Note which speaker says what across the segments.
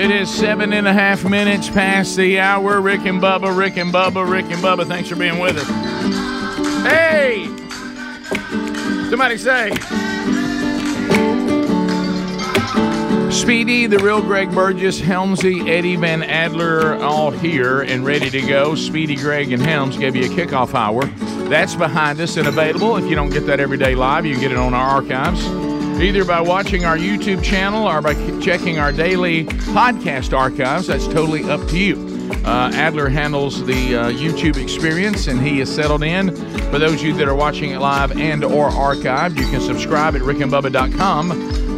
Speaker 1: It is seven and a half minutes past the hour. Rick and Bubba, Rick and Bubba, Rick and Bubba. Thanks for being with us. Hey! Somebody say. Speedy, the real Greg Burgess, Helmsy, Eddie Van Adler, all here and ready to go. Speedy, Greg, and Helms gave you a kickoff hour. That's behind us and available. If you don't get that every day live, you can get it on our archives, either by watching our YouTube channel or by checking our daily podcast archives. That's totally up to you. Uh, Adler handles the uh, YouTube experience, and he is settled in. For those of you that are watching it live and or archived, you can subscribe at rickandbubba.com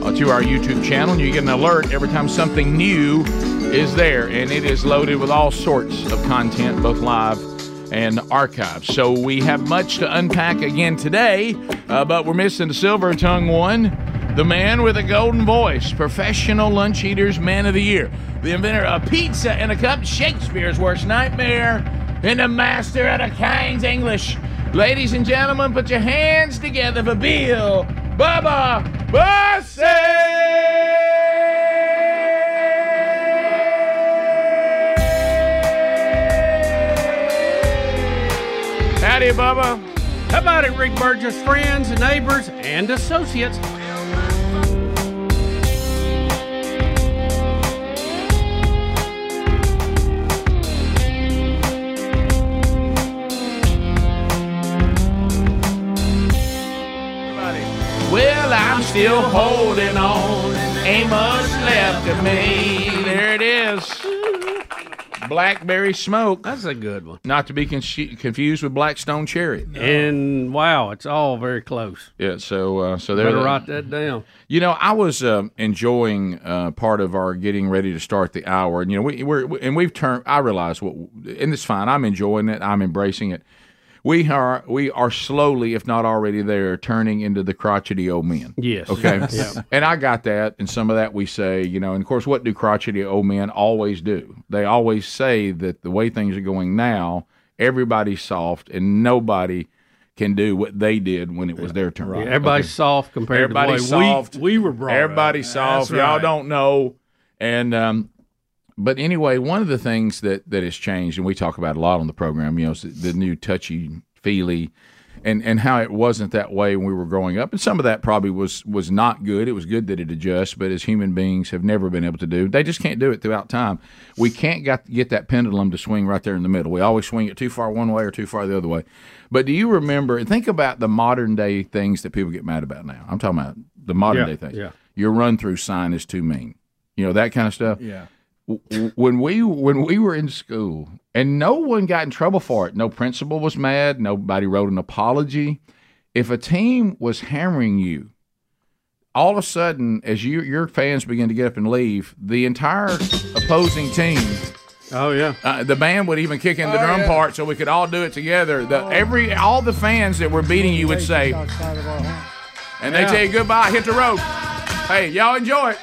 Speaker 1: uh, to our YouTube channel, and you get an alert every time something new is there, and it is loaded with all sorts of content, both live and archives. So we have much to unpack again today, uh, but we're missing the silver tongue one, the man with a golden voice, professional lunch eaters, man of the year, the inventor of pizza in a cup, Shakespeare's worst nightmare, and the master of the king's English. Ladies and gentlemen, put your hands together for Bill Bubba Bussey! Howdy, Bubba.
Speaker 2: How about it, Rick Burgess friends, neighbors, and associates?
Speaker 1: Well, I'm still holding on. Ain't much left of me. There it is. Blackberry smoke,
Speaker 2: That's a good one.
Speaker 1: not to be con- confused with Blackstone cherry.
Speaker 2: And wow, it's all very close.
Speaker 1: Yeah, so uh, so there.
Speaker 2: Better write that down.
Speaker 1: You know, I was um, enjoying uh, part of our getting ready to start the hour, and you know, we, we're we, and we've turned. I realize what, and it's fine. I'm enjoying it. I'm embracing it. We are we are slowly, if not already there, turning into the crotchety old men.
Speaker 2: Yes.
Speaker 1: Okay. And I got that, and some of that we say, you know, and of course, what do crotchety old men always do? They always say that the way things are going now, everybody's soft, and nobody can do what they did when it was their turn.
Speaker 2: Yeah, everybody's soft compared
Speaker 1: Everybody's
Speaker 2: to the way
Speaker 1: soft.
Speaker 2: We, we were brought up.
Speaker 1: Everybody's soft.
Speaker 3: That's
Speaker 1: Y'all
Speaker 3: right.
Speaker 1: don't know. And um, but anyway, one of the things that that has changed, and we talk about a lot on the program, you know, is the new touchy feely, and and how it wasn't that way when we were growing up, and some of that probably was was not good. It was good that it adjusts, but as human beings have never been able to do, they just can't do it throughout time. We can't got get that pendulum to swing right there in the middle. We always swing it too far one way or too far the other way. But do you remember? And think about the modern day things that people get mad about now. I'm talking about the modern
Speaker 2: Yeah,
Speaker 1: day things
Speaker 2: yeah.
Speaker 1: your run through sign is too mean. You know that kind of stuff.
Speaker 3: Yeah.
Speaker 1: W- w- When we when we were in school, and no one got in trouble for it. No principal was mad. Nobody wrote an apology. If a team was hammering you, all of a sudden, as you, your fans begin to get up and leave, the entire opposing team,
Speaker 2: Oh yeah. Oh,
Speaker 1: uh, the band would even kick in the drum part, so we could all do it together. The, every all the fans that were beating you would say, and they
Speaker 2: Yeah.
Speaker 1: tell you goodbye, hit the road. Hey, y'all enjoy it.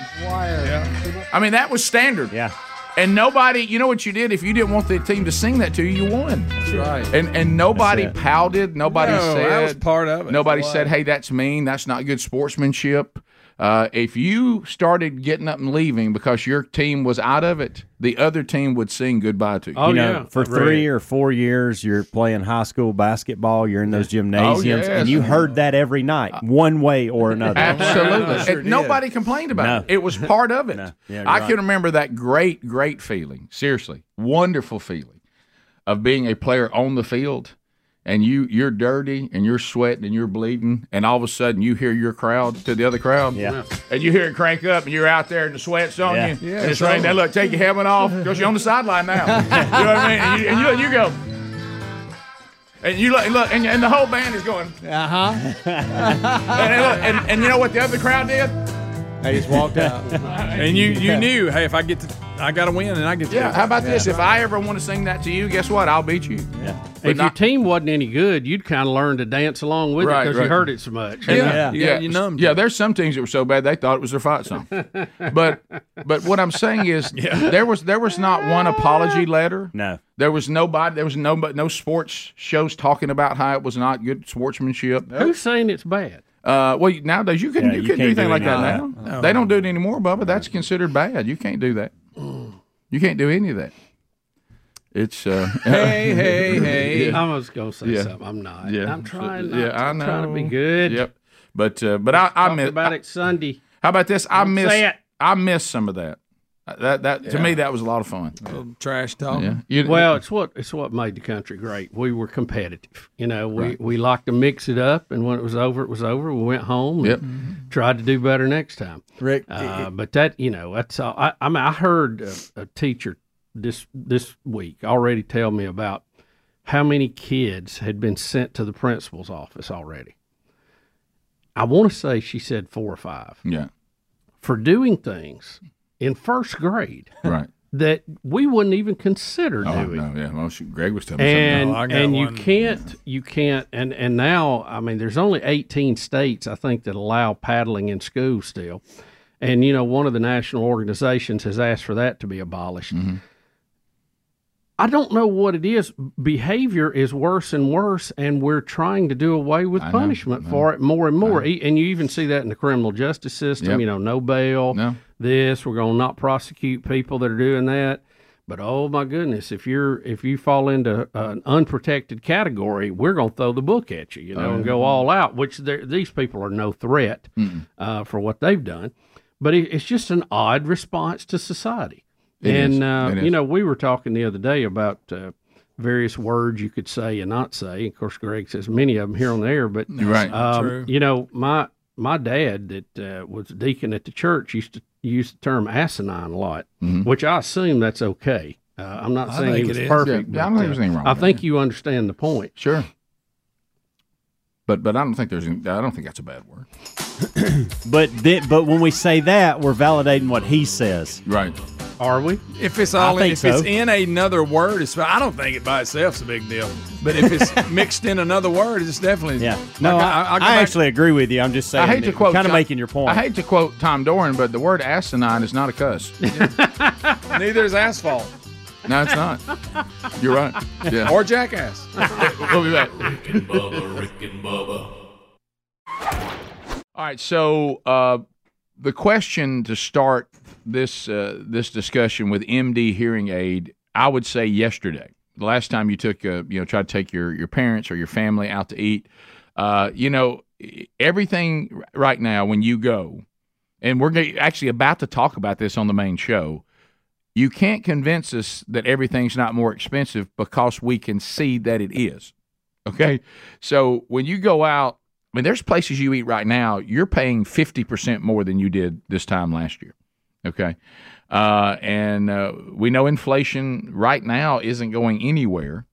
Speaker 1: I mean, that was standard.
Speaker 3: Yeah.
Speaker 1: And nobody, you know what you did? If you didn't want the team to sing that to you, you won. That's right. And and nobody
Speaker 3: That's it.
Speaker 1: pouted. Nobody
Speaker 3: No,
Speaker 1: said
Speaker 3: that was part of it.
Speaker 1: Nobody
Speaker 3: Why?
Speaker 1: said, "Hey, that's mean. That's not good sportsmanship." Uh, if you started getting up and leaving because your team was out of it, the other team would sing goodbye to you.
Speaker 2: Oh,
Speaker 3: you know,
Speaker 2: yeah.
Speaker 3: for
Speaker 2: I've read
Speaker 3: three
Speaker 2: it.
Speaker 3: or four years, you're playing high school basketball. You're in those gymnasiums,
Speaker 1: yes.
Speaker 3: and you heard that every night, one way or another.
Speaker 1: Absolutely.
Speaker 4: I sure
Speaker 1: And
Speaker 4: did.
Speaker 1: nobody complained about it. It was part of it.
Speaker 3: Yeah, you're
Speaker 1: I
Speaker 3: right.
Speaker 1: can remember that great, great feeling. Seriously, wonderful feeling of being a player on the field, and you you're dirty and you're sweating and you're bleeding, and all of a sudden you hear your crowd to the other crowd,
Speaker 3: Yeah.
Speaker 1: and you hear it crank up, and you're out there and the sweat's on
Speaker 3: Yeah.
Speaker 1: you,
Speaker 4: Yeah,
Speaker 1: and it's
Speaker 4: it's
Speaker 1: raining.
Speaker 4: over.
Speaker 1: Now look, take your helmet off because you're on the sideline now. you know what I mean? And you, and you, look- you go. And you look, and look, and, and the whole band is going.
Speaker 4: Uh-huh.
Speaker 1: And, and look, and, and you know what the other crowd did?
Speaker 4: I just walked out. and you you knew, hey, if I get to I gotta win and I get to
Speaker 1: Yeah. How about this? If I ever want to sing that to you, guess what? I'll beat you. But
Speaker 2: if your
Speaker 1: not-
Speaker 2: team wasn't any good, you'd kind of learn to dance along with
Speaker 1: Right,
Speaker 2: it because
Speaker 1: right.
Speaker 2: you heard it so much.
Speaker 3: Yeah.
Speaker 4: You- you numbed
Speaker 1: Yeah,
Speaker 4: it.
Speaker 1: there's some teams that were so bad they thought it was their fight song. but but what I'm saying is there was there was not one apology letter.
Speaker 3: No.
Speaker 1: There was nobody. There was no no sports shows talking about how it was not good sportsmanship.
Speaker 2: Who's saying it's bad?
Speaker 1: Uh, well, nowadays you couldn't
Speaker 3: Yeah,
Speaker 1: you,
Speaker 3: you
Speaker 1: couldn't
Speaker 3: can't
Speaker 1: do
Speaker 3: do
Speaker 1: anything like that
Speaker 3: any
Speaker 1: now.
Speaker 3: of
Speaker 1: They don't do it anymore, Bubba. That's considered bad. You can't do that.
Speaker 3: Mm.
Speaker 1: You can't do any of that. It's uh,
Speaker 4: Hey, hey, hey.
Speaker 2: I was going to say
Speaker 1: Yeah.
Speaker 2: something. I'm not.
Speaker 1: Yeah.
Speaker 2: I'm trying.
Speaker 1: Yeah,
Speaker 2: Not,
Speaker 1: I
Speaker 2: I'm trying to be
Speaker 1: know.
Speaker 2: good.
Speaker 1: Yep. But uh, but I, I
Speaker 2: Talked
Speaker 1: miss
Speaker 2: about it Sunday.
Speaker 1: how about this? I miss
Speaker 2: say it.
Speaker 1: I miss some of that. Uh, That that to me that was a lot of fun.
Speaker 4: Little trash talk.
Speaker 1: Yeah. You-
Speaker 2: Well, it's what it's what made the country great. We were competitive. You know, we, we liked to mix it up, and when it was over, it was over. We went home. and
Speaker 1: Yep.
Speaker 2: Tried to do better next time.
Speaker 4: Rick,
Speaker 2: Uh, but that you know that's all. I, I mean I heard a, a teacher this this week already tell me about how many kids had been sent to the principal's office already. I want to say she said four or five
Speaker 1: yeah.
Speaker 2: for doing things in first grade
Speaker 1: Right.
Speaker 2: that we wouldn't even consider
Speaker 1: Oh,
Speaker 2: doing
Speaker 1: no, yeah. Well, shoot, Greg was telling me something.
Speaker 2: and
Speaker 4: No, I got
Speaker 2: and you
Speaker 4: one.
Speaker 2: can't you can't and and now I mean there's only 18 states I think that allow paddling in school still, and you know one of the national organizations has asked for that to be abolished.
Speaker 4: Mm-hmm.
Speaker 2: I don't know what it is. Behavior is worse and worse, and we're trying to do away with punishment for it more and more. E- And you even see that in the criminal justice system.
Speaker 1: Yep.
Speaker 2: You know, no bail,
Speaker 1: No.
Speaker 2: this. We're going to not prosecute people that are doing that. But oh my goodness, if you're if you fall into an unprotected category, we're going to throw the book at you, you
Speaker 4: Oh,
Speaker 2: know, and go all out. Which they're- these people are no
Speaker 4: Mm-hmm.
Speaker 2: threat
Speaker 1: Mm-hmm.
Speaker 2: uh, for what they've done, but it, it's just an odd response to society.
Speaker 1: It
Speaker 2: and
Speaker 1: is.
Speaker 2: Uh,
Speaker 1: It is.
Speaker 2: you know, we were talking the other day about uh, various words you could say and not say. Of course, Greg says many of them here on the air, but
Speaker 1: You're right.
Speaker 2: um,
Speaker 4: True.
Speaker 2: You know, my my dad that uh, was a deacon at the church used to use the term asinine a lot,
Speaker 1: Mm-hmm.
Speaker 2: which I assume that's okay. Uh, I'm not
Speaker 4: I
Speaker 2: saying
Speaker 4: think
Speaker 2: he
Speaker 4: it
Speaker 2: was
Speaker 4: is.
Speaker 1: yeah,
Speaker 2: perfect. uh,
Speaker 1: I don't think there's anything wrong.
Speaker 2: I
Speaker 1: with
Speaker 2: think you understand the point.
Speaker 1: that. sure. But but I don't think there's any, I don't think that's a bad word.
Speaker 3: But then, but when we say that, we're validating what he says.
Speaker 1: Right.
Speaker 2: Are we?
Speaker 4: if it's all
Speaker 3: I think
Speaker 4: if it's
Speaker 3: so.
Speaker 4: in another word, it's I don't think it by itself's a big deal. But if it's mixed in another word, it's definitely
Speaker 3: Yeah. No,
Speaker 2: Uh,
Speaker 4: Like,
Speaker 3: I, I,
Speaker 4: I'll go back-
Speaker 3: actually agree with you. I'm just saying.
Speaker 1: I hate to quote
Speaker 3: Kind of
Speaker 1: Tom-
Speaker 3: making your point.
Speaker 1: I hate to quote Tom Doran, but the word asinine is not a cuss.
Speaker 4: neither is asphalt
Speaker 1: no, it's not. You're right. Yeah.
Speaker 4: or jackass.
Speaker 1: we'll be back.
Speaker 5: Rick and Bubba, Rick and Bubba,
Speaker 1: All right. So uh, the question to start this uh, this discussion with MD hearing aid, I would say yesterday, the last time you took uh, you know tried to take your your parents or your family out to eat, uh, you know everything r- right now when you go, and we're gonna, actually about to talk about this on the main show. You can't convince us that everything's not more expensive because we can see that it is. Okay. So when you go out, I mean, there's places you eat right now, you're paying 50% more than you did this time last year. Okay. Uh, and uh, we know inflation right now isn't going anywhere.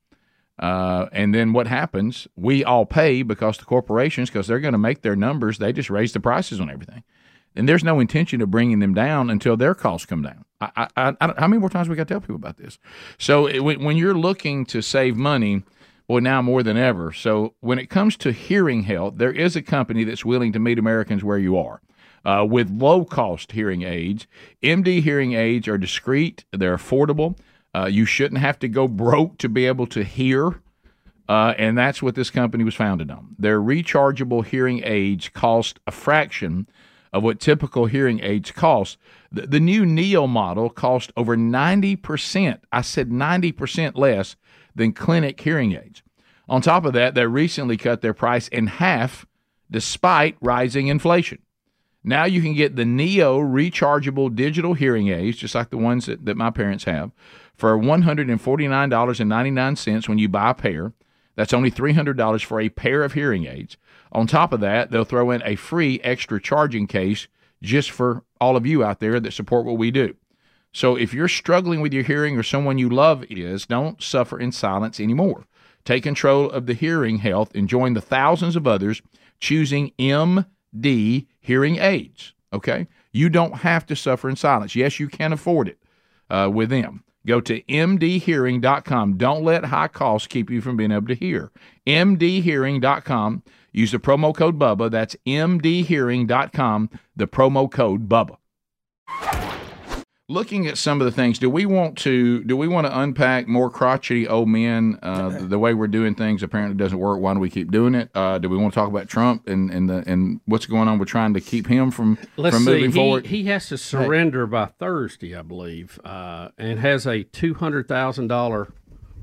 Speaker 1: Uh, and then what happens? We all pay because the corporations, because they're going to make their numbers, they just raise the prices on everything. And there's no intention of bringing them down until their costs come down. I, I, I, I don't, how many more times we got to tell people about this? So it, when, when you're looking to save money, boy, now more than ever. So when it comes to hearing health, there is a company that's willing to meet Americans where you are. Uh, with low cost hearing aids, MD hearing aids are discreet, they're affordable. Uh, you shouldn't have to go broke to be able to hear. Uh, and that's what this company was founded on. Their rechargeable hearing aids cost a fraction of what typical hearing aids cost. The, the new Neo model cost over 90%, I said 90% less than clinic hearing aids. On top of that, they recently cut their price in half despite rising inflation. Now you can get the Neo rechargeable digital hearing aids, just like the ones that, that my parents have, for $149.99 when you buy a pair. That's only $300 for a pair of hearing aids. On top of that, they'll throw in a free extra charging case just for all of you out there that support what we do. So if you're struggling with your hearing or someone you love is, don't suffer in silence anymore. Take control of the hearing health and join the thousands of others choosing MD hearing aids. Okay? You don't have to suffer in silence. Yes, you can afford it uh, with them. Go to mdhearing.com. Don't let high costs keep you from being able to hear. mdhearing.com. Use the promo code Bubba. That's mdhearing.com, the promo code Bubba looking at some of the things do we want to do we want to unpack more crotchety old men uh, the way we're doing things apparently doesn't work why do we keep doing it uh, do we want to talk about trump and and the, and what's going on with trying to keep him from
Speaker 2: Let's
Speaker 1: from
Speaker 2: see.
Speaker 1: moving
Speaker 2: He,
Speaker 1: forward
Speaker 2: he has to surrender by Thursday, I believe, uh, and has a two hundred thousand dollar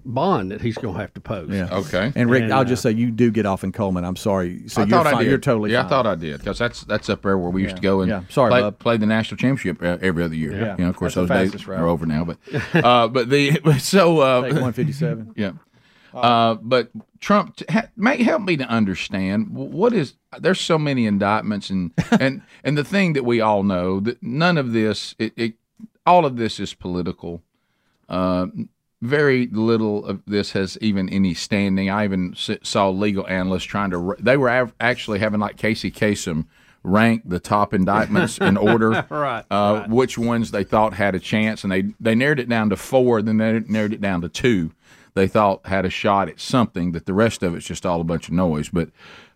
Speaker 2: bond that he's going to have to post.
Speaker 6: Yeah.
Speaker 1: okay
Speaker 6: And Rick,
Speaker 2: And,
Speaker 6: I'll
Speaker 2: uh,
Speaker 6: just say you do get off in Coleman. I'm sorry. So
Speaker 1: I
Speaker 6: you're
Speaker 1: thought I
Speaker 6: fine.
Speaker 1: did.
Speaker 6: You're totally
Speaker 1: yeah.
Speaker 6: fine.
Speaker 1: I thought I did because that's that's up there where we used to go and
Speaker 6: Yeah. Sorry,
Speaker 1: play,
Speaker 6: Bub.
Speaker 1: play the national championship uh, every other year.
Speaker 6: Yeah.
Speaker 1: You know, of course
Speaker 6: That's the
Speaker 1: those days
Speaker 6: fastest route.
Speaker 1: are over now. But uh, but the so uh,
Speaker 6: Take 157.
Speaker 1: Yeah. Uh, but Trump, t- ha- may help me to understand wh- what is. There's so many indictments, and and and the thing that we all know that none of this, it, it all of this is political. Uh, very little of this has even any standing. I even s- saw legal analysts trying to. ra- They were av- actually having like Casey Kasem rank the top indictments in order,
Speaker 2: Right,
Speaker 1: Uh, Which ones they thought had a chance, and they they narrowed it down to four. Then they narrowed it down to two. They thought had a shot at something. That the rest of it's just all a bunch of noise. But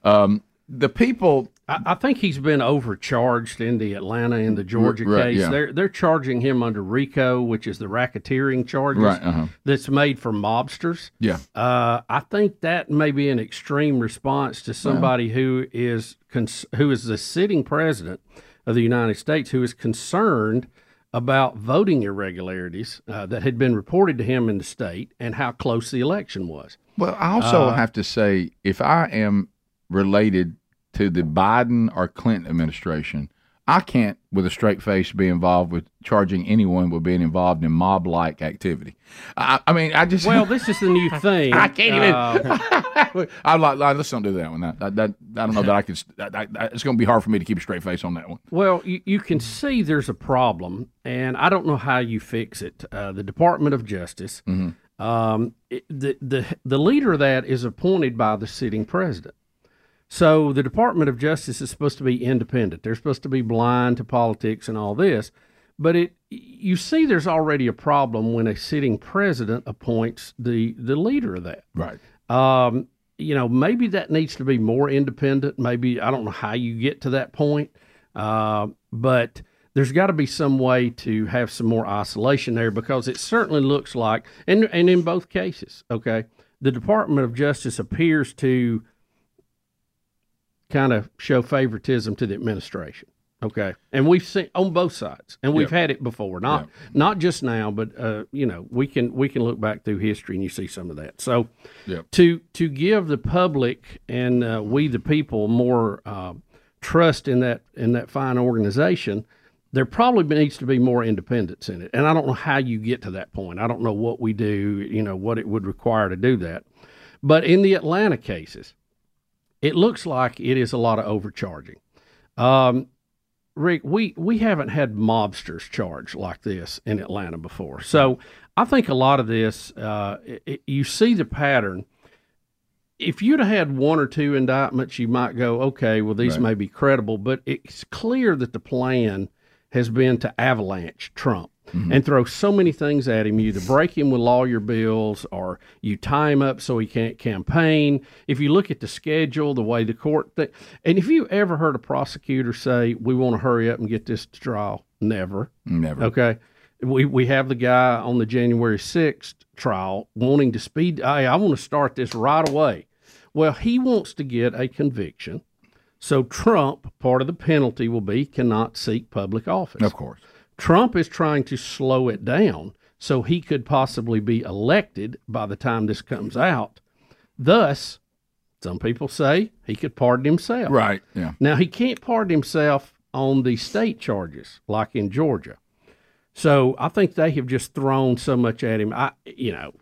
Speaker 1: um, the people,
Speaker 2: I, I think he's been overcharged in the Atlanta and the Georgia
Speaker 1: R- right,
Speaker 2: case.
Speaker 1: yeah.
Speaker 2: They're they're charging him under RICO, which is the racketeering charges
Speaker 1: Right, uh-huh.
Speaker 2: that's made for mobsters.
Speaker 1: yeah,
Speaker 2: Uh, I think that may be an extreme response to somebody who is cons- who is the sitting president of the United States, who is concerned about voting irregularities uh, that had been reported to him in the state and how close the election was. Uh,
Speaker 1: Well, I also have to say, if I am related to the Biden or Clinton administration, I can't, with a straight face, be involved with charging anyone with being involved in mob-like activity. I, I mean, I just
Speaker 2: Well, this is the new thing.
Speaker 1: I can't even.
Speaker 2: Uh,
Speaker 1: I like. like, Let's not do that one. That, that, that- I don't know that I could. That, that- that- it's going to be hard for me to keep a straight face on that one.
Speaker 2: Well, you, you can see there's a problem, and I don't know how you fix it. Uh, the Department of Justice, um, it- the, the, the leader of that is appointed by the sitting president. So the Department of Justice is supposed to be independent. They're supposed to be blind to politics and all this. But it you see there's already a problem when a sitting president appoints the, the leader of that
Speaker 1: Right.
Speaker 2: um, you know, maybe that needs to be more independent. Maybe I don't know how you get to that point, uh, but there's got to be some way to have some more isolation there because it certainly looks like, and and in both cases, okay, the Department of Justice appears to kind of show favoritism to the administration. Okay, and we've seen on both sides, and we've had it before, not not just now, but uh, you know, we can we can look back through history and you see some of that. So, to to give the public and uh, we the people more uh, trust in that in that fine organization, there probably needs to be more independence in it. And I don't know how you get to that point. I don't know what we do. You know what it would require to do that. But in the Atlanta cases, it looks like it is a lot of overcharging. Um, Rick, we we haven't had mobsters charged like this in Atlanta before, so I think a lot of this uh, i i you see the pattern. If you'd have had one or two indictments, you might go, okay, well these may be credible, but it's clear that the plan has been to avalanche Trump and throw so many things at him. You either break him with lawyer bills or you tie him up so he can't campaign. If you look at the schedule, the way the court, th- and if you ever heard a prosecutor say, we want to hurry up and get this to trial, never.
Speaker 1: Never.
Speaker 2: Okay. We, we have the guy on the January 6th trial wanting to speed. Hey, I want to start this right away. Well, he wants to get a conviction So Trump, part of the penalty will be cannot seek public office.
Speaker 1: Of course.
Speaker 2: Trump is trying to slow it down so he could possibly be elected by the time this comes out. Thus, some people say he could pardon himself.
Speaker 1: Right. Yeah.
Speaker 2: Now, he can't pardon himself on the state charges, like in Georgia. So I think they have just thrown so much at him. I, you know,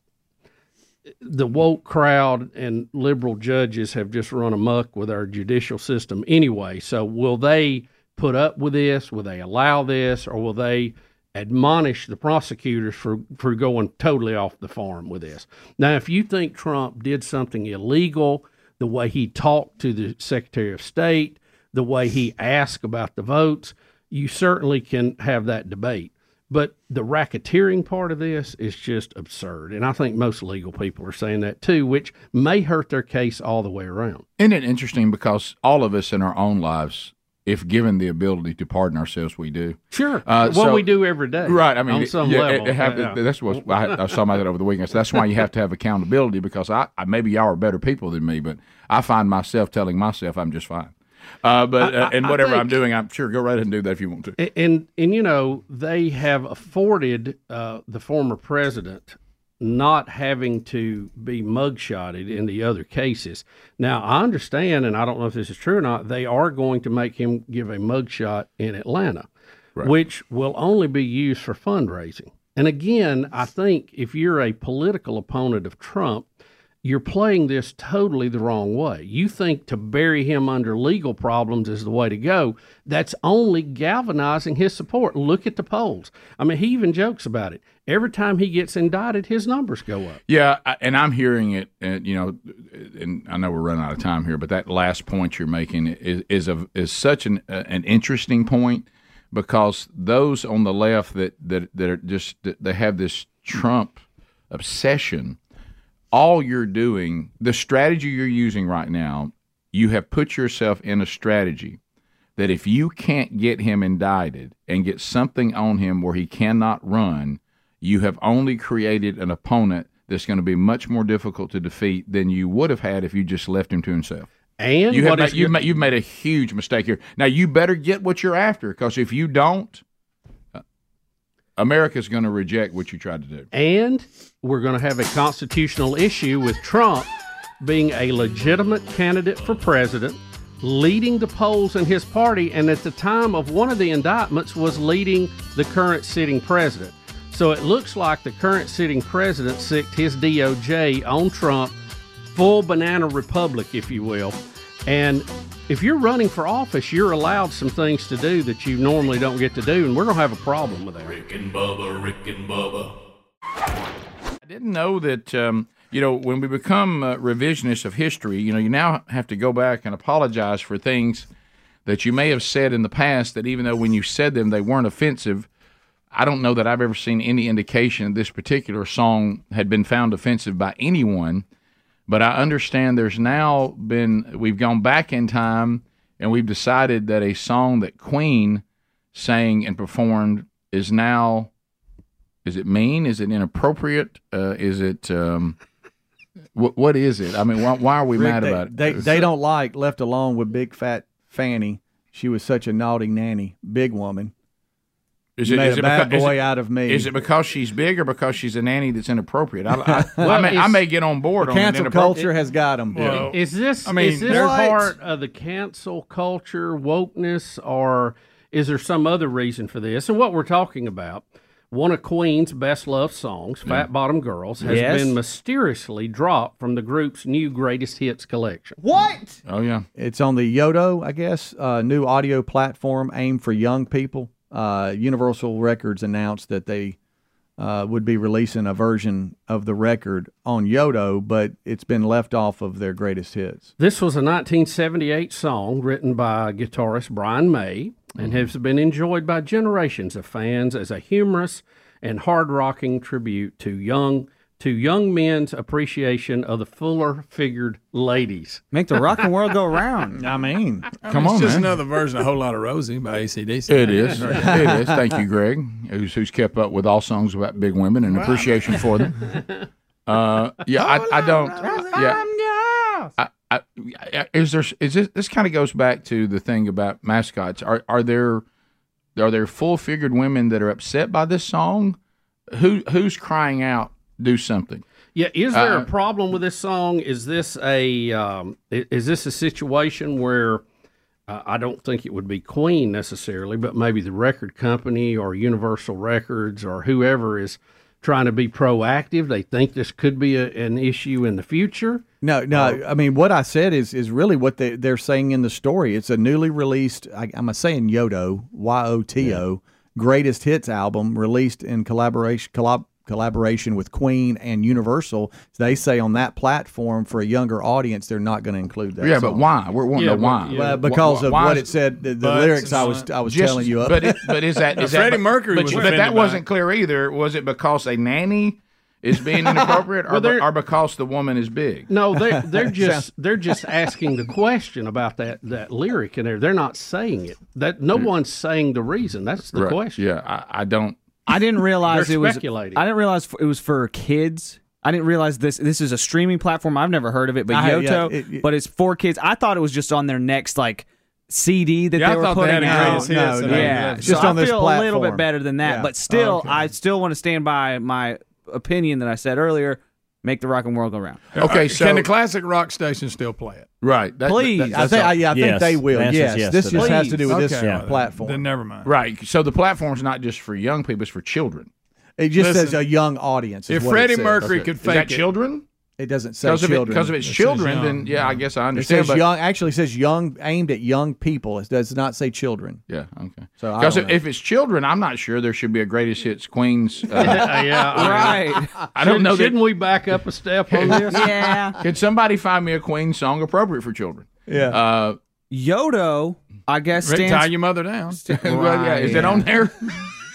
Speaker 2: the woke crowd and liberal judges have just run amok with our judicial system anyway. So will they put up with this? Will they allow this? Or will they admonish the prosecutors for, for going totally off the farm with this? Now, if you think Trump did something illegal, the way he talked to the Secretary of State, the way he asked about the votes, you certainly can have that debate. But the racketeering part of this is just absurd. And I think most legal people are saying that too, which may hurt their case all the way around.
Speaker 1: Isn't it interesting because all of us in our own lives, if given the ability to pardon ourselves, we do.
Speaker 2: Sure.
Speaker 1: Uh,
Speaker 2: what
Speaker 1: so-
Speaker 2: we do every day.
Speaker 1: Right. I mean,
Speaker 2: on
Speaker 1: it-
Speaker 2: some
Speaker 1: yeah, it-
Speaker 2: level.
Speaker 1: it hap-
Speaker 2: Yeah.
Speaker 1: that's what I, I saw about that over the weekend. So that's why you have to have accountability because I, I maybe y'all are better people than me, but I find myself telling myself I'm just fine. Uh, but uh, and
Speaker 2: I
Speaker 1: whatever I'm
Speaker 2: think-
Speaker 1: doing, I'm sure go right ahead and do that if you want to.
Speaker 2: A- and and you know they have afforded uh, the former president not having to be mugshotted in the other cases. Now I understand, and I don't know if this is true or not. They are going to make him give a mugshot in Atlanta, which will only be used for fundraising. And again, I think if you're a political opponent of Trump, you're playing this totally the wrong way. You think to bury him under legal problems is the way to go. That's only galvanizing his support. Look at the polls. I mean, he even jokes about it. Every time he gets indicted, his numbers go up.
Speaker 1: Yeah, I- and I'm hearing it, and you know, and I know we're running out of time here, but that last point you're making is is a is such an uh, an interesting point because those on the left that that that are just that they have this Trump obsession. All you're doing, the strategy you're using right now, you have put yourself in a strategy that if you can't get him indicted and get something on him where he cannot run, you have only created an opponent that's going to be much more difficult to defeat than you would have had if you just left him to himself.
Speaker 2: And
Speaker 1: You have
Speaker 2: what
Speaker 1: made,
Speaker 2: is
Speaker 1: you've,
Speaker 2: go-
Speaker 1: made, you've made a huge mistake here. Now you better get what you're after because if you don't, uh, America's going to reject what you tried to do.
Speaker 2: and we're going to have a constitutional issue with Trump being a legitimate candidate for president, leading the polls in his party, and at the time of one of the indictments was leading the current sitting president. So it looks like the current sitting president sicked his DOJ on Trump, full banana republic, if you will. And if you're running for office, you're allowed some things to do that you normally don't get to do, and we're going to have a problem with that.
Speaker 5: Rick and Bubba, Rick and Bubba.
Speaker 1: I didn't know that. Um, you know, when we become uh, revisionists of history, you know, you now have to go back and apologize for things that you may have said in the past that, even though when you said them, they weren't offensive. I don't know that I've ever seen any indication this particular song had been found offensive by anyone, but I understand there's now been, we've gone back in time and we've decided that a song that Queen sang and performed is now is it mean? Is it inappropriate? Uh, is it um, what? What is it? I mean, why, why are we
Speaker 6: Rick,
Speaker 1: mad
Speaker 6: they,
Speaker 1: about it?
Speaker 6: They, they don't like left alone with big fat Fanny. She was such a naughty nanny, big woman.
Speaker 1: Is
Speaker 6: made a bad
Speaker 1: becau- is
Speaker 6: boy
Speaker 1: it-
Speaker 6: out of me.
Speaker 1: Is it because she's big or because she's a nanny that's inappropriate? I, I, I, may, I
Speaker 2: it's-
Speaker 1: may get on board on
Speaker 6: Cancel
Speaker 1: an inappropri-
Speaker 6: culture has got them.
Speaker 2: Is this
Speaker 1: I mean,
Speaker 2: is this
Speaker 1: they're-
Speaker 2: part of the cancel culture wokeness, or is there some other reason for this? And what we're talking about, one of Queen's best loved songs, "Fat Bottom Girls," has
Speaker 3: Yes.
Speaker 2: been mysteriously dropped from the group's new greatest hits collection.
Speaker 1: Oh yeah,
Speaker 6: It's on the Yodo, I guess, uh, new audio platform aimed for young people. Uh, Universal Records announced that they uh, would be releasing a version of the record on Yodo, but it's been left off of their greatest hits.
Speaker 2: This was a 1978 song written by guitarist Brian May and
Speaker 6: Mm-hmm.
Speaker 2: has been enjoyed by generations of fans as a humorous and hard rocking tribute to young to young men's appreciation of the fuller figured ladies.
Speaker 3: Make the rock and world go round.
Speaker 6: I mean,
Speaker 1: come
Speaker 4: it's
Speaker 1: on,
Speaker 4: just
Speaker 1: man.
Speaker 4: another version of Whole Lot of Rosie by ACDC.
Speaker 1: It is. It is. Thank you, Greg, who's, who's kept up with all songs about big women and
Speaker 3: Ah!
Speaker 1: appreciation for them. Uh, yeah, I, I don't. Yeah, I, I, I- is there is this this kind of goes back to the thing about mascots? Are are there are there full figured women that are upset by this song? Who who's crying out? Do something.
Speaker 2: Yeah, is there
Speaker 1: Uh,
Speaker 2: a problem with this song? Is this a um, i- is this a situation where uh, I don't think it would be Queen necessarily, but maybe the record company or Universal Records or whoever is trying to be proactive. They think this could be a, an issue in the future.
Speaker 6: No, no.
Speaker 1: Oh.
Speaker 6: I mean, what I said is is really what they they're saying in the story. It's a newly released. I, I'm saying Yodo Y O T O greatest hits album released in collaboration collab, collaboration with Queen and Universal. They say on that platform for a younger audience, they're not going to include that.
Speaker 1: yeah,
Speaker 6: song.
Speaker 1: but why? We're wanting
Speaker 2: Yeah,
Speaker 1: to why?
Speaker 2: but- yeah.
Speaker 6: Well, because
Speaker 1: Why-
Speaker 6: of
Speaker 1: why
Speaker 6: what
Speaker 1: is-
Speaker 6: it said, the, the
Speaker 4: But-
Speaker 6: lyrics I was I was
Speaker 1: Just-
Speaker 6: telling you. Up.
Speaker 1: But it, but is that is that-
Speaker 4: Freddie Mercury
Speaker 1: But,
Speaker 4: was
Speaker 1: but
Speaker 4: offended
Speaker 1: that
Speaker 4: by
Speaker 1: wasn't
Speaker 4: it.
Speaker 1: clear either. Was it because a nanny is being inappropriate, or, be-
Speaker 2: there-
Speaker 1: or because the woman is big?
Speaker 2: No, they they're just they're just asking the question about that that lyric in there. They're not saying it. That no one's saying the reason. That's the
Speaker 1: Hmm. Right.
Speaker 2: question.
Speaker 1: Yeah, I, I don't.
Speaker 7: I didn't realize
Speaker 2: They're
Speaker 7: it was.
Speaker 2: speculating.
Speaker 7: I didn't realize f- it was for kids. I didn't realize this. This is a streaming platform. I've never heard of it, but
Speaker 6: I- yeah,
Speaker 7: Yoto.
Speaker 6: it- it-
Speaker 7: but it's for kids. I thought it was just on their next like CD that
Speaker 4: Yeah,
Speaker 7: they
Speaker 4: I
Speaker 7: were
Speaker 4: thought they
Speaker 7: putting
Speaker 4: had a
Speaker 7: out.
Speaker 4: greatest hits
Speaker 6: No,
Speaker 4: and
Speaker 6: no,
Speaker 4: all
Speaker 7: yeah,
Speaker 4: that.
Speaker 6: Just
Speaker 7: so
Speaker 6: on
Speaker 7: I
Speaker 6: this
Speaker 7: feel a little
Speaker 6: platform.
Speaker 7: bit better than that,
Speaker 6: Yeah.
Speaker 7: but still,
Speaker 6: Okay.
Speaker 7: I still want to stand by my opinion that I said earlier. Make the rock and world go round.
Speaker 1: Okay, so
Speaker 4: Can the classic rock station still play it?
Speaker 1: right, that-
Speaker 7: Please.
Speaker 1: that-
Speaker 6: I
Speaker 1: that's
Speaker 6: think
Speaker 1: all.
Speaker 6: I, yeah, I think
Speaker 3: Yes.
Speaker 6: they will.
Speaker 3: The answer is
Speaker 6: Yes,
Speaker 3: yes
Speaker 6: this
Speaker 3: to
Speaker 6: just
Speaker 3: that.
Speaker 6: has to do with this
Speaker 4: Okay. Yeah.
Speaker 6: platform.
Speaker 4: Then never mind.
Speaker 1: right. So the platform's not just for young people; it's for children.
Speaker 6: It just
Speaker 4: Listen,
Speaker 6: says a young audience. is
Speaker 4: If
Speaker 6: what it
Speaker 4: Freddie
Speaker 6: says.
Speaker 4: Mercury
Speaker 1: Is
Speaker 4: could
Speaker 1: that
Speaker 4: fake it,
Speaker 1: children?
Speaker 6: it doesn't say
Speaker 1: Because if, it,
Speaker 6: children.
Speaker 1: because if it's
Speaker 6: It says
Speaker 1: children,
Speaker 4: young.
Speaker 1: then yeah, I guess I
Speaker 6: It
Speaker 1: understand.
Speaker 6: says
Speaker 1: but-
Speaker 6: young. Actually, it says young, aimed at young people. It does not say children.
Speaker 1: Yeah, okay.
Speaker 6: So I
Speaker 1: Because
Speaker 6: don't
Speaker 1: if,
Speaker 6: know.
Speaker 1: if it's children, I'm not sure there should be a greatest hits Queens. Uh,
Speaker 2: Yeah, yeah, I-
Speaker 7: Right?
Speaker 1: I don't know.
Speaker 2: Shouldn't
Speaker 1: That,
Speaker 2: we back up a step on this?
Speaker 7: yeah.
Speaker 1: could somebody find me a Queen song appropriate for children?
Speaker 6: Yeah.
Speaker 1: Uh,
Speaker 7: Yodo, I guess
Speaker 4: Rick, tie
Speaker 7: stands.
Speaker 4: your mother down.
Speaker 1: well, yeah, is it on there?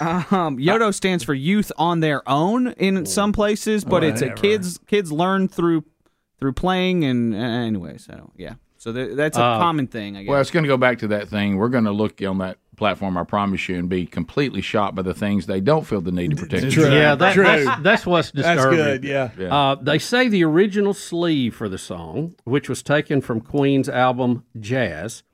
Speaker 7: Um, Yodo stands for youth on their own in some places, but it's a
Speaker 4: Whatever.
Speaker 7: kids kids learn through through playing and uh, anyway. So yeah, so th- that's a common thing. I guess.
Speaker 1: Oh. Well, it's going to go back to that thing. We're going to look on that platform, I promise you, and be completely shocked by the things they don't feel the need to protect. you.
Speaker 2: Yeah, that, that's that's what's disturbing.
Speaker 6: That's good. Yeah.
Speaker 2: Uh, they say the original sleeve for the song, which was taken from Queen's album Jazz,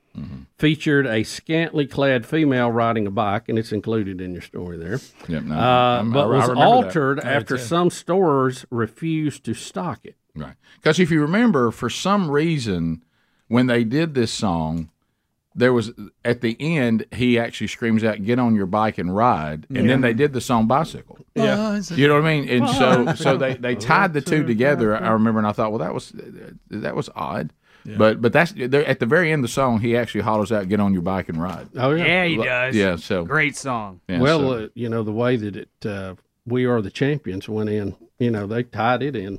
Speaker 2: featured a scantily clad female riding a bike, and it's included in your story there.
Speaker 1: Yeah, no,
Speaker 2: Uh,
Speaker 1: I'm-
Speaker 2: but
Speaker 1: I- I
Speaker 2: was
Speaker 1: remember that.
Speaker 2: altered after some stores refused to stock it.
Speaker 1: Right. Because if you remember, for some reason, when they did this song, there was at the end he actually screams out, "Get on your bike and ride," and then they did the song "Bicycle."
Speaker 4: Yeah.
Speaker 1: You know what I mean? And so, so they, they tied the two together. I remember, and I thought, well, that was that was odd. But but that's there- at the very end of the song, he actually hollers out, "Get on your bike and ride."
Speaker 2: Oh
Speaker 7: he does.
Speaker 1: Yeah. So
Speaker 7: Great song.
Speaker 1: yeah,
Speaker 2: well,
Speaker 1: so-
Speaker 2: uh, you know the way that it uh, "We Are the Champions" went in. You know they tied it in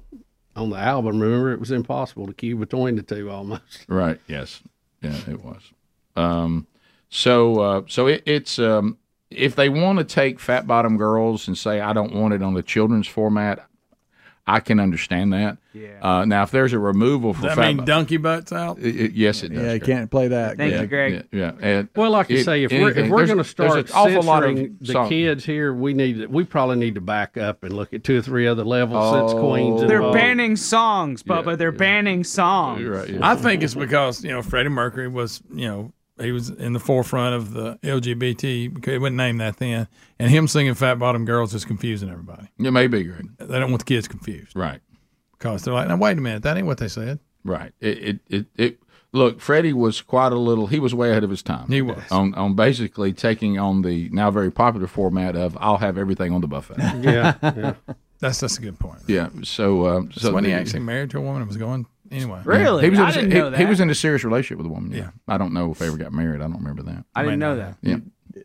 Speaker 2: on the album. Remember, it was impossible to cue between the two almost.
Speaker 1: Right. Yes. Yeah, it was. Um, so uh, so it, it's um, if they want to take Fat Bottom Girls and say I don't want it on the children's format, I can understand that. Yeah. Uh, now, if there's a removal for
Speaker 4: Does
Speaker 1: Fat,
Speaker 4: that mean
Speaker 1: Bo-
Speaker 4: donkey butts out?
Speaker 1: it, it- yes, it does.
Speaker 6: Yeah. You
Speaker 1: Greg.
Speaker 6: can't play that.
Speaker 7: Thank you, Greg.
Speaker 1: Yeah, yeah. And
Speaker 2: Well, like you
Speaker 1: it-
Speaker 2: say, if we're if
Speaker 1: anything-
Speaker 2: we're
Speaker 1: there's-
Speaker 2: going to
Speaker 1: there's
Speaker 2: start
Speaker 1: an awful lot of
Speaker 2: censoring the
Speaker 1: song-
Speaker 2: kids here, we need to- we probably need to back up and look at two or three other levels since
Speaker 1: Oh.
Speaker 2: Queens.
Speaker 1: They're
Speaker 7: They're
Speaker 2: involved.
Speaker 7: banning songs, Bubba.
Speaker 1: Yeah,
Speaker 7: They're
Speaker 1: yeah.
Speaker 7: banning songs.
Speaker 1: You're right, yeah.
Speaker 4: I think it's because you know Freddie Mercury was you know he was in the forefront of the LGBT because it wasn't named that then, and him singing "Fat Bottom Girls" is confusing everybody.
Speaker 1: It may be Greg.
Speaker 4: They don't want the kids confused
Speaker 1: Right.
Speaker 4: because they're like, "Now wait a minute, that ain't what they said."
Speaker 1: Right. It it it, it look, Freddie was quite a little he was way ahead of his time.
Speaker 4: He was.
Speaker 1: On on basically taking on the now very popular format of I'll have everything on the buffet.
Speaker 2: Yeah, yeah.
Speaker 4: That's that's a good point.
Speaker 1: yeah. So um so
Speaker 4: So when he
Speaker 1: the-
Speaker 4: actually married to a woman and was going anyway.
Speaker 7: Really?
Speaker 1: He was, in
Speaker 7: I
Speaker 1: a,
Speaker 7: didn't
Speaker 1: he,
Speaker 7: know that.
Speaker 1: he was in a serious relationship with a woman.
Speaker 4: Yeah.
Speaker 1: I don't know if they ever got married. I don't remember that.
Speaker 7: I didn't
Speaker 4: Might
Speaker 7: know
Speaker 4: not
Speaker 7: that.
Speaker 1: Yeah.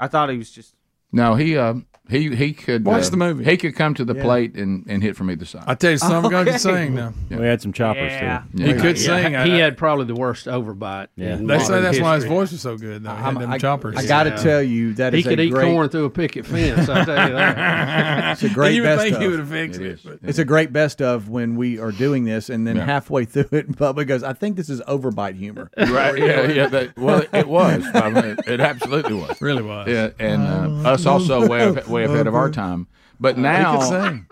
Speaker 7: I thought he was just.
Speaker 1: No, he uh he he could
Speaker 4: Watch
Speaker 1: uh,
Speaker 4: the movie.
Speaker 1: He could come to the plate and, and hit from either side.
Speaker 4: I tell you, some guy could sing now.
Speaker 3: We had some choppers
Speaker 7: Yeah.
Speaker 3: too.
Speaker 1: Yeah.
Speaker 4: He could sing.
Speaker 2: he
Speaker 4: I-
Speaker 2: had probably the worst overbite.
Speaker 3: Yeah.
Speaker 2: in
Speaker 4: They say
Speaker 2: modern
Speaker 4: that's why his
Speaker 2: history.
Speaker 4: voice was so good. Though. He had
Speaker 6: I'm-
Speaker 4: them
Speaker 6: I,
Speaker 4: choppers.
Speaker 6: I got to
Speaker 2: Yeah.
Speaker 6: tell you that
Speaker 2: He
Speaker 6: is a
Speaker 2: could eat
Speaker 6: great,
Speaker 2: corn through a picket fence. I tell you that.
Speaker 6: It's a great
Speaker 4: you would
Speaker 6: best
Speaker 4: think
Speaker 6: of.
Speaker 4: he would have fixed it.
Speaker 1: It is.
Speaker 4: but-
Speaker 6: It's a great best of when we are doing this, and then
Speaker 1: Yeah.
Speaker 6: halfway through it, Bubba goes, "I think this is overbite humor."
Speaker 1: Right. Yeah. Yeah. That, well, it was. I mean, it absolutely was.
Speaker 4: Really was.
Speaker 1: Yeah, and uh, us also way, of, way ahead of our time. But
Speaker 4: He could
Speaker 1: now,
Speaker 4: sing.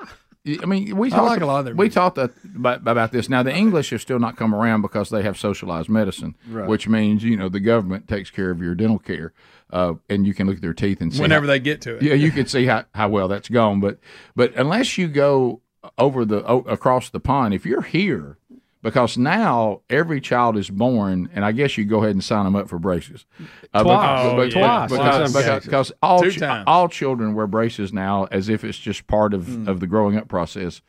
Speaker 1: I mean, we
Speaker 4: I
Speaker 1: talked,
Speaker 4: like a lot of their
Speaker 1: we talked that, about, about this. Now, the English have still not come around because they have socialized medicine,
Speaker 4: Right.
Speaker 1: which means you know the government takes care of your dental care, uh, and you can look at their teeth and see
Speaker 4: Whenever
Speaker 1: how-
Speaker 4: they get to it.
Speaker 1: Yeah, you can see how, how well that's gone. But but unless you go over the o- across the pond, if you're here, because now every child is born, and I guess you go ahead and sign them up for braces. Uh,
Speaker 2: Twice.
Speaker 1: beca-
Speaker 4: Oh,
Speaker 1: beca-
Speaker 4: yeah. Twice in
Speaker 1: because,
Speaker 4: some
Speaker 1: because,
Speaker 4: cases.
Speaker 1: because all
Speaker 4: Two
Speaker 1: ch-
Speaker 4: times.
Speaker 1: all children wear braces now, as if it's just part of,
Speaker 4: Hmm.
Speaker 1: of the growing up process.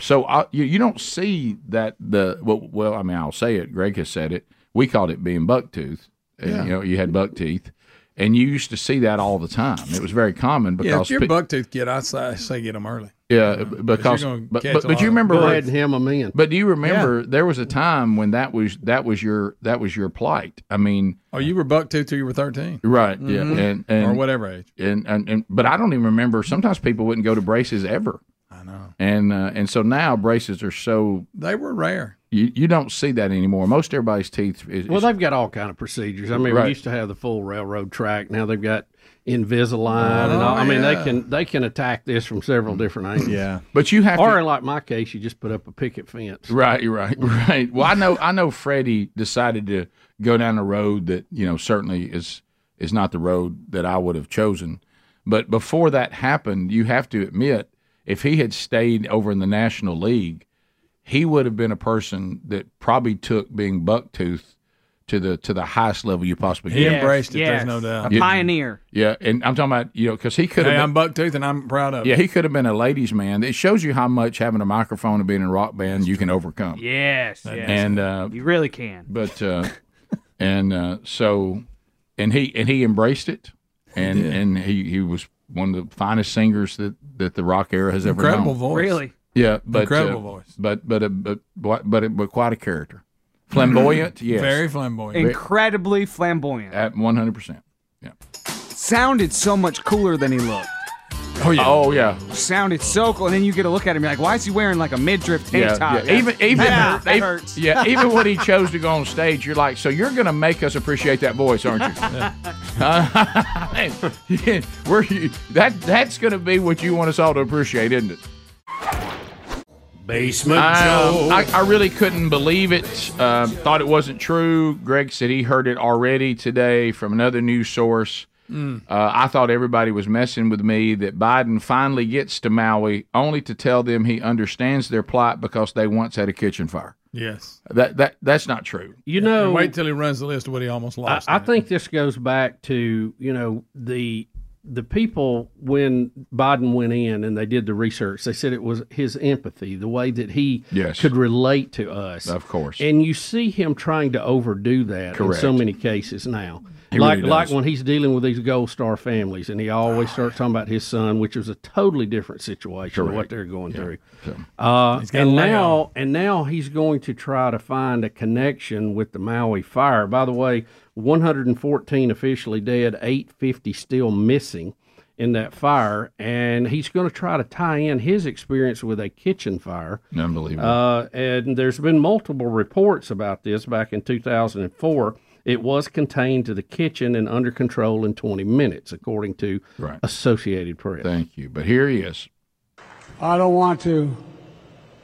Speaker 1: So I, you you don't see that the well, well I mean I'll say it. Greg has said it. We called it being buck tooth. And, You know you had buck teeth, and you used to see that all the time. It was very common
Speaker 4: Yeah,
Speaker 1: because
Speaker 4: if you're
Speaker 1: pe-
Speaker 4: a buck tooth kid, I say, I say get them early.
Speaker 1: yeah,
Speaker 4: you're
Speaker 1: because
Speaker 4: gonna
Speaker 1: but,
Speaker 4: catch
Speaker 1: but,
Speaker 4: a
Speaker 1: but
Speaker 4: lot
Speaker 1: you
Speaker 4: of
Speaker 1: remember
Speaker 2: Bread him a man.
Speaker 1: but do you remember there was a time when that was that was your that was your plight? I mean,
Speaker 4: Oh, you were buck tooth till you were 13
Speaker 1: right? Yeah, and and,
Speaker 4: Mm-hmm. or whatever age.
Speaker 1: and, and and but I don't even remember. Sometimes people wouldn't go to braces ever,
Speaker 4: I know.
Speaker 1: and uh, and so now braces are so
Speaker 4: They were rare.
Speaker 1: you, you don't see that anymore. Most everybody's teeth is,
Speaker 2: Well,
Speaker 1: is-
Speaker 2: they've got all kind of procedures. I mean,
Speaker 1: Right.
Speaker 2: we used to have the full railroad track. Now they've got Invisalign, and all.
Speaker 1: Oh,
Speaker 2: I mean,
Speaker 4: yeah.
Speaker 2: they can they can attack this from several different angles.
Speaker 6: Yeah.
Speaker 1: but you have
Speaker 2: Or
Speaker 1: to.
Speaker 2: in like my case, you just put up a picket fence.
Speaker 1: Right, right, right. Well, I know, I know. Freddie decided to go down a road that you know certainly is is not the road that I would have chosen. But before that happened, you have to admit, if he had stayed over in the National League, he would have been a person that probably took being bucktooth to the to the highest level you possibly
Speaker 4: He
Speaker 1: can.
Speaker 4: embraced it.
Speaker 7: yes.
Speaker 4: There's no doubt.
Speaker 7: A pioneer.
Speaker 1: Yeah, and I'm talking about you know because he could have.
Speaker 4: Hey,
Speaker 1: been-
Speaker 4: I'm buck tooth and I'm proud of it.
Speaker 1: yeah, he could have been a ladies' man. It shows you how much having a microphone and being in a rock band you can overcome.
Speaker 7: Yes, yes.
Speaker 1: And uh,
Speaker 7: you really can.
Speaker 1: but uh, and uh, so and he and he embraced it and and he, he was one of the finest singers that that the rock era has ever
Speaker 4: Incredible
Speaker 1: known.
Speaker 4: voice.
Speaker 7: Really.
Speaker 1: Yeah, but
Speaker 4: Incredible
Speaker 1: uh,
Speaker 4: voice.
Speaker 1: But but uh, but but but, but quite a character, flamboyant. yes,
Speaker 4: Very flamboyant.
Speaker 7: Incredibly flamboyant.
Speaker 1: at one hundred percent. Yeah.
Speaker 7: Sounded so much cooler than he looked.
Speaker 1: Oh yeah. Oh yeah.
Speaker 7: Sounded so cool. And then you get a look at him, you're like, why is he wearing like a midriff tank
Speaker 1: Yeah,
Speaker 7: top?
Speaker 1: yeah. Even even
Speaker 7: that, that
Speaker 1: even-
Speaker 7: hurts.
Speaker 1: yeah, even when he chose to go on stage, you're like, so you're gonna make us appreciate that voice, aren't you? Uh, yeah, we're that that's gonna be what you want us all to appreciate, isn't it?
Speaker 5: Basement
Speaker 1: Um,
Speaker 5: Joe.
Speaker 1: I, I really couldn't believe it. Um, thought it wasn't true. Greg said he heard it already today from another news source.
Speaker 7: Mm.
Speaker 4: Mm.
Speaker 1: Uh, I thought everybody was messing with me that Biden finally gets to Maui only to tell them he understands their plight because they once had a kitchen fire.
Speaker 4: yes.
Speaker 1: That that that's not true.
Speaker 2: You know,
Speaker 4: Wait till he runs the list of what he almost
Speaker 2: I,
Speaker 4: lost.
Speaker 2: I
Speaker 4: in it.
Speaker 2: think this goes back to you know the the people when Biden went in and they did the research. They said it was his empathy, the way that he
Speaker 1: Yes.
Speaker 2: could relate to us.
Speaker 1: Of course.
Speaker 2: And you see him trying to overdo that
Speaker 1: Correct.
Speaker 2: in so many cases now. like
Speaker 1: really
Speaker 2: like
Speaker 1: does.
Speaker 2: when he's dealing with these gold star families and he always starts talking about his son, which is a totally different situation of what they're going through. Uh,
Speaker 4: got
Speaker 2: and
Speaker 4: a lay
Speaker 2: now
Speaker 4: on.
Speaker 2: and now he's going to try to find a connection with the Maui fire. By the way, 114 officially dead, 850 still missing in that fire, and he's going to try to tie in his experience with a kitchen fire.
Speaker 1: Unbelievable.
Speaker 2: Uh, and there's been multiple reports about this back in 2004. It was contained to the kitchen and under control in 20 minutes, according to
Speaker 1: Right.
Speaker 2: Associated Press.
Speaker 1: Thank you. But here he is.
Speaker 8: I don't want to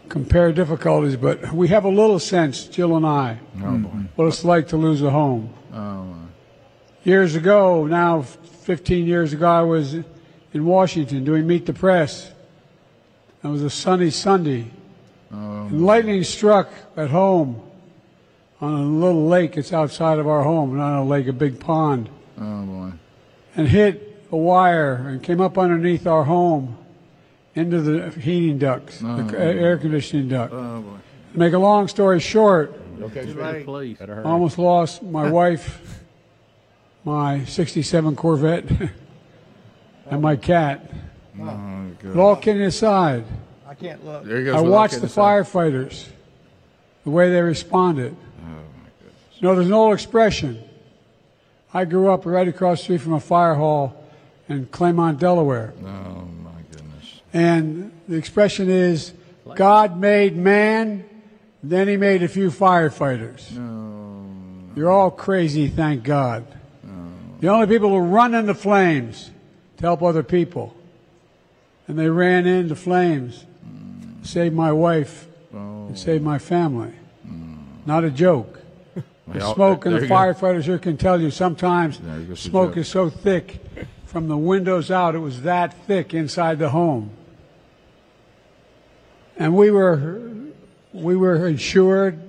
Speaker 8: compare difficulties, but we have a little sense, Jill and I, Mm-hmm. what it's like to lose a home. Years ago, now 15 years ago, I was in Washington doing Meet the Press. It was a sunny Sunday. and lightning struck at home on a little lake. It's outside of our home, not a lake, a big pond.
Speaker 1: Oh boy.
Speaker 8: And hit a wire and came up underneath our home into the heating ducts,
Speaker 1: Oh,
Speaker 8: the air conditioning duct. To make a long story short,
Speaker 2: Everybody, please.
Speaker 8: I almost lost my wife, my 67 Corvette, and my cat. But all kidding aside,
Speaker 1: There he goes.
Speaker 8: I
Speaker 1: with
Speaker 8: watched
Speaker 1: okay
Speaker 8: the
Speaker 1: to say.
Speaker 8: firefighters, the way they responded. You know, there's an old expression. I grew up right across the street from a fire hall in Claymont, Delaware.
Speaker 1: Oh my goodness.
Speaker 8: And the expression is God made man, then he made a few firefighters. You're all crazy, thank God. The only people who run into flames to help other people. And they ran into flames saved my wife, and saved my family. Not a joke. The
Speaker 1: Well,
Speaker 8: smoke and
Speaker 1: there
Speaker 8: the
Speaker 1: you go.
Speaker 8: firefighters here can tell you sometimes
Speaker 1: goes the
Speaker 8: smoke
Speaker 1: joke.
Speaker 8: is so thick from the windows out, it was that thick inside the home. And we were we were insured.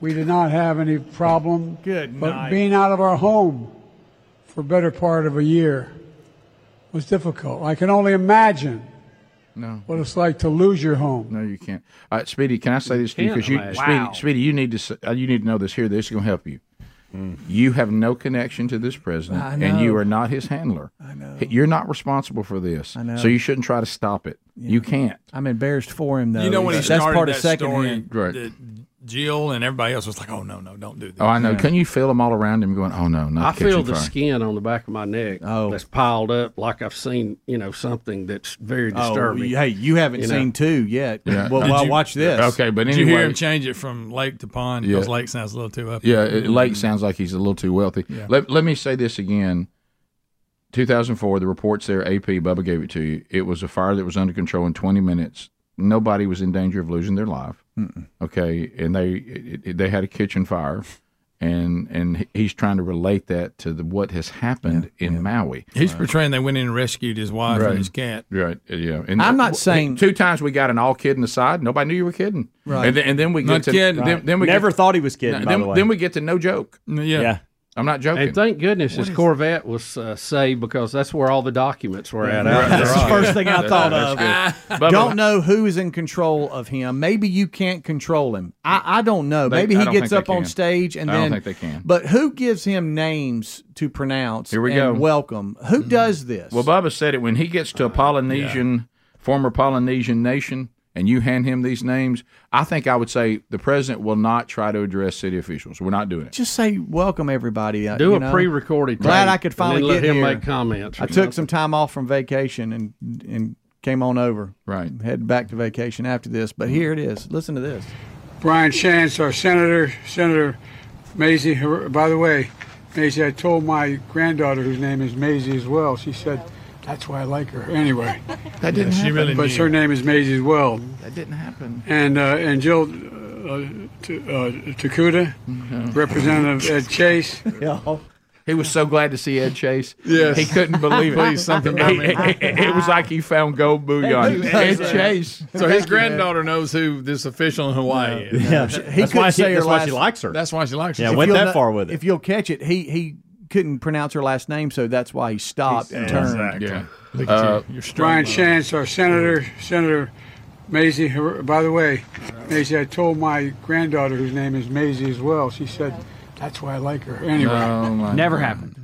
Speaker 8: We did not have any problem.
Speaker 3: Good
Speaker 8: But
Speaker 3: night.
Speaker 8: being out of our home for better part of a year was difficult. I can only imagine
Speaker 1: No.
Speaker 8: what it's like to lose your home.
Speaker 1: No, you can't. All right, Speedy, can I say this to you? Because you,
Speaker 2: Can't
Speaker 1: Speedy,
Speaker 2: imagine.
Speaker 1: Speedy, you need to s- uh, you need to know this. Here, this is going to help you.
Speaker 4: Hmm.
Speaker 1: You have no connection to this president,
Speaker 6: I
Speaker 1: and you
Speaker 6: know.
Speaker 1: are not his handler. I know. You're not responsible for this. I
Speaker 6: know.
Speaker 1: So you shouldn't try to stop it. You can't.
Speaker 6: I'm embarrassed for him though.
Speaker 4: You know when he
Speaker 6: He's- that's
Speaker 4: started
Speaker 6: part of
Speaker 4: that
Speaker 6: second
Speaker 4: story,
Speaker 6: hand.
Speaker 1: Right.
Speaker 4: that Jill and everybody else was like, "Oh no, no, don't do this."
Speaker 1: Oh, I know. Can you feel them all around him going, "Oh no,
Speaker 2: I
Speaker 1: not the
Speaker 2: feel
Speaker 1: kitchen
Speaker 2: the
Speaker 1: fire."
Speaker 2: skin on the back of my neck
Speaker 6: Oh.
Speaker 2: that's piled up like I've seen, you know, something that's very
Speaker 6: Oh,
Speaker 2: disturbing.
Speaker 6: hey, you haven't
Speaker 2: You know.
Speaker 6: seen two yet. Well,
Speaker 4: Did
Speaker 6: well,
Speaker 4: you-
Speaker 6: watch this.
Speaker 1: Okay, but
Speaker 4: Did
Speaker 1: anyway,
Speaker 4: you hear him change it from lake to pond? Because
Speaker 1: Yeah.
Speaker 4: lake sounds a little too up.
Speaker 1: Yeah, it, Lake sounds like he's a little too wealthy. Let, let me say this again. 2004, the reports there, AP, Bubba gave it to you. It was a fire that was under control in 20 minutes. Nobody was in danger of losing their life. Okay, and they it, it- they had a kitchen fire, and and he- he's trying to relate that to the, what has happened in Maui.
Speaker 4: He's portraying they went in and rescued his wife and his cat.
Speaker 1: Right. uh, Yeah. And
Speaker 6: I'm not saying-
Speaker 1: two times we got an all kid in the side. Nobody knew you were kidding.
Speaker 6: Right.
Speaker 1: And then, and then we get
Speaker 4: Not
Speaker 1: to
Speaker 4: kidding.
Speaker 1: Then, then we
Speaker 3: Never
Speaker 1: get,
Speaker 3: thought he was kidding. by
Speaker 1: then,
Speaker 3: the way.
Speaker 1: then we get to no joke.
Speaker 4: Yeah.
Speaker 3: yeah.
Speaker 1: I'm not joking.
Speaker 2: And thank goodness his Corvette was uh, saved because that's where all the documents were at. out there.
Speaker 3: That's the first thing I thought of.
Speaker 1: Bubba-
Speaker 6: Don't know who is in control of him. Maybe you can't control him. I, I don't know.
Speaker 1: They-
Speaker 6: Maybe
Speaker 1: I
Speaker 6: he
Speaker 1: don't think
Speaker 6: gets
Speaker 1: they
Speaker 6: up on
Speaker 1: can.
Speaker 6: stage and
Speaker 1: I
Speaker 6: then.
Speaker 1: don't think they can.
Speaker 6: But who gives him names to pronounce?
Speaker 1: Here we
Speaker 6: and
Speaker 1: go.
Speaker 6: Welcome. Who
Speaker 2: Mm-hmm.
Speaker 6: does this?
Speaker 1: Well, Bubba said it when he gets
Speaker 6: Uh,
Speaker 1: to a Polynesian, former Polynesian nation, and you hand him these names. I think I would say the president will not try to address city officials. We're not doing it.
Speaker 6: just say welcome everybody. uh,
Speaker 2: Do
Speaker 6: you
Speaker 2: a
Speaker 6: know?
Speaker 2: pre-recorded.
Speaker 6: Glad
Speaker 2: tape
Speaker 6: I could finally
Speaker 2: and then let
Speaker 6: get
Speaker 2: him
Speaker 6: here.
Speaker 2: make comments. or
Speaker 6: I took
Speaker 2: something.
Speaker 6: some time off from vacation and and came on over.
Speaker 1: Right. Mm-hmm.
Speaker 6: Headed back to vacation after this, but here it is. Listen to this.
Speaker 8: Brian Shantz, our senator, Senator Maisie. her- By the way, Maisie, I told my granddaughter, whose name is Maisie as well, she said, that's why I like her. Anyway,
Speaker 1: That didn't
Speaker 4: She really
Speaker 8: but
Speaker 4: knew.
Speaker 8: her name is Maisie as well.
Speaker 1: That didn't happen.
Speaker 8: And, uh, and Jill uh, T- uh, Takuda, Representative Ed Chase.
Speaker 1: He was so glad to see Ed Chase.
Speaker 8: Yes.
Speaker 1: He couldn't believe it.
Speaker 4: Please, something about me.
Speaker 1: it was like he found gold bullion. Ed Chase.
Speaker 4: So his granddaughter knows who this official in Hawaii is.
Speaker 3: Yeah. that's why, she,
Speaker 6: couldn't say her
Speaker 3: that's why
Speaker 6: last-
Speaker 3: she likes her.
Speaker 4: That's why she likes
Speaker 3: Yeah,
Speaker 4: it.
Speaker 3: went
Speaker 6: You'll
Speaker 3: that
Speaker 6: kno-
Speaker 3: far with it.
Speaker 6: If you'll catch it, he he couldn't pronounce her last name, so that's why he stopped and turned.
Speaker 1: Yeah. Uh,
Speaker 4: Look at you. You're strong.
Speaker 8: Brian Shantz, our senator, Senator Maisie. her- By the way, Maisie, I told my granddaughter, whose name is Maisie as well, she said, that's why I like her. Anyway.
Speaker 1: Oh my.
Speaker 7: Never happened.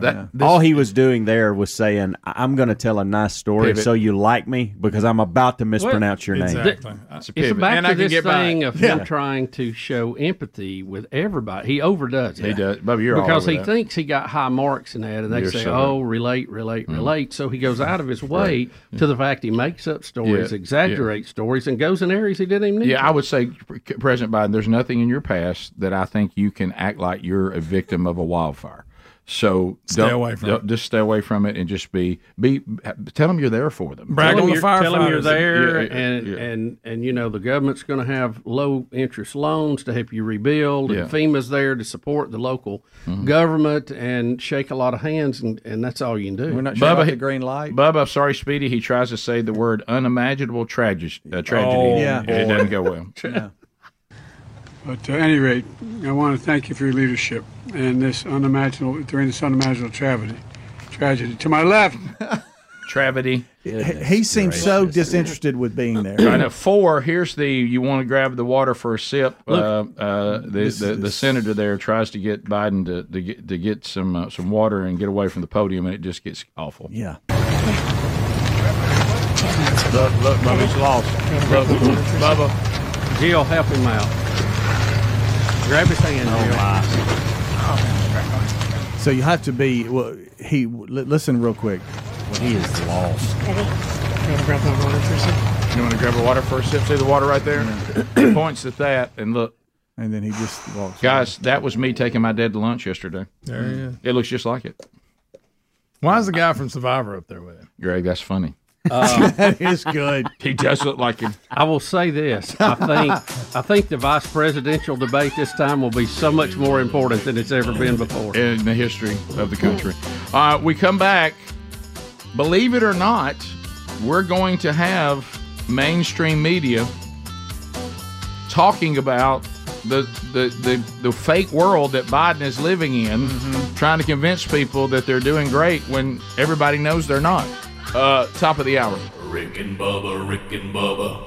Speaker 1: That,
Speaker 3: All he was doing there was saying, "I- "I'm going to tell a nice story,
Speaker 1: Pivot.
Speaker 3: so you like me because I'm about to mispronounce your name."
Speaker 4: Exactly. I-
Speaker 1: that's a
Speaker 2: It's
Speaker 1: pivot.
Speaker 2: back
Speaker 4: And I
Speaker 2: to
Speaker 4: can
Speaker 2: this
Speaker 4: get by
Speaker 2: thing
Speaker 4: it.
Speaker 2: of him trying to show empathy with everybody. He overdoes it.
Speaker 1: He does. Bubba, you're all
Speaker 2: because
Speaker 1: over
Speaker 2: he
Speaker 1: that.
Speaker 2: thinks he got high marks in that, and they
Speaker 1: You're
Speaker 2: say,
Speaker 1: so right. Mm-hmm.
Speaker 2: "Oh, relate, relate, relate." So he goes out of his way to the fact he makes up stories,
Speaker 1: Yeah.
Speaker 2: exaggerates stories, and goes in areas he didn't even need.
Speaker 1: Yeah,
Speaker 2: to.
Speaker 1: I would say, P- President Biden, there's nothing in your past that I think you can act like you're a victim of a wildfire. So
Speaker 4: Stay
Speaker 1: don't-
Speaker 4: away from
Speaker 1: don't-
Speaker 4: it.
Speaker 1: Just stay away from it and just be be. Tell them you're there for them.
Speaker 4: Brag
Speaker 2: Tell
Speaker 4: on
Speaker 2: him
Speaker 4: the
Speaker 2: you're, tell him you're
Speaker 4: firefighters.
Speaker 2: there,
Speaker 1: Yeah, yeah,
Speaker 2: and,
Speaker 1: yeah.
Speaker 2: and and you know the government's going to have low interest loans to help you rebuild,
Speaker 1: Yeah. Mm-hmm.
Speaker 2: and FEMA's there to support the local government and shake a lot of hands, and, and that's all you can do.
Speaker 6: We're not sure
Speaker 1: Bubba,
Speaker 6: about
Speaker 1: he-
Speaker 6: the green light.
Speaker 1: Bubba, I'm sorry, Speedy. He tries to say the word unimaginable tragedy. Uh, tragedy.
Speaker 4: Oh,
Speaker 6: Yeah.
Speaker 1: It doesn't go well.
Speaker 8: But at any rate, I want to thank you for your leadership and this unimaginable during this unimaginable tragedy. Tragedy. To my left,
Speaker 1: Travity.
Speaker 6: He- he seems so disinterested with being there.
Speaker 1: And at four, here's the you want to grab the water for a sip. uh, uh, the, the, the senator there tries to get Biden to, to get to get some uh, some water and get away from the podium, and it just gets awful.
Speaker 6: yeah.
Speaker 1: Look, look, Bubba's lost. Look, Bubba.
Speaker 2: Jill, help him out. Grab his hand.
Speaker 6: Oh,
Speaker 2: Jill.
Speaker 6: So you have to be. Well, he l- listen real quick.
Speaker 3: He is lost.
Speaker 1: You want to grab a water for a sip? See the water right there? he points at that, and look.
Speaker 6: And then he just walks.
Speaker 1: Guys, that was me taking my dad to lunch yesterday.
Speaker 4: There he is.
Speaker 1: It looks just like it.
Speaker 4: Why is the guy from Survivor up there with him?
Speaker 1: Greg, that's funny.
Speaker 2: Uh,
Speaker 6: that is good.
Speaker 1: He does look like him.
Speaker 2: I will say this: I think I think the vice presidential debate this time will be so much more important than it's ever been before.
Speaker 1: in the history of the country. Uh, we come back. Believe it or not, we're going to have mainstream media talking about the the the, the fake world that Biden is living in, trying to convince people that they're doing great when everybody knows they're not. Uh, top of the hour.
Speaker 5: Rick and Bubba, Rick and Bubba.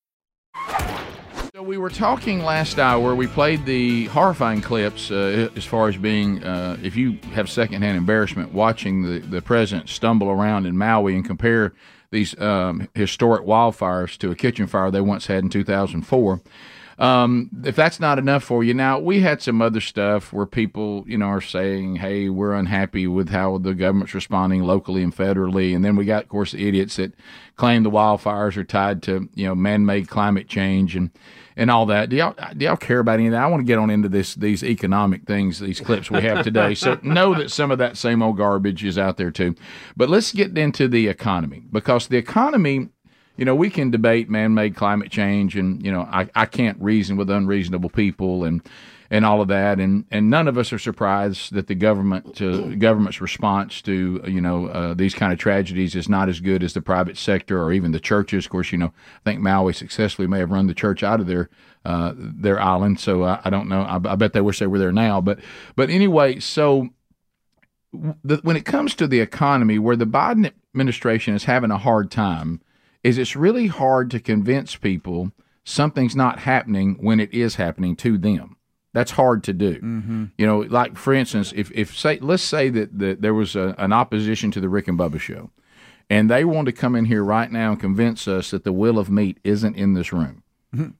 Speaker 1: So we were talking last hour. We played the horrifying clips uh, as far as being, uh, if you have secondhand embarrassment, watching the, the president stumble around in Maui and compare these um, historic wildfires to a kitchen fire they once had in 2004. Um, if that's not enough for you, now we had some other stuff where people, you know, are saying, "Hey, we're unhappy with how the government's responding locally and federally," and then we got, of course, the idiots that claim the wildfires are tied to you know man-made climate change and and all that. Do y'all do y'all care about any of that? I want to get on into this these economic things, these clips we have today. so know that some of that same old garbage is out there too. But let's get into the economy because the economy you know, we can debate man-made climate change, and you know, I, I can't reason with unreasonable people, and and all of that, and and none of us are surprised that the government to, government's response to you know uh, these kind of tragedies is not as good as the private sector or even the churches. Of course, you know, I think Maui successfully may have run the church out of their uh, their island, so I, I don't know. I, I bet they wish they were there now, but but anyway, so the, when it comes to the economy, where the Biden administration is having a hard time, is it's really hard to convince people something's not happening when it is happening to them. That's hard to do.
Speaker 6: Mm-hmm.
Speaker 1: You know, like for instance, if if say let's say that, that there was a, an opposition to the Rick and Bubba show, and they want to come in here right now and convince us that the will of meat isn't in this room.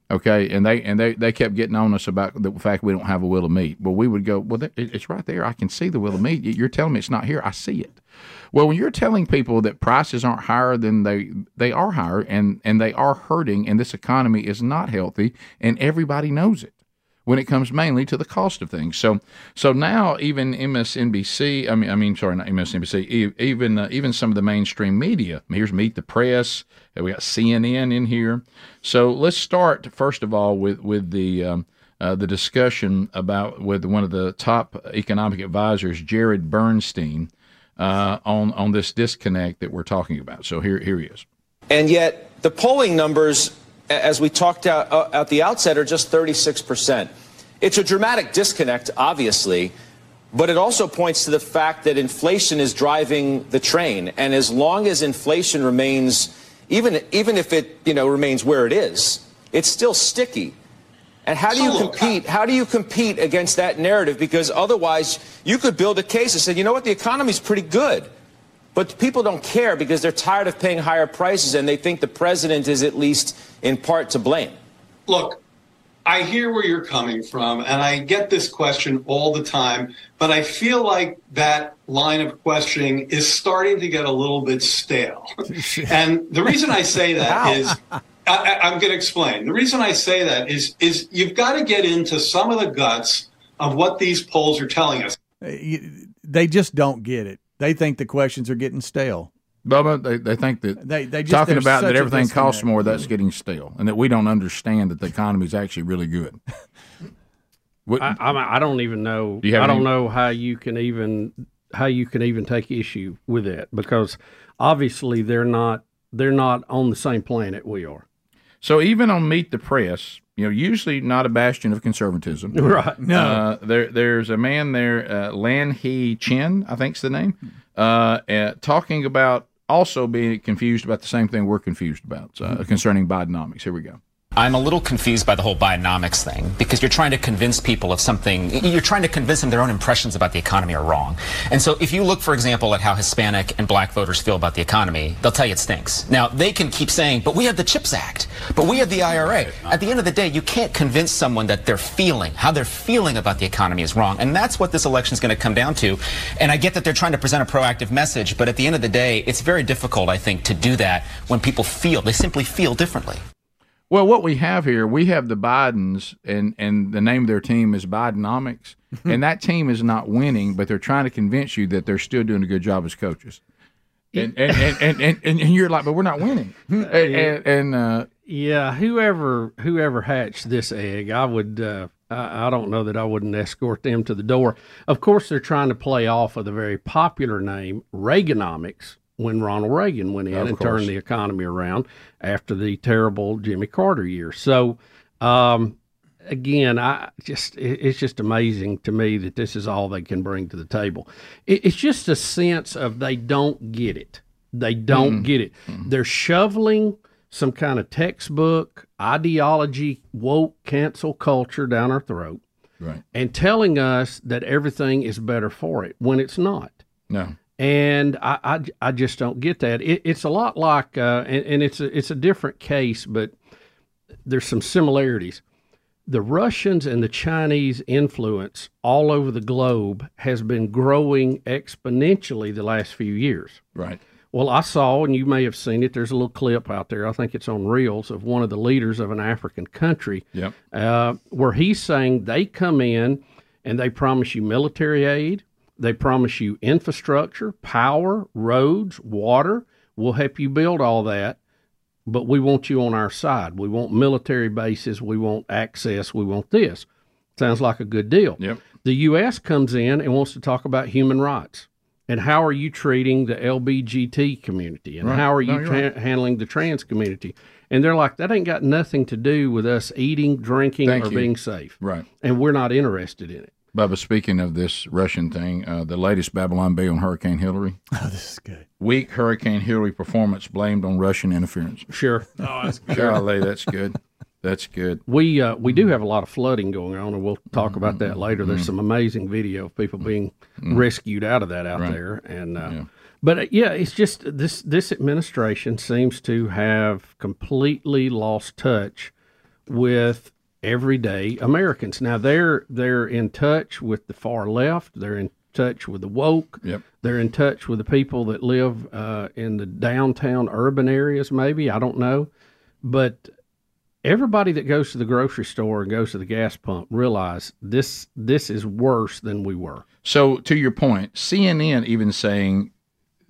Speaker 1: Okay, and they and they, they kept getting on us about the fact we don't have a will of meat. Well, we would go, well, there- it- it's right there. I can see the will of meat. You're telling me it's not here. I see it. Well, when you're telling people that prices aren't higher than they they are higher, and and they are hurting, and this economy is not healthy, and everybody knows it when it comes mainly to the cost of things. So so now even MSNBC, I mean I mean sorry, not MSNBC, e- even uh, even some of the mainstream media. Here's Meet the Press. and We got CNN in here. So let's start first of all with with the um, uh, the discussion about with one of the top economic advisors, Jared Bernstein, uh, on on this disconnect that we're talking about. So here here he is.
Speaker 9: And yet, the polling numbers, a- as we talked out, uh, at the outset, are just 36%. It's a dramatic disconnect, obviously, but it also points to the fact that inflation is driving the train. And as long as inflation remains, even, even if it you know, remains where it is, it's still sticky. And how do you compete? How do you compete against that narrative? Because otherwise, you could build a case that said, you know what, the economy's pretty good. But people don't care because they're tired of paying higher prices and they think the president is at least in part to blame.
Speaker 10: Look, I hear where you're coming from, and I get this question all the time, but I feel like that line of questioning is starting to get a little bit stale. and the reason I say
Speaker 9: Wow.
Speaker 10: that is. I, I- I'm going to explain. The reason I say that is is you've got to get into some of the guts of what these polls are telling us.
Speaker 6: They just don't get it. They think the questions are getting stale.
Speaker 1: Bubba, they, they think that
Speaker 6: they, they just,
Speaker 1: talking
Speaker 6: there's
Speaker 1: about that
Speaker 6: such a
Speaker 1: everything costs
Speaker 6: disconnect.
Speaker 1: more, that's getting stale, and that we don't understand that the economy is actually really good. What,
Speaker 2: I, I'm- I don't even know.
Speaker 1: Do you have
Speaker 2: I
Speaker 1: any-
Speaker 2: don't know how you can even how you can even take issue with it because obviously they're not they're not on the same planet we are.
Speaker 1: so even on Meet the Press, you know, usually not a bastion of conservatism,
Speaker 2: Right. No.
Speaker 1: Uh, there, there's a man there, uh, Lan He Chin, I think's the name, uh, uh, talking
Speaker 6: Mm-hmm.
Speaker 1: about also being confused about the same thing we're confused about uh, concerning Bidenomics. Here we go.
Speaker 11: I'm a little confused by the whole Bidenomics thing because you're trying to convince people of something. You're trying to convince them their own impressions about the economy are wrong. And so if you look, for example, at how Hispanic and black voters feel about the economy, they'll tell you it stinks. Now, they can keep saying, but we have the CHIPS Act, but we have the IRA. At the end of the day, you can't convince someone that their feeling, how they're feeling about the economy is wrong. And that's what this election is going to come down to. And I get that they're trying to present a proactive message, but at the end of the day, it's very difficult, I think, to do that when people feel, they simply feel differently.
Speaker 1: Well, what we have here, we have the Bidens, and and the name of their team is Bidenomics, and that team is not winning, but they're trying to convince you that they're still doing a good job as coaches, and and and and, and, and, and you're like, but we're not winning, and and, and uh,
Speaker 2: yeah, whoever whoever hatched this egg, I would. Uh, I, I don't know that I wouldn't escort them to the door. Of course, they're trying to play off of the very popular name Reaganomics when Ronald Reagan went in
Speaker 1: Of
Speaker 2: and
Speaker 1: course.
Speaker 2: turned the economy around after the terrible Jimmy Carter year. So, um, again, I just it- it's just amazing to me that this is all they can bring to the table. It, it's just a sense of they don't get it. They don't
Speaker 12: Mhm.
Speaker 2: get it. They're shoveling some kind of textbook ideology, woke cancel culture down our throat,
Speaker 1: Right.
Speaker 2: and telling us that everything is better for it when it's not
Speaker 1: no.
Speaker 2: and I, I, I just don't get that. It, it's a lot like, uh, and, and it's a, it's a different case, but there's some similarities. The Russians and the Chinese influence all over the globe has been growing exponentially the last few years.
Speaker 1: Right.
Speaker 2: Well, I saw, and you may have seen it. There's a little clip out there. I think it's on Reels of one of the leaders of an African country
Speaker 1: Yep.
Speaker 2: uh, where he's saying they come in and they promise you military aid, they promise you infrastructure, power, roads, water. We'll help you build all that, but we want you on our side. We want military bases, we want access, we want this. Sounds like a good deal.
Speaker 1: Yep.
Speaker 2: The U.S. comes in and wants to talk about human rights. And how are you treating the LBGT community? And
Speaker 1: Right.
Speaker 2: how are
Speaker 1: No,
Speaker 2: you
Speaker 1: you're
Speaker 2: tra-
Speaker 1: right.
Speaker 2: handling the trans community? And they're like, that ain't got nothing to do with us eating, drinking,
Speaker 1: Thank
Speaker 2: or
Speaker 1: you.
Speaker 2: being safe.
Speaker 1: Right.
Speaker 2: And we're not interested in it.
Speaker 1: Bubba, speaking of this Russian thing, uh, the latest Babylon Bay on Hurricane Hillary. Oh, this is good. Weak Hurricane Hillary performance blamed on Russian interference.
Speaker 2: Sure.
Speaker 4: Oh, that's
Speaker 2: good.
Speaker 1: Golly, that's good. That's good.
Speaker 2: We uh, we do have a lot of flooding going on, and we'll talk about
Speaker 1: Mm-hmm.
Speaker 2: that later. There's some amazing video of people being rescued out of that out
Speaker 1: Right.
Speaker 2: there, and uh, but uh, yeah, it's just this this administration seems to have completely lost touch with everyday Americans. Now they're they're in touch with the far left. They're in touch with the woke.
Speaker 1: Yep.
Speaker 2: They're in touch with the people that live uh, in the downtown urban areas. Maybe I don't know, but everybody that goes to the grocery store and goes to the gas pump realize this this is worse than we were.
Speaker 1: So to your point, CNN even saying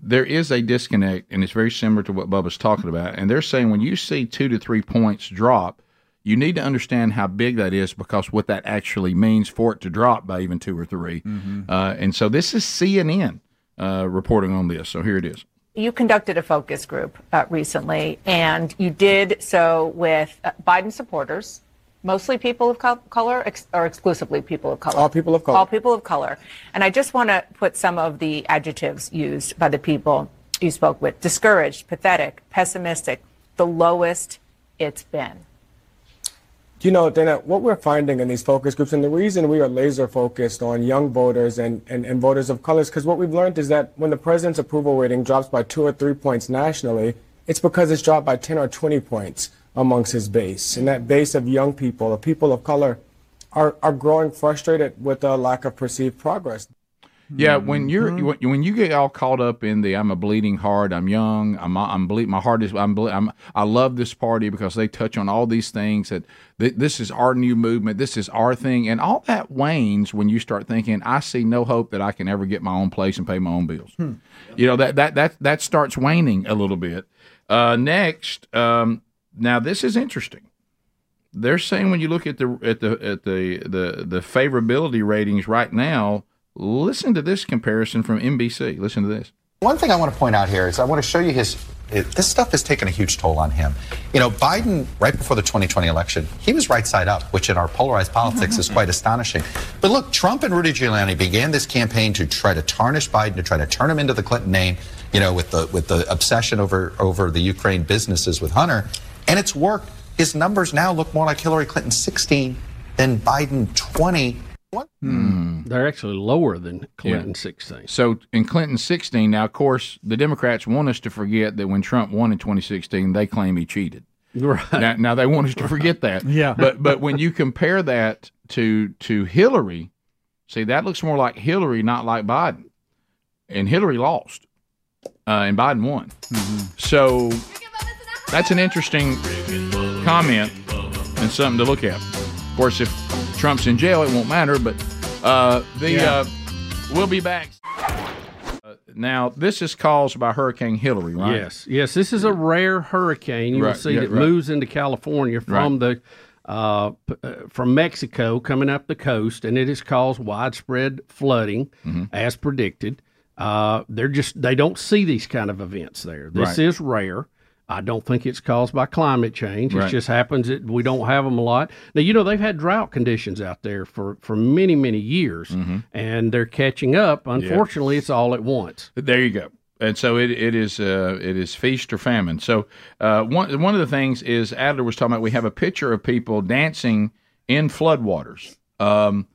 Speaker 1: there is a disconnect, and it's very similar to what Bubba's talking about. And they're saying when you see two to three points drop, you need to understand how big that is because what that actually means for it to drop by even two or 3 Uh, and so this is CNN uh, reporting on this. So here it is.
Speaker 13: You conducted a focus group uh, recently, and you did so with uh, Biden supporters, mostly people of col- color, ex- or exclusively people of color.
Speaker 14: All people of color.
Speaker 13: All people of color. And I just want to put some of the adjectives used by the people you spoke with discouraged, pathetic, pessimistic, the lowest it's been.
Speaker 14: You know, Dana, what we're finding in these focus groups, and the reason we are laser focused on young voters and, and, and voters of color is because what we've learned is that when the president's approval rating drops by two or three points nationally, it's because it's dropped by 10 or 20 points amongst his base. And that base of young people, of people of color, are, are growing frustrated with a lack of perceived progress.
Speaker 1: Yeah, when you're when- when you get all caught up in the I'm a bleeding heart, I'm young, I'm I'm ble- my heart is I'm, ble- I'm I love this party because they touch on all these things that th- this is our new movement, this is our thing, and all that wanes when you start thinking I see no hope that I can ever get my own place and pay my own bills. You know that that that that starts waning a little bit. Uh, next, um, now this is interesting they're saying when you look at the at the at the the the favorability ratings right now, listen to this comparison from NBC. Listen to this.
Speaker 15: One thing I want to point out here is I want to show you his. It, this stuff has taken a huge toll on him. You know, Biden, right before the 2020 election, he was right side up, which in our polarized politics is quite astonishing. But look, Trump and Rudy Giuliani began this campaign to try to tarnish Biden, to try to turn him into the Clinton name, you know, with the with the obsession over over the Ukraine businesses with Hunter, and it's worked. His numbers now look more like Hillary Clinton 16 than Biden 20.
Speaker 1: Hmm.
Speaker 2: Mm. They're actually lower than Clinton 16.
Speaker 1: So in Clinton 16, now, of course, the Democrats want us to forget that when Trump won in 2016, they claim he cheated.
Speaker 2: Right.
Speaker 1: Now, now they want us to forget that.
Speaker 2: Yeah.
Speaker 1: But but when you compare that to to Hillary, see that looks more like Hillary, not like Biden. And Hillary lost, uh, and Biden won.
Speaker 2: Mm-hmm.
Speaker 1: So that's an interesting comment and something to look at. Of course, if Trump's in jail, it won't matter. But uh, the
Speaker 5: Yeah.
Speaker 1: uh, we'll be back. Uh, now this is caused by Hurricane Hillary, right?
Speaker 2: Yes, yes. This is a rare hurricane. You will
Speaker 1: Right,
Speaker 2: see
Speaker 1: yeah,
Speaker 2: that
Speaker 1: right.
Speaker 2: moves into California from the uh, p- uh, from Mexico, coming up the coast, and it has caused widespread flooding,
Speaker 1: Mm-hmm.
Speaker 2: as predicted. Uh, they're just they don't see these kind of events there. This
Speaker 1: Right.
Speaker 2: is rare. I don't think it's caused by climate change.
Speaker 1: Right.
Speaker 2: It just happens that we don't have them a lot. Now you know they've had drought conditions out there for for many many years,
Speaker 1: Mm-hmm.
Speaker 2: and they're catching up. Unfortunately, it's all at once.
Speaker 1: There you go. And so it, it is uh, it is feast or famine. So uh, one one of the things is Adler was talking about. We have a picture of people dancing in floodwaters. Um,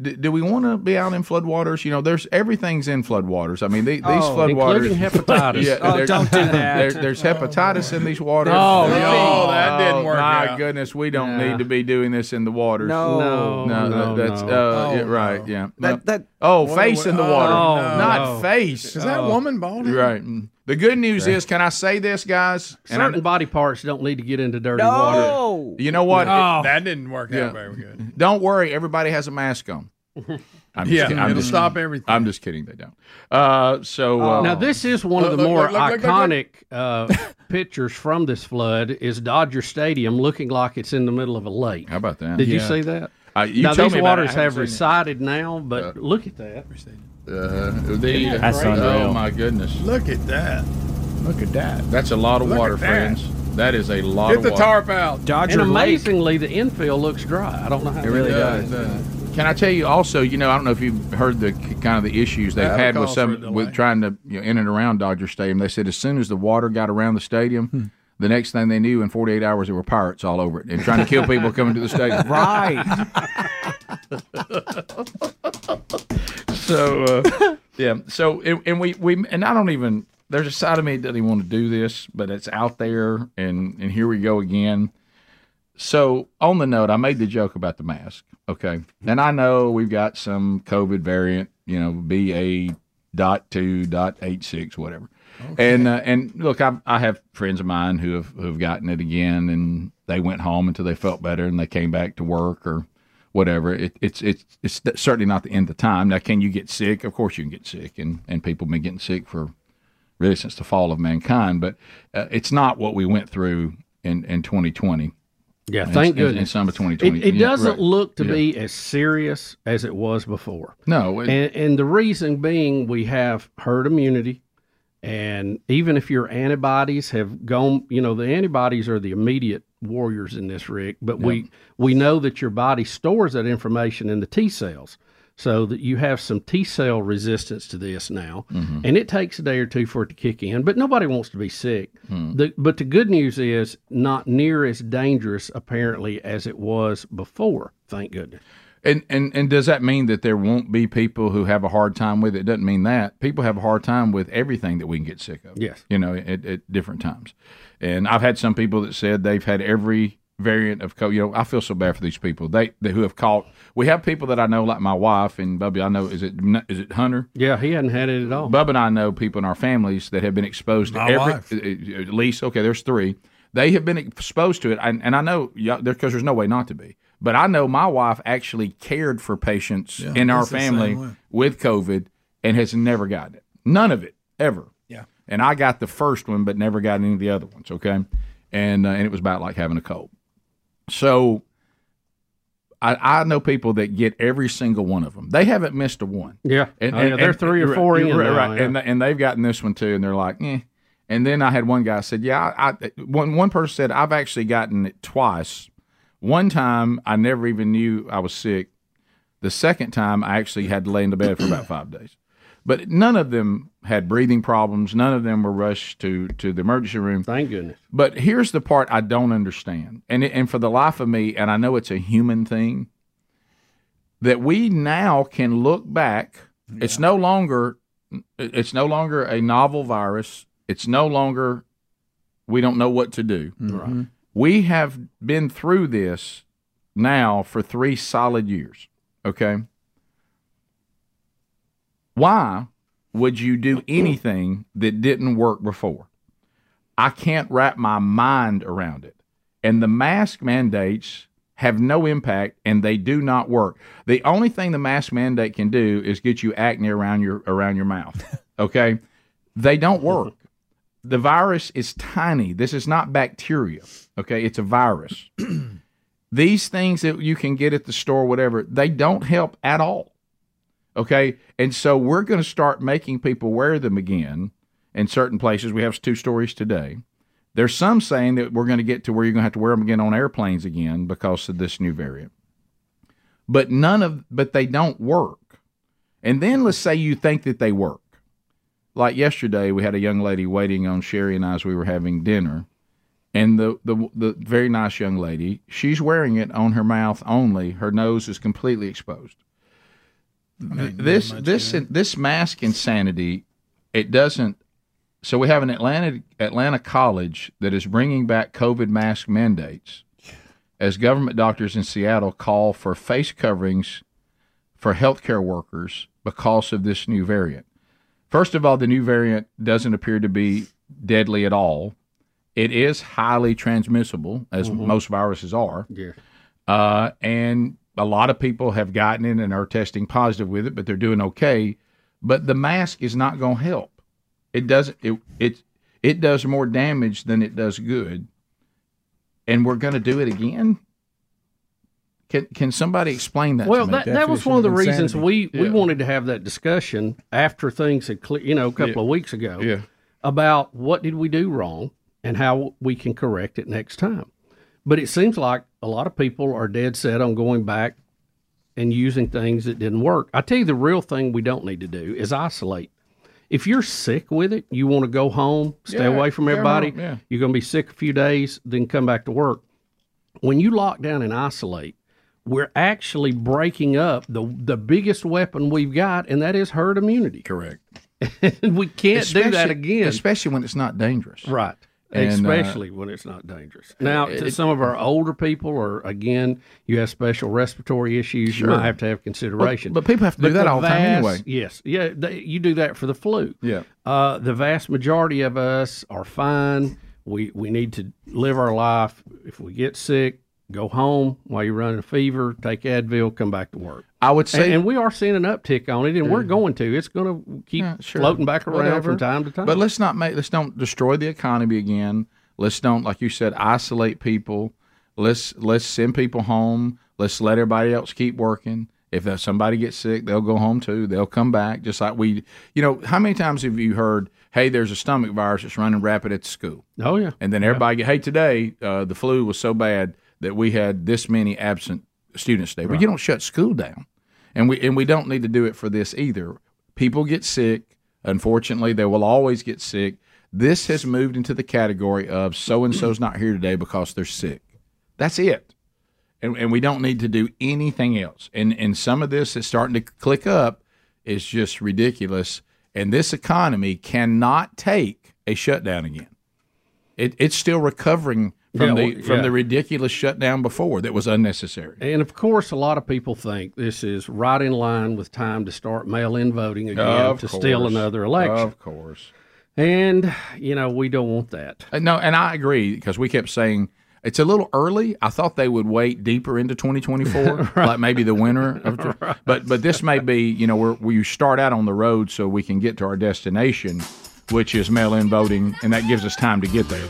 Speaker 1: d- do we want to be out in floodwaters? You know, there's everything's in floodwaters. I mean, they, these
Speaker 2: Oh,
Speaker 1: floodwaters,
Speaker 2: including hepatitis. Oh,
Speaker 1: there-
Speaker 2: don't do that.
Speaker 1: there- there's hepatitis in these waters.
Speaker 2: Oh, no, that didn't
Speaker 1: Oh,
Speaker 2: work
Speaker 1: My
Speaker 2: out.
Speaker 1: goodness, we don't
Speaker 2: Nah.
Speaker 1: need to be doing this in the waters.
Speaker 2: No. No,
Speaker 1: no,
Speaker 2: no,
Speaker 1: that's
Speaker 2: no.
Speaker 1: Uh, yeah,
Speaker 2: Oh,
Speaker 1: right. Yeah,
Speaker 2: That- that-
Speaker 1: oh,
Speaker 2: What-
Speaker 1: face in the
Speaker 2: oh,
Speaker 1: water,
Speaker 2: no.
Speaker 1: not face.
Speaker 2: Is that
Speaker 1: Oh.
Speaker 2: woman balding?
Speaker 1: Right. Mm. The good news
Speaker 2: Right.
Speaker 1: is, can I say this, guys? And I-
Speaker 2: Certain body parts don't need to get into dirty
Speaker 1: No.
Speaker 2: water.
Speaker 1: You know what?
Speaker 4: Oh,
Speaker 1: It-
Speaker 4: that didn't work
Speaker 1: Yeah.
Speaker 4: out very good.
Speaker 1: Don't worry, everybody has a mask on. I'm just
Speaker 4: Yeah,
Speaker 1: kidding. I'm
Speaker 4: it'll
Speaker 1: just-
Speaker 4: stop everything.
Speaker 1: I'm just kidding. They don't. Uh, so uh,
Speaker 2: now this is one of
Speaker 1: Look,
Speaker 2: the
Speaker 1: look,
Speaker 2: more
Speaker 1: look, look, look, look, look.
Speaker 2: iconic Uh, pictures from this flood is Dodger Stadium looking like it's in the middle of a lake. How
Speaker 1: about that?
Speaker 2: Did you
Speaker 1: Yeah.
Speaker 2: see that?
Speaker 1: Uh, you
Speaker 2: now
Speaker 1: told
Speaker 2: these
Speaker 1: me about it. I
Speaker 2: waters
Speaker 1: haven't
Speaker 2: have
Speaker 1: seen it.
Speaker 2: receded now, but look at that.
Speaker 1: Uh,
Speaker 2: Isn't
Speaker 1: the,
Speaker 2: that That's great?
Speaker 1: oh
Speaker 2: unreal.
Speaker 1: my goodness!
Speaker 4: Look at that.
Speaker 1: Look at that. That's a lot of
Speaker 4: Look
Speaker 1: water,
Speaker 4: at that.
Speaker 1: friends. That is a lot of water.
Speaker 4: out.
Speaker 2: Dodger. And amazingly, the infield looks dry. I don't know how
Speaker 1: It really does. Can I tell you also? You know, I don't know if you've heard the kind of the issues they've
Speaker 2: That'll
Speaker 1: had with
Speaker 2: cause for a
Speaker 1: some
Speaker 2: delay.
Speaker 1: with trying to you know, in and around Dodger Stadium. They said as soon as the water got around the stadium.
Speaker 2: Hmm.
Speaker 1: The next thing they knew, in 48 hours, there were pirates all over it and trying to kill people coming to the stadium. So, uh, yeah. So, and, and we, we, and I don't even, there's a side of me that doesn't even want to do this, but it's out there. And, and here we go again. So, on the note, I made the joke about the mask. Okay. And I know we've got some COVID variant, you know, BA dot two dot eight six, whatever. And, uh, and look, I, I have friends of mine who have, who've gotten it again and they went home until they felt better and they came back to work or, whatever. It, it's it's it's certainly not the end of time. Now, can you get sick? Of course, you can get sick, and and people have been getting sick for really since the fall of mankind. But uh, it's not what we went through in in 2020.
Speaker 2: Yeah,
Speaker 1: In-
Speaker 2: thank
Speaker 1: in,
Speaker 2: goodness.
Speaker 1: In summer 2020,
Speaker 2: It, it
Speaker 1: Yeah,
Speaker 2: doesn't
Speaker 1: right.
Speaker 2: look to
Speaker 1: Yeah.
Speaker 2: be as serious as it was before.
Speaker 1: No, it-
Speaker 2: and, and the reason being we have herd immunity, and even if your antibodies have gone, you know the antibodies are the immediate warriors in this, Rick. But we we know that your body stores that information in the T cells, so that you have some T cell resistance to this now, and it takes a day or two for it to kick in. But nobody wants to be sick. The, but the good news is not near as dangerous apparently as it was before. Thank goodness.
Speaker 1: And, and and does that mean that there won't be people who have a hard time with it? Doesn't mean that people have a hard time with everything that we can get sick of.
Speaker 2: Yes.
Speaker 1: you know, at, at different times. And I've had some people that said they've had every variant of COVID. You know, I feel so bad for these people. They, they who have caught. We have people that I know, like my wife and Bubby. I know is it is it Hunter?
Speaker 2: Yeah, he hadn't had it at all.
Speaker 1: Bub and I know people in our families that have been exposed
Speaker 2: My
Speaker 1: to every
Speaker 2: wife.
Speaker 1: uh, uh, at least okay. There's three. They have been exposed to it, and, and I know because there's no way not to be. But I know my wife actually cared for patients
Speaker 4: Yeah,
Speaker 1: in our
Speaker 4: it's the same way.
Speaker 1: family with COVID and has never gotten it. None of it ever.
Speaker 4: Yeah.
Speaker 1: And I got the first one, but never got any of the other ones. Okay, and uh, and it was about like having a cold. So I, I know people that get every single one of them. They haven't missed a one.
Speaker 2: Yeah. Oh, yeah, they're three or four in
Speaker 1: Right,
Speaker 2: now,
Speaker 1: right.
Speaker 2: yeah.
Speaker 1: and and they've gotten this one too, and they're like, eh. And then I had one guy said, yeah, I, I one one person said I've actually gotten it twice. One time I never even knew I was sick. The second time I actually had to lay in the bed for about five days. But none of them had breathing problems. None of them were rushed to, to the emergency room.
Speaker 2: Thank goodness.
Speaker 1: But here's the part I don't understand. And, it- and for the life of me, and I know it's a human thing, that we now can look back. It's no longer it's no longer a novel virus. It's no longer we don't know what to do.
Speaker 2: Right.
Speaker 1: We have been through this now for three solid years. Okay. Why would you do anything that didn't work before? I can't wrap my mind around it. And the mask mandates have no impact and they do not work. The only thing the mask mandate can do is get you acne around your around your mouth. Okay? they don't work. The virus is tiny. This is not bacteria. Okay? It's a virus. These things that you can get at the store whatever, they don't help at all. Okay? And so we're going to start making people wear them again in certain places. We have two stories today. There's some saying that we're going to get to where you're going to have to wear them again on airplanes again because of this new variant. But none of but they don't work. And then let's say you think that they work. Like yesterday we had a young lady waiting on Sherry and I as we were having dinner. And the, the the very nice young lady, she's wearing it on her mouth only. Her nose is completely exposed. Th- this this this mask insanity, it doesn't. So we have an Atlanta Atlanta college that is bringing back COVID mask mandates, as government doctors in Seattle call for face coverings for healthcare workers because of this new variant. First of all, the new variant doesn't appear to be deadly at all. It is highly transmissible, as
Speaker 2: Mhm.
Speaker 1: most viruses are.
Speaker 2: Yeah.
Speaker 1: Uh, and a lot of people have gotten it and are testing positive with it, but they're doing okay. But the mask is not going to help. It doesn't. It it it does more damage than it does good. And we're going to do it again. Can can somebody explain that?
Speaker 2: Well,
Speaker 1: to me?
Speaker 2: that, that was one of the reasons we, we
Speaker 1: Yeah.
Speaker 2: wanted to have that discussion after things had cleared, you know, a couple
Speaker 1: Yeah.
Speaker 2: of weeks ago
Speaker 1: Yeah.
Speaker 2: about what did we do wrong and how we can correct it next time. But it seems like a lot of people are dead set on going back and using things that didn't work. I tell you, the real thing we don't need to do is isolate. If you're sick with it, you want to go home, stay
Speaker 1: Yeah,
Speaker 2: away from
Speaker 1: yeah,
Speaker 2: everybody.
Speaker 1: no, yeah.
Speaker 2: You're going to be sick a few days, then come back to work. When you lock down and isolate, we're actually breaking up the the biggest weapon we've got, and that is herd immunity.
Speaker 1: Correct.
Speaker 2: and we can't do that
Speaker 1: Especially-
Speaker 2: again,
Speaker 1: especially when it's not dangerous.
Speaker 2: Right.
Speaker 1: And, uh,
Speaker 2: especially when it's not dangerous. Now, to
Speaker 1: it-
Speaker 2: some of our older people, or again, you have special respiratory issues, you
Speaker 1: Sure.
Speaker 2: might have to have consideration.
Speaker 1: But- but people have to do that all the time
Speaker 2: vast-
Speaker 1: anyway.
Speaker 2: Yes, yeah, they, you do that for the flu.
Speaker 1: Yeah.
Speaker 2: Uh, the vast majority of us are fine. We we need to live our life. If we get sick, go home while you're running a fever, take Advil, come back to work.
Speaker 1: I would
Speaker 2: And,
Speaker 1: say- Mm-hmm.
Speaker 2: and we are seeing an uptick on it, and we're going to. It's going to keep floating back around
Speaker 1: Mm, Whatever.
Speaker 2: from time to time.
Speaker 1: But let's not make let's don't destroy the economy again. Let's don't, like you said, isolate people. Let's let's send people home. Let's let everybody else keep working. If that somebody gets sick, they'll go home too. They'll come back just like we. You know, how many times have you heard, "Hey, there's a stomach virus that's running rapid at school."
Speaker 2: Oh yeah.
Speaker 1: And then everybody, hey, today uh, the flu was so bad that we had this many absent students today. But you don't shut school down, and we and we don't need to do it for this either. People get sick. Unfortunately, they will always get sick. This has moved into the category of so and so's not here today because they're sick. That's it. And, and we don't need to do anything else. And and some of this is starting to click up is just ridiculous. And this economy cannot take a shutdown again. It, it's still recovering from
Speaker 2: Yeah,
Speaker 1: the
Speaker 2: well,
Speaker 1: from
Speaker 2: yeah.
Speaker 1: the ridiculous shutdown before that was unnecessary.
Speaker 2: And of course, a lot of people think this is right in line with time to start mail in voting again
Speaker 1: Of
Speaker 2: to steal
Speaker 1: course.
Speaker 2: another election.
Speaker 1: Of course.
Speaker 2: And, you know, we don't want that.
Speaker 1: Uh, No, and I agree because we kept saying it's a little early. I thought they would wait deeper into 2024, like maybe the winter. Of, But but this may be you know where we start out on the road so we can get to our destination, which is mail-in voting, and that gives us time to get there.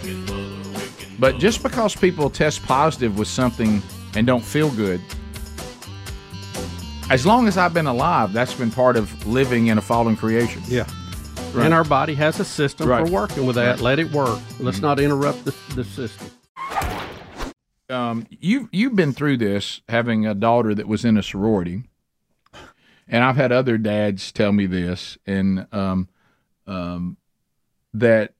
Speaker 1: But just because people test positive with something and don't feel good, as long as I've been alive, that's been part of living in a fallen creation.
Speaker 2: Yeah.
Speaker 1: Right.
Speaker 2: And our body has a system
Speaker 1: Right. Mm.
Speaker 2: for working with that.
Speaker 1: Right.
Speaker 2: Let it work. Let's not interrupt the, the system.
Speaker 1: um, you you've been through this having a daughter that was in a sorority, and I've had other dads tell me this, and um, um, that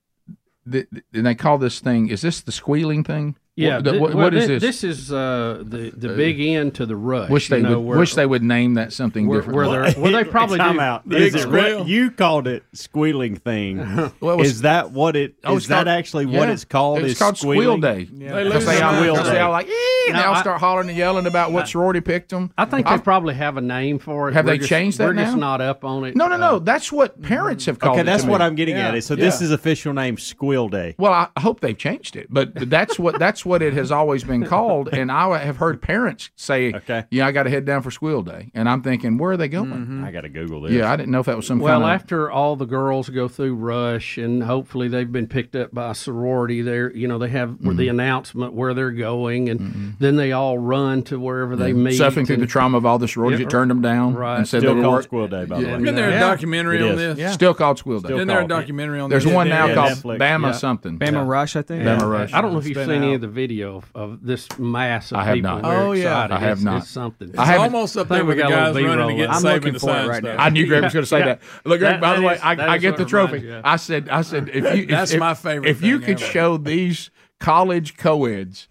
Speaker 1: th- th- and they call this thing is this the squealing thing?
Speaker 2: Yeah,
Speaker 1: What- the-
Speaker 2: thi-
Speaker 1: what-
Speaker 2: well,
Speaker 1: what is
Speaker 2: thi-
Speaker 1: this?
Speaker 2: This is uh, the the big end to the rush.
Speaker 1: wish they
Speaker 2: you know,
Speaker 1: would
Speaker 2: where-
Speaker 1: wish they would name that something
Speaker 2: where-
Speaker 1: different.
Speaker 2: where they're- where they probably
Speaker 3: Time
Speaker 2: do-
Speaker 3: out.
Speaker 2: Big
Speaker 3: Is it re-
Speaker 2: squeal.
Speaker 3: you called it squealing thing.
Speaker 1: Well, it was-
Speaker 3: is that what it? Is
Speaker 1: Oh, it's
Speaker 3: that
Speaker 1: called-
Speaker 3: actually what
Speaker 1: yeah.
Speaker 3: it's called?
Speaker 1: It's
Speaker 3: is
Speaker 1: called Squeal
Speaker 3: squealing?
Speaker 1: Day.
Speaker 3: They
Speaker 1: Because
Speaker 3: lose
Speaker 1: they,
Speaker 3: their
Speaker 1: all,
Speaker 3: mind.
Speaker 1: because they all like, "Eh,"
Speaker 2: No,
Speaker 1: they all
Speaker 2: I-
Speaker 1: start hollering and yelling about what sorority picked them.
Speaker 2: I think they probably have a name for it.
Speaker 1: Have
Speaker 2: We're
Speaker 1: they
Speaker 2: just-
Speaker 1: changed that
Speaker 2: We're just
Speaker 1: now?
Speaker 2: not up on it.
Speaker 1: no, no, no. That's what parents have called.
Speaker 3: uh, Mm-hmm. Okay,
Speaker 1: it to
Speaker 3: that's
Speaker 1: me.
Speaker 3: what I'm getting
Speaker 1: Yeah.
Speaker 3: at. Is so this
Speaker 1: Yeah.
Speaker 3: is official name Squeal Day.
Speaker 1: Well, I hope they've changed it, but but that's what that's what it has always been called. And I have heard parents say, "Okay, yeah, I got to head down for squeal day," and I'm thinking, where are they going?
Speaker 3: I got to Google this.
Speaker 1: Yeah, I didn't know if that was some
Speaker 2: Well,
Speaker 1: kind of.
Speaker 2: after all the girls go through rush, and hopefully they've been picked up by a sorority. There, you know, they have the
Speaker 1: Mm-hmm.
Speaker 2: announcement where they're going, and then they all run to wherever they
Speaker 1: Yeah.
Speaker 2: meet.
Speaker 1: Mm-hmm. Suffering through the trauma of all the sororities
Speaker 2: Yeah.
Speaker 1: that turned them down
Speaker 2: Right.
Speaker 1: and said
Speaker 2: Still
Speaker 1: they were
Speaker 2: called
Speaker 1: work-
Speaker 2: Squeal Day, by
Speaker 4: the
Speaker 1: Yeah.
Speaker 4: way. Isn't there a Yeah. documentary It on is. this? Yeah.
Speaker 1: Still called Squeal Day.
Speaker 4: Still Isn't there a called. documentary on
Speaker 1: There's
Speaker 4: this?
Speaker 1: one
Speaker 4: Yeah,
Speaker 1: now
Speaker 4: yeah,
Speaker 1: called
Speaker 4: Netflix.
Speaker 1: Bama
Speaker 4: Yeah.
Speaker 1: something.
Speaker 7: Bama Rush, I think.
Speaker 1: Bama Rush.
Speaker 2: I don't know if
Speaker 1: It's
Speaker 2: you've
Speaker 1: been
Speaker 2: seen any
Speaker 1: out.
Speaker 2: of the video of, of this mass of
Speaker 1: I have
Speaker 2: people.
Speaker 1: not.
Speaker 2: We're
Speaker 1: Oh, yeah.
Speaker 2: excited.
Speaker 1: I have
Speaker 2: It's-
Speaker 1: not.
Speaker 2: It's something.
Speaker 1: I haven't- It's up
Speaker 2: I think
Speaker 1: there
Speaker 2: we
Speaker 1: with the
Speaker 2: got a
Speaker 1: guys
Speaker 2: little
Speaker 1: running
Speaker 2: B-roll
Speaker 1: to get
Speaker 2: of it.
Speaker 1: saving the signs stuff. I knew Greg was gonna say that. Look, Greg, by the way, I-
Speaker 2: that
Speaker 1: I
Speaker 2: is
Speaker 1: get
Speaker 2: what
Speaker 1: the
Speaker 2: reminds
Speaker 1: trophy.
Speaker 2: you of it.
Speaker 1: I said, I said, if you, if-
Speaker 4: That's
Speaker 1: if-
Speaker 4: my favorite
Speaker 1: If you
Speaker 4: thing
Speaker 1: could
Speaker 4: ever.
Speaker 1: show these college co-eds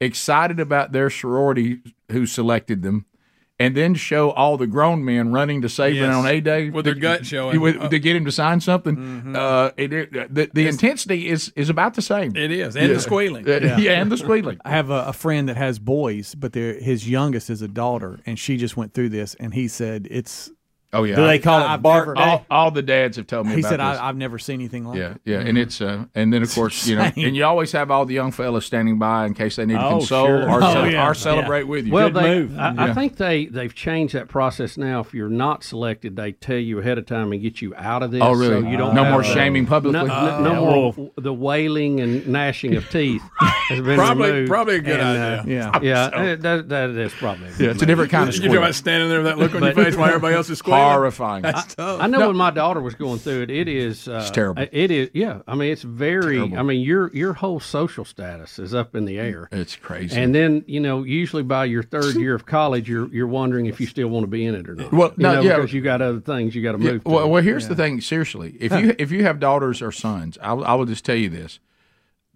Speaker 1: excited about their sorority who selected them, and then show all the grown men running to save
Speaker 4: Yes.
Speaker 1: it on a day
Speaker 4: With their gut showing. Uh, Mm-hmm.
Speaker 1: to get him to sign something. Uh, it, it- the the intensity is is about the same.
Speaker 4: It is, and the squealing.
Speaker 1: yeah, Uh, yeah, and the squealing.
Speaker 6: I have a, a friend that has boys, but they're- his youngest is a daughter, and she just went through this, and he said it's.
Speaker 1: Oh yeah.
Speaker 6: I've never-
Speaker 1: All, all the dads have told me.
Speaker 6: He
Speaker 1: about
Speaker 6: said,
Speaker 1: this.
Speaker 6: I, "I've never seen anything like
Speaker 1: yeah,
Speaker 6: it."
Speaker 1: yeah, and it's uh, and then of course you know,
Speaker 6: insane.
Speaker 1: and you always have all the young fellas standing by in case they need to
Speaker 2: Oh,
Speaker 1: console
Speaker 2: sure.
Speaker 1: or,
Speaker 2: Oh,
Speaker 1: ce-
Speaker 2: yeah.
Speaker 1: or celebrate
Speaker 2: Yeah.
Speaker 1: with you.
Speaker 2: Well, they, I, I think they they've changed that process now. If you're not selected, they tell you ahead of time and get you out of this.
Speaker 1: Oh, really?
Speaker 2: So you don't
Speaker 1: No
Speaker 2: have
Speaker 1: more
Speaker 2: the-
Speaker 1: shaming publicly?
Speaker 2: No, no-
Speaker 4: Uh,
Speaker 2: no
Speaker 1: Yeah,
Speaker 2: more the wailing and gnashing of teeth has been
Speaker 4: Probably-
Speaker 2: removed.
Speaker 4: probably a good
Speaker 2: And,
Speaker 4: idea.
Speaker 2: Uh,
Speaker 4: I'm
Speaker 2: yeah,
Speaker 4: so-
Speaker 2: yeah, that, that is probably.
Speaker 1: Yeah, it's a different kind of
Speaker 4: You talking about standing there with that look on your
Speaker 2: But-
Speaker 4: face while everybody else is squealing?
Speaker 1: Horrifying.
Speaker 4: That's tough.
Speaker 2: I know when my daughter was going through it, it is uh,
Speaker 1: It's terrible.
Speaker 2: It is, yeah. I mean, it's very. I mean, your your whole social status is up in the air.
Speaker 1: It's crazy.
Speaker 2: And then you know, usually by your third year of college, you're you're wondering if you still want to be in it or not.
Speaker 1: Well,
Speaker 2: You
Speaker 1: no,
Speaker 2: know,
Speaker 1: yeah.
Speaker 2: because you got other things you got to
Speaker 1: Yeah,
Speaker 2: move. to.
Speaker 1: well, well, here's the thing. Seriously, if you if you have daughters or sons, I, will- I will just tell you this: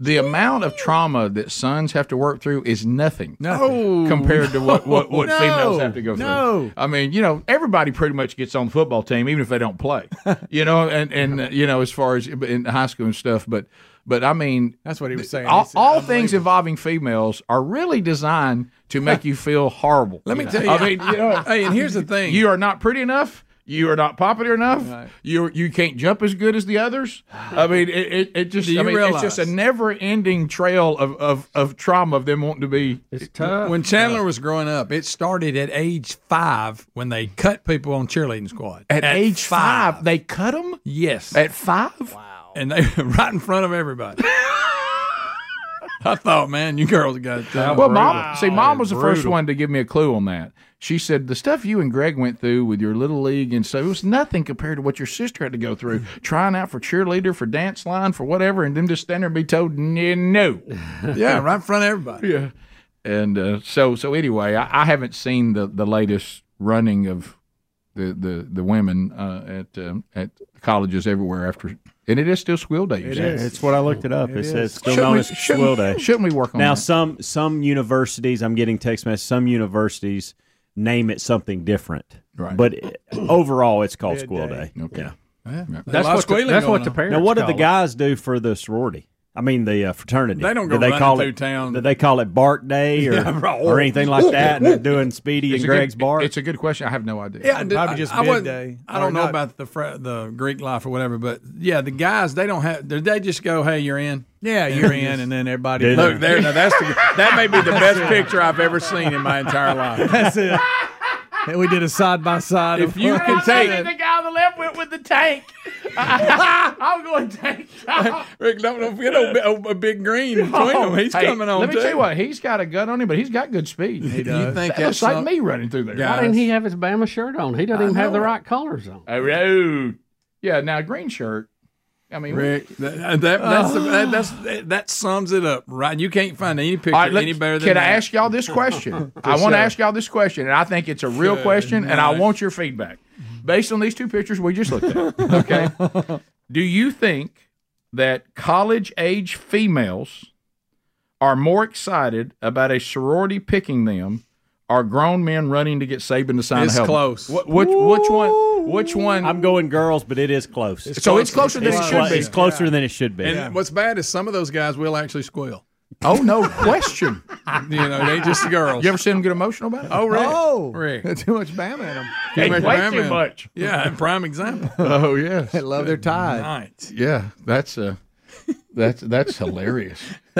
Speaker 1: the amount of trauma that sons have to work through is nothing,
Speaker 4: Nothing.
Speaker 1: compared to what what, what
Speaker 4: Oh. No.
Speaker 1: females have to go through.
Speaker 4: No.
Speaker 1: I mean, you know, everybody pretty much gets on the football team, even if they don't play. you know, and and uh, you know, as far as in high school and stuff, but. But I mean,
Speaker 6: that's what he was saying.
Speaker 1: all,
Speaker 6: He said,
Speaker 1: all things involving females are really designed to make you feel horrible.
Speaker 4: Let me tell you.
Speaker 1: I mean, you know,
Speaker 4: hey, and here's the thing.
Speaker 1: you are not pretty enough. You are not popular enough. You you can't jump as good as the others. I mean, it, it, it just
Speaker 4: Do
Speaker 1: I
Speaker 4: you
Speaker 1: mean,
Speaker 4: realize-
Speaker 1: it's just a never ending trail of, of, of trauma of them wanting to be. It's
Speaker 2: tough.
Speaker 4: When Chandler was growing up, it started at age five when they cut people on cheerleading squad.
Speaker 1: At age five, they cut them.
Speaker 4: Yes.
Speaker 1: At five.
Speaker 4: Wow. And they right in front of everybody. I thought, man, you girls got it. tough.
Speaker 1: well, mom. See, mom was the first
Speaker 4: Brutal.
Speaker 1: one to give me a clue on that. She said the stuff you and Greg went through with your little league and so it was nothing compared to what your sister had to go through, trying out for cheerleader, for dance line, for whatever, and them just stand there and be told "N- no.
Speaker 4: Yeah, right in front of everybody.
Speaker 1: Yeah. And uh, so so anyway, I, I haven't seen the, the latest running of the the the women uh, at um, at colleges everywhere after, and it is still squeal day. you
Speaker 3: It
Speaker 1: say.
Speaker 3: is. It's what I looked it up. It,
Speaker 1: It
Speaker 3: says
Speaker 1: is.
Speaker 3: still
Speaker 1: Shouldn't
Speaker 3: known
Speaker 1: we-
Speaker 3: as
Speaker 1: shouldn't-
Speaker 3: Squirrel Day.
Speaker 1: shouldn't we work on
Speaker 3: now,
Speaker 1: that?
Speaker 3: some some universities, I'm getting text messages. Some universities name it something different.
Speaker 1: Right.
Speaker 3: But it- overall, it's called
Speaker 1: Dead
Speaker 3: Squirrel
Speaker 1: day.
Speaker 3: Day.
Speaker 1: Okay. Yeah. There's
Speaker 4: That's a lot of what the- squealing that's going what the on. parents
Speaker 3: Now, what did
Speaker 4: call
Speaker 3: the
Speaker 4: it.
Speaker 3: guys do for the sorority? I mean, the uh, fraternity.
Speaker 4: They don't go
Speaker 3: Did they
Speaker 4: running
Speaker 3: call
Speaker 4: through
Speaker 3: it,
Speaker 4: town.
Speaker 3: Did they call it Bark Day or,
Speaker 4: Yeah, right.
Speaker 3: or anything like that? And they're doing Speedy
Speaker 1: It's
Speaker 3: and
Speaker 1: a good-
Speaker 3: Greg's Bark?
Speaker 1: It's a good question. I have no idea.
Speaker 4: Yeah, I did-
Speaker 6: Probably just
Speaker 4: I, I wasn't-
Speaker 6: midday.
Speaker 4: I don't
Speaker 6: Or
Speaker 4: know
Speaker 6: not.
Speaker 4: about the fr- the Greek life or whatever, but yeah, the guys they don't have. Did they just go, "Hey, you're in."
Speaker 6: Yeah,
Speaker 4: And
Speaker 6: you're
Speaker 4: they
Speaker 6: in,
Speaker 4: just-
Speaker 6: and then everybody
Speaker 4: Dude, Look, there. Now that's the, that may be the best picture I've ever seen in my entire life.
Speaker 6: That's it. And we did a side by side.
Speaker 4: If you can take,
Speaker 1: the guy on the left went with the tank. I'm going tank.
Speaker 4: Rick, don't, don't forget old, old, old Big Green between them. He's
Speaker 1: Oh, Hey,
Speaker 4: coming on.
Speaker 1: Let me
Speaker 4: too.
Speaker 1: tell you what. He's got a gun on him, but he's got good speed. He
Speaker 4: does. You think
Speaker 1: that looks
Speaker 4: that's
Speaker 1: like
Speaker 4: some-
Speaker 1: me running through there.
Speaker 2: Why didn't he have his Bama shirt on? He doesn't even have the right colors on.
Speaker 1: Oh, yeah, now a green shirt I mean,
Speaker 4: Rick, that, that, that's the, that, that's that, that sums it up, right? You can't find any picture
Speaker 1: All right, let-
Speaker 4: any better than
Speaker 1: can
Speaker 4: that.
Speaker 1: I ask y'all this question? I want to ask y'all this question, and I think it's a real
Speaker 4: Good
Speaker 1: question, and I
Speaker 4: night.
Speaker 1: want your feedback based on these two pictures we just looked at. Okay, do you think that college age females are more excited about a sorority picking them, or grown men running to get Saban to sign?
Speaker 4: It's
Speaker 1: a helmet?
Speaker 4: close.
Speaker 1: Wh- which which one? Which one?
Speaker 3: I'm going girls, but it is close.
Speaker 1: so it's closer than it
Speaker 3: It's
Speaker 1: should
Speaker 3: clo-
Speaker 1: be.
Speaker 3: It's closer than it should be.
Speaker 4: And what's bad is some of those guys will actually squeal.
Speaker 1: Oh no question.
Speaker 4: you know, they just the girls.
Speaker 1: You ever seen them get emotional about it?
Speaker 4: Oh, Rick.
Speaker 6: Oh,
Speaker 4: Rick.
Speaker 6: too much bam at them.
Speaker 4: Can't
Speaker 1: Hey,
Speaker 4: make
Speaker 1: way
Speaker 4: a man
Speaker 1: too
Speaker 4: man.
Speaker 1: much.
Speaker 4: Yeah, prime example.
Speaker 1: Oh yes.
Speaker 6: They love their tie.
Speaker 4: Night.
Speaker 1: Yeah, that's a that's that's hilarious.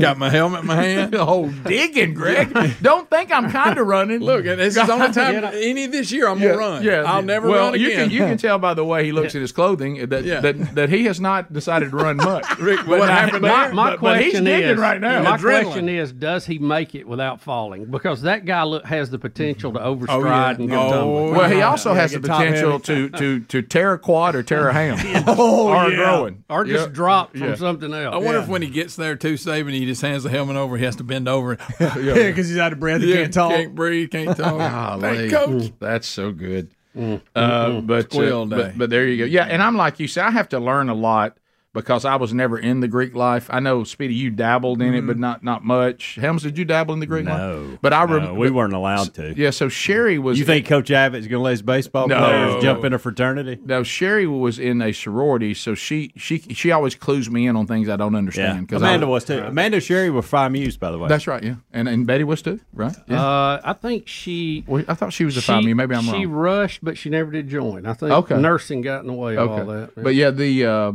Speaker 4: Got my helmet in my hand.
Speaker 1: oh, digging, Greg. Don't think I'm kind of running.
Speaker 4: Look, and this is the only time any this year I'm gonna run. I'll never
Speaker 1: well,
Speaker 4: run again.
Speaker 1: you can you can tell by the way he looks at his clothing uh, that
Speaker 4: Yeah.
Speaker 1: that, that he has not decided to run much.
Speaker 4: Rick,
Speaker 1: But
Speaker 4: what
Speaker 1: I-
Speaker 4: happened
Speaker 1: but-
Speaker 4: there?
Speaker 1: but- but he's digging right now.
Speaker 2: My
Speaker 1: Adrenaline.
Speaker 2: question is, does he make it without falling? Because that guy look, has the potential to
Speaker 1: Oh,
Speaker 2: overstride
Speaker 4: Oh,
Speaker 2: and go tumbling.
Speaker 1: well, he also has the
Speaker 2: get top heavy.
Speaker 1: potential to to to tear a quad or tear a ham.
Speaker 2: Oh,
Speaker 1: Or growing.
Speaker 2: or just
Speaker 1: Yeah.
Speaker 2: drop from
Speaker 1: Yeah.
Speaker 2: something else.
Speaker 4: I wonder if when he gets there too, Saban, he just hands the helmet over. He has to bend over. yeah,
Speaker 6: he's out of breath.
Speaker 4: Yeah, Can't breathe. Can't talk.
Speaker 1: Golly, Mm.
Speaker 4: Thank coach.
Speaker 1: That's so good.
Speaker 3: Mm,
Speaker 1: Uh, but, uh,
Speaker 4: Squeal day.
Speaker 1: but but there you go. Yeah, and I'm like you say, I have to learn a lot because I was never in the Greek life. I know Speedy, you dabbled in it, but not not much. Helms, did you dabble in the Greek life?
Speaker 3: Mm. No,
Speaker 1: But I
Speaker 3: no,
Speaker 1: remember
Speaker 3: we weren't allowed to.
Speaker 1: Yeah, so Sherry was.
Speaker 3: You think Coach Abbott is going to let his baseball
Speaker 1: No.
Speaker 3: players jump in a fraternity?
Speaker 1: No, Sherry was in a sorority, so she she she always clues me in on things I don't
Speaker 3: Yeah,
Speaker 1: understand. I-
Speaker 3: Amanda was too. Amanda Sherry were five muse, by the way.
Speaker 1: That's right. Yeah, and and Betty was too. Right. Yeah.
Speaker 2: Uh, I think she.
Speaker 1: Well, I thought she was a five muse. Maybe I'm
Speaker 2: She
Speaker 1: wrong.
Speaker 2: rushed, but she never did join. I think
Speaker 1: Okay.
Speaker 2: nursing got in the way of all that.
Speaker 1: But yeah, the uh,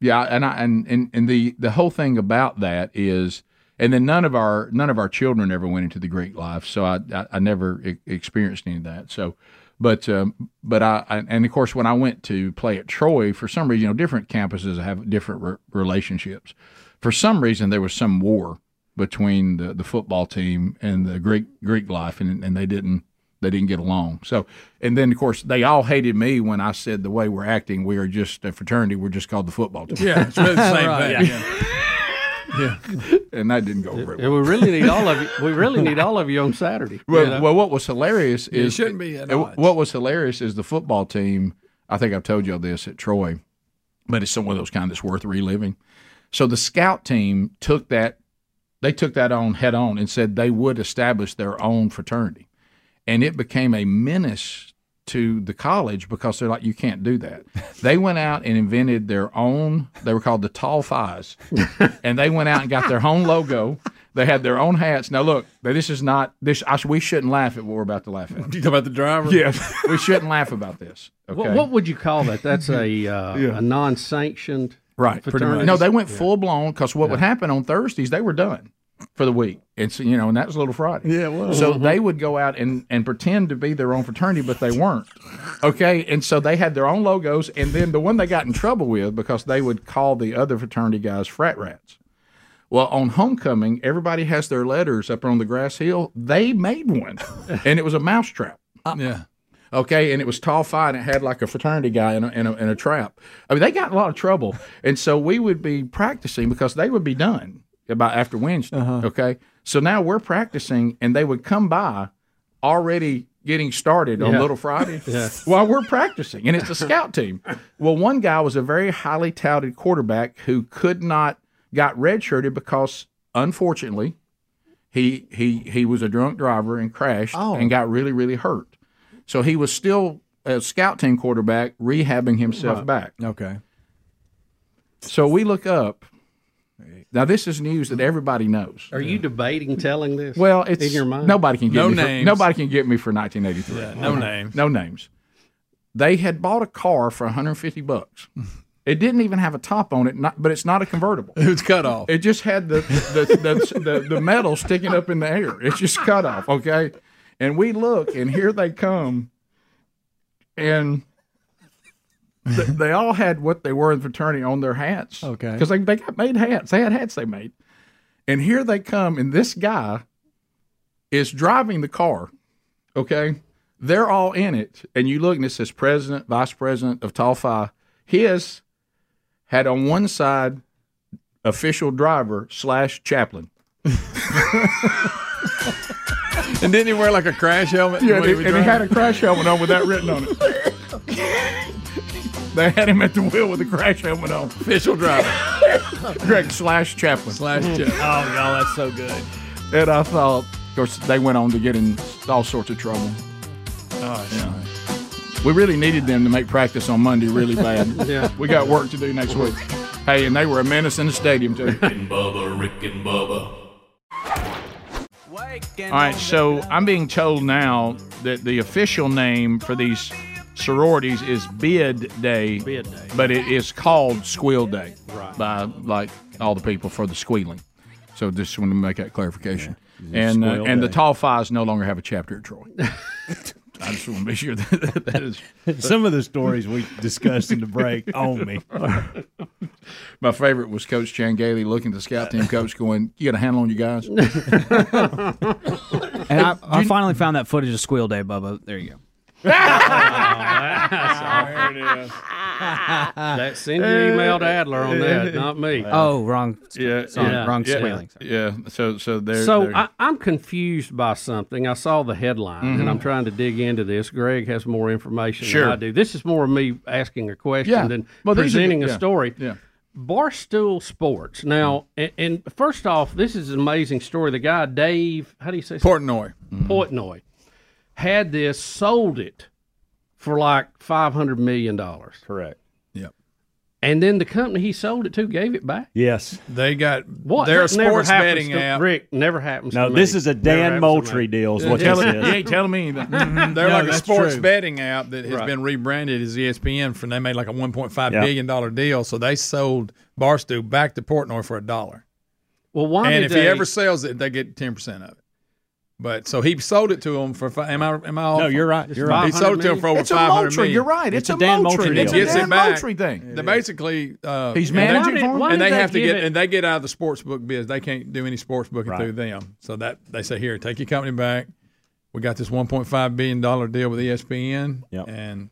Speaker 1: yeah, and I and, and and the the whole thing about that is, and then none of our none of our children ever went into the Greek life, so I I, I never e- experienced any of that. So, but um, but I, I and of course when I went to play at Troy for some reason, you know, different campuses have different re- relationships. For some reason, there was some war between the, the football team and the Greek Greek life, and and they didn't they didn't get along. So, and then of course they all hated me when I said the way we're acting, we are just a fraternity. We're just called the football team.
Speaker 4: Yeah, it's really the same
Speaker 1: Right.
Speaker 4: thing. Yeah.
Speaker 1: and that didn't go over.
Speaker 2: Yeah, we really need all of you. We really need all of you on Saturday.
Speaker 1: Well,
Speaker 2: you know?
Speaker 1: well, what was hilarious
Speaker 4: You
Speaker 1: is
Speaker 4: shouldn't be at
Speaker 1: uh,
Speaker 4: odds.
Speaker 1: what was hilarious is the football team. I think I've told y'all this at Troy, but it's one of those kind that's worth reliving. So the scout team took that, they took that on head on and said they would establish their own fraternity, and it became a menace to the college because they're like, you can't do that. They went out and invented their own. They were called the Tall Fives, and they went out and got their own logo. They had their own hats. Now look, this is not this. I, we shouldn't laugh at what we're about to laugh at.
Speaker 4: You talk about the driver.
Speaker 1: we shouldn't laugh about this. Okay.
Speaker 2: what, what would you call that? That's a uh,
Speaker 1: Yeah.
Speaker 2: a non-sanctioned
Speaker 1: Right.
Speaker 2: fraternity.
Speaker 1: No, they went full blown because what would happen on Thursdays, they were done for the week. And so, you know, and that was Little Friday.
Speaker 6: Yeah, it was. Mm-hmm.
Speaker 1: So they would go out and, and pretend to be their own fraternity, but they weren't. Okay. And so they had their own logos. And then the one they got in trouble with because they would call the other fraternity guys frat rats. Well, on homecoming, everybody has their letters up on the grass hill. They made one, and it was a mousetrap.
Speaker 4: yeah.
Speaker 1: Okay, and it was tall fi, and it had like a fraternity guy in a, in a, in a trap. I mean, they got in a lot of trouble, and so we would be practicing because they would be done about after Wednesday.
Speaker 2: Uh-huh.
Speaker 1: Okay, so now we're practicing, and they would come by already getting started on
Speaker 2: Yeah.
Speaker 1: Little Friday
Speaker 2: Yeah.
Speaker 1: while we're practicing, and it's a scout team. Well, one guy was a very highly touted quarterback who could not got redshirted because, unfortunately, he he he was a drunk driver and crashed
Speaker 6: Oh.
Speaker 1: and got really really hurt. So he was still a scout team quarterback, rehabbing himself back.
Speaker 6: Okay.
Speaker 1: So we look up. Now this is news that everybody knows.
Speaker 2: Are you debating telling this?
Speaker 1: Well, it's
Speaker 2: in your mind.
Speaker 1: Nobody can get
Speaker 4: No
Speaker 1: me For,
Speaker 4: names.
Speaker 1: nobody can get me for 1983.
Speaker 4: no names.
Speaker 1: No names. They had bought a car for 150 bucks. It didn't even have a top on it, not, but it's not a convertible.
Speaker 4: It's cut off.
Speaker 1: It just had the the, the, the the metal sticking up in the air. It's just cut off, okay? And we look, and here they come, and th- they all had what they were in fraternity on their hats,
Speaker 6: Okay.
Speaker 1: Because they they got made hats. They had hats they made, and here they come, and this guy is driving the car, okay? They're all in it. And you look and it says president, vice president of Tall Phi. His had on one side official driver slash chaplain.
Speaker 4: And didn't he wear like a crash helmet?
Speaker 1: Yeah,
Speaker 4: when
Speaker 1: and,
Speaker 4: was
Speaker 1: he had a
Speaker 4: driving?
Speaker 1: crash helmet on with that written on it. They had him at the wheel with a crash helmet on. Official driver. Greg slash Chaplin. Slash
Speaker 4: Chaplin.
Speaker 1: Oh, y'all, that's so good. And I thought, of course, they went on to get in all sorts of trouble.
Speaker 4: Oh, yeah.
Speaker 1: We really needed them to make practice on Monday really bad.
Speaker 4: Yeah.
Speaker 1: We got work to do next week. Hey, and they were a menace in the stadium, too.
Speaker 5: Rick and Bubba, Rick and Bubba.
Speaker 1: All right, so I'm being told now that the official name for these sororities is Bid Day. Bid Day. But it is called Squeal Day right. by like all the people for the squealing. So just want to make that clarification.
Speaker 4: Yeah.
Speaker 1: And uh,
Speaker 4: Squeal
Speaker 1: and the
Speaker 4: Day.
Speaker 1: Tall Fives no longer have a chapter at Troy. I just want to be sure that that is
Speaker 3: Some of the stories we discussed in the break own me.
Speaker 1: My favorite was Coach Chan Gailey looking at the scout team coach going, "You got a handle on you guys."
Speaker 12: And I, I finally found that footage of Squeal Day, Bubba. Oh, There you go.
Speaker 2: there it is. that send your email to Adler on that, not me.
Speaker 12: Oh, wrong.
Speaker 1: Yeah,
Speaker 12: sorry,
Speaker 2: yeah,
Speaker 12: wrong
Speaker 2: yeah.
Speaker 12: squealing.
Speaker 1: Yeah. So so there.
Speaker 2: so
Speaker 1: there-
Speaker 2: I, I'm confused by something. I saw the headline,
Speaker 1: Mhm.
Speaker 2: and I'm trying to dig into this. Greg has more information
Speaker 1: Sure.
Speaker 2: than I do. This is more of me asking a question
Speaker 1: Yeah.
Speaker 2: than
Speaker 1: Well, these are-
Speaker 2: presenting a
Speaker 1: yeah.
Speaker 2: story.
Speaker 1: Yeah.
Speaker 2: Barstool Sports. Now, and, and first off, this is an amazing story. The guy Dave, how do you say
Speaker 1: Portnoy? Mm-hmm.
Speaker 2: Portnoy had this, sold it for like five hundred million dollars.
Speaker 3: Correct.
Speaker 1: Yep.
Speaker 2: And then the company he sold it to gave it back.
Speaker 3: Yes.
Speaker 4: They got
Speaker 2: What?
Speaker 4: They're a
Speaker 2: That never
Speaker 4: sports
Speaker 2: happens
Speaker 4: betting
Speaker 2: to-
Speaker 4: app.
Speaker 2: Rick never happens.
Speaker 3: No,
Speaker 2: to
Speaker 3: this
Speaker 2: me.
Speaker 3: is a
Speaker 2: Never
Speaker 3: Dan
Speaker 2: happens to
Speaker 3: Moultrie
Speaker 2: me.
Speaker 3: deal is what
Speaker 1: Tell
Speaker 3: this
Speaker 1: him-
Speaker 3: is.
Speaker 1: you ain't telling me that.
Speaker 4: They're
Speaker 1: No,
Speaker 4: like a
Speaker 1: that's
Speaker 4: sports
Speaker 1: true.
Speaker 4: betting app that has
Speaker 1: Mm-hmm. Right.
Speaker 4: been rebranded as E ESPN for they made like a one point five
Speaker 1: Yeah.
Speaker 4: billion dollar deal. So they sold Barstool back to Portnoy for a dollar.
Speaker 2: Well, why
Speaker 4: And
Speaker 2: did
Speaker 4: if
Speaker 2: they-
Speaker 4: he ever sells it, they get ten percent of it. But so he sold it to him for. fi- Am I? Am I? Off?
Speaker 3: No, you're right. You're right.
Speaker 4: He sold it to him for over
Speaker 1: It's a
Speaker 4: five hundred
Speaker 1: Moultrie,
Speaker 4: million.
Speaker 1: you're right. It's It's a a Dan Moultrie Moultrie deal.
Speaker 4: It
Speaker 1: deal.
Speaker 4: gets
Speaker 1: It's a
Speaker 4: it
Speaker 1: Dan
Speaker 4: back.
Speaker 1: Moultrie thing.
Speaker 4: They basically, uh,
Speaker 1: He's
Speaker 4: and they-
Speaker 1: managing for him? Why
Speaker 4: and
Speaker 1: did
Speaker 4: they
Speaker 1: they
Speaker 4: have to
Speaker 1: give
Speaker 4: get
Speaker 1: it-
Speaker 4: and they get out of the sports book biz. They can't do any sports booking
Speaker 1: Right.
Speaker 4: through them. So that they say here, take your company back. We got this one point five billion dollar deal with E ESPN, and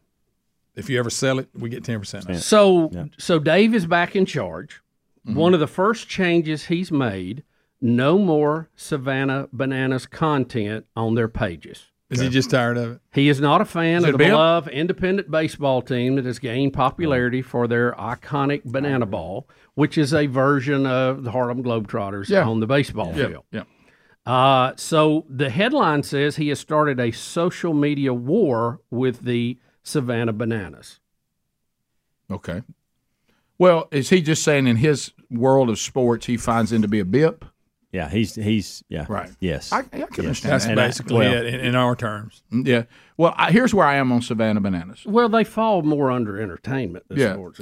Speaker 4: if you ever sell it, we get ten percent.
Speaker 2: So so Dave is back in charge. One of the first changes he's made: no more Savannah Bananas content on their pages.
Speaker 4: Is he just tired of it?
Speaker 2: He is not a fan
Speaker 4: Is
Speaker 2: of
Speaker 4: it
Speaker 2: the
Speaker 4: Bill?
Speaker 2: beloved independent baseball team that has gained popularity for their iconic banana ball, which is a version of the Harlem Globetrotters
Speaker 1: Yeah.
Speaker 2: on the baseball
Speaker 1: Yeah.
Speaker 2: field.
Speaker 1: Yeah.
Speaker 2: Uh, so the headline says he has started a social media war with the Savannah Bananas.
Speaker 1: Okay. Well, is he just saying in his world of sports he finds them to be a bip?
Speaker 3: Yeah, he's he's yeah.
Speaker 1: Right.
Speaker 3: Yes.
Speaker 1: I, I can understand
Speaker 4: That's
Speaker 1: that. Mm-hmm.
Speaker 4: basically it in, in our terms.
Speaker 1: Yeah. Well, I, here's where I am on Savannah Bananas.
Speaker 2: Well, they fall more under entertainment. Than
Speaker 1: Yeah,
Speaker 2: sports.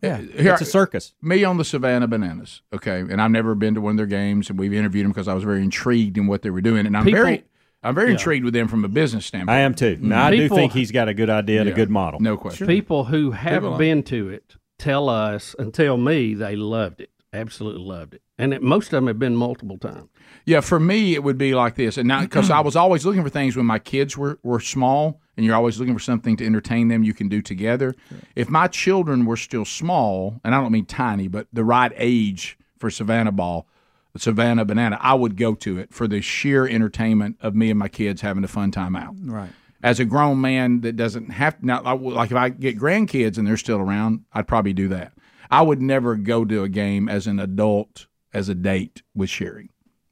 Speaker 1: Yeah,
Speaker 3: circus.
Speaker 1: Me on the Savannah Bananas. Okay, and I've never been to one of their games, and we've interviewed them because I was very intrigued in what they were doing, and I'm
Speaker 3: People-
Speaker 1: very, I'm very
Speaker 3: Yeah.
Speaker 1: intrigued with them from a business standpoint.
Speaker 3: I am too. Now I do
Speaker 2: People-
Speaker 3: think he's got a good idea and
Speaker 1: Yeah.
Speaker 3: a good model.
Speaker 1: No question.
Speaker 2: People who have
Speaker 1: People are-
Speaker 2: been to it tell us and tell me they loved it, absolutely loved it, and it, most of them have been multiple times.
Speaker 1: Yeah, for me it would be like this, and not because I was always looking for things when my kids were were small, and you're always looking for something to entertain them you can do together. If my children were still small, and I don't mean tiny, but the right age for Savannah Ball, Savannah Banana, I would go to it for the sheer entertainment of me and my kids having a fun time out.
Speaker 4: Right.
Speaker 1: As a grown man that doesn't have now, I would- like if I get grandkids and they're still around, I'd probably do that. I would never go to a game as an adult as a date with Sherry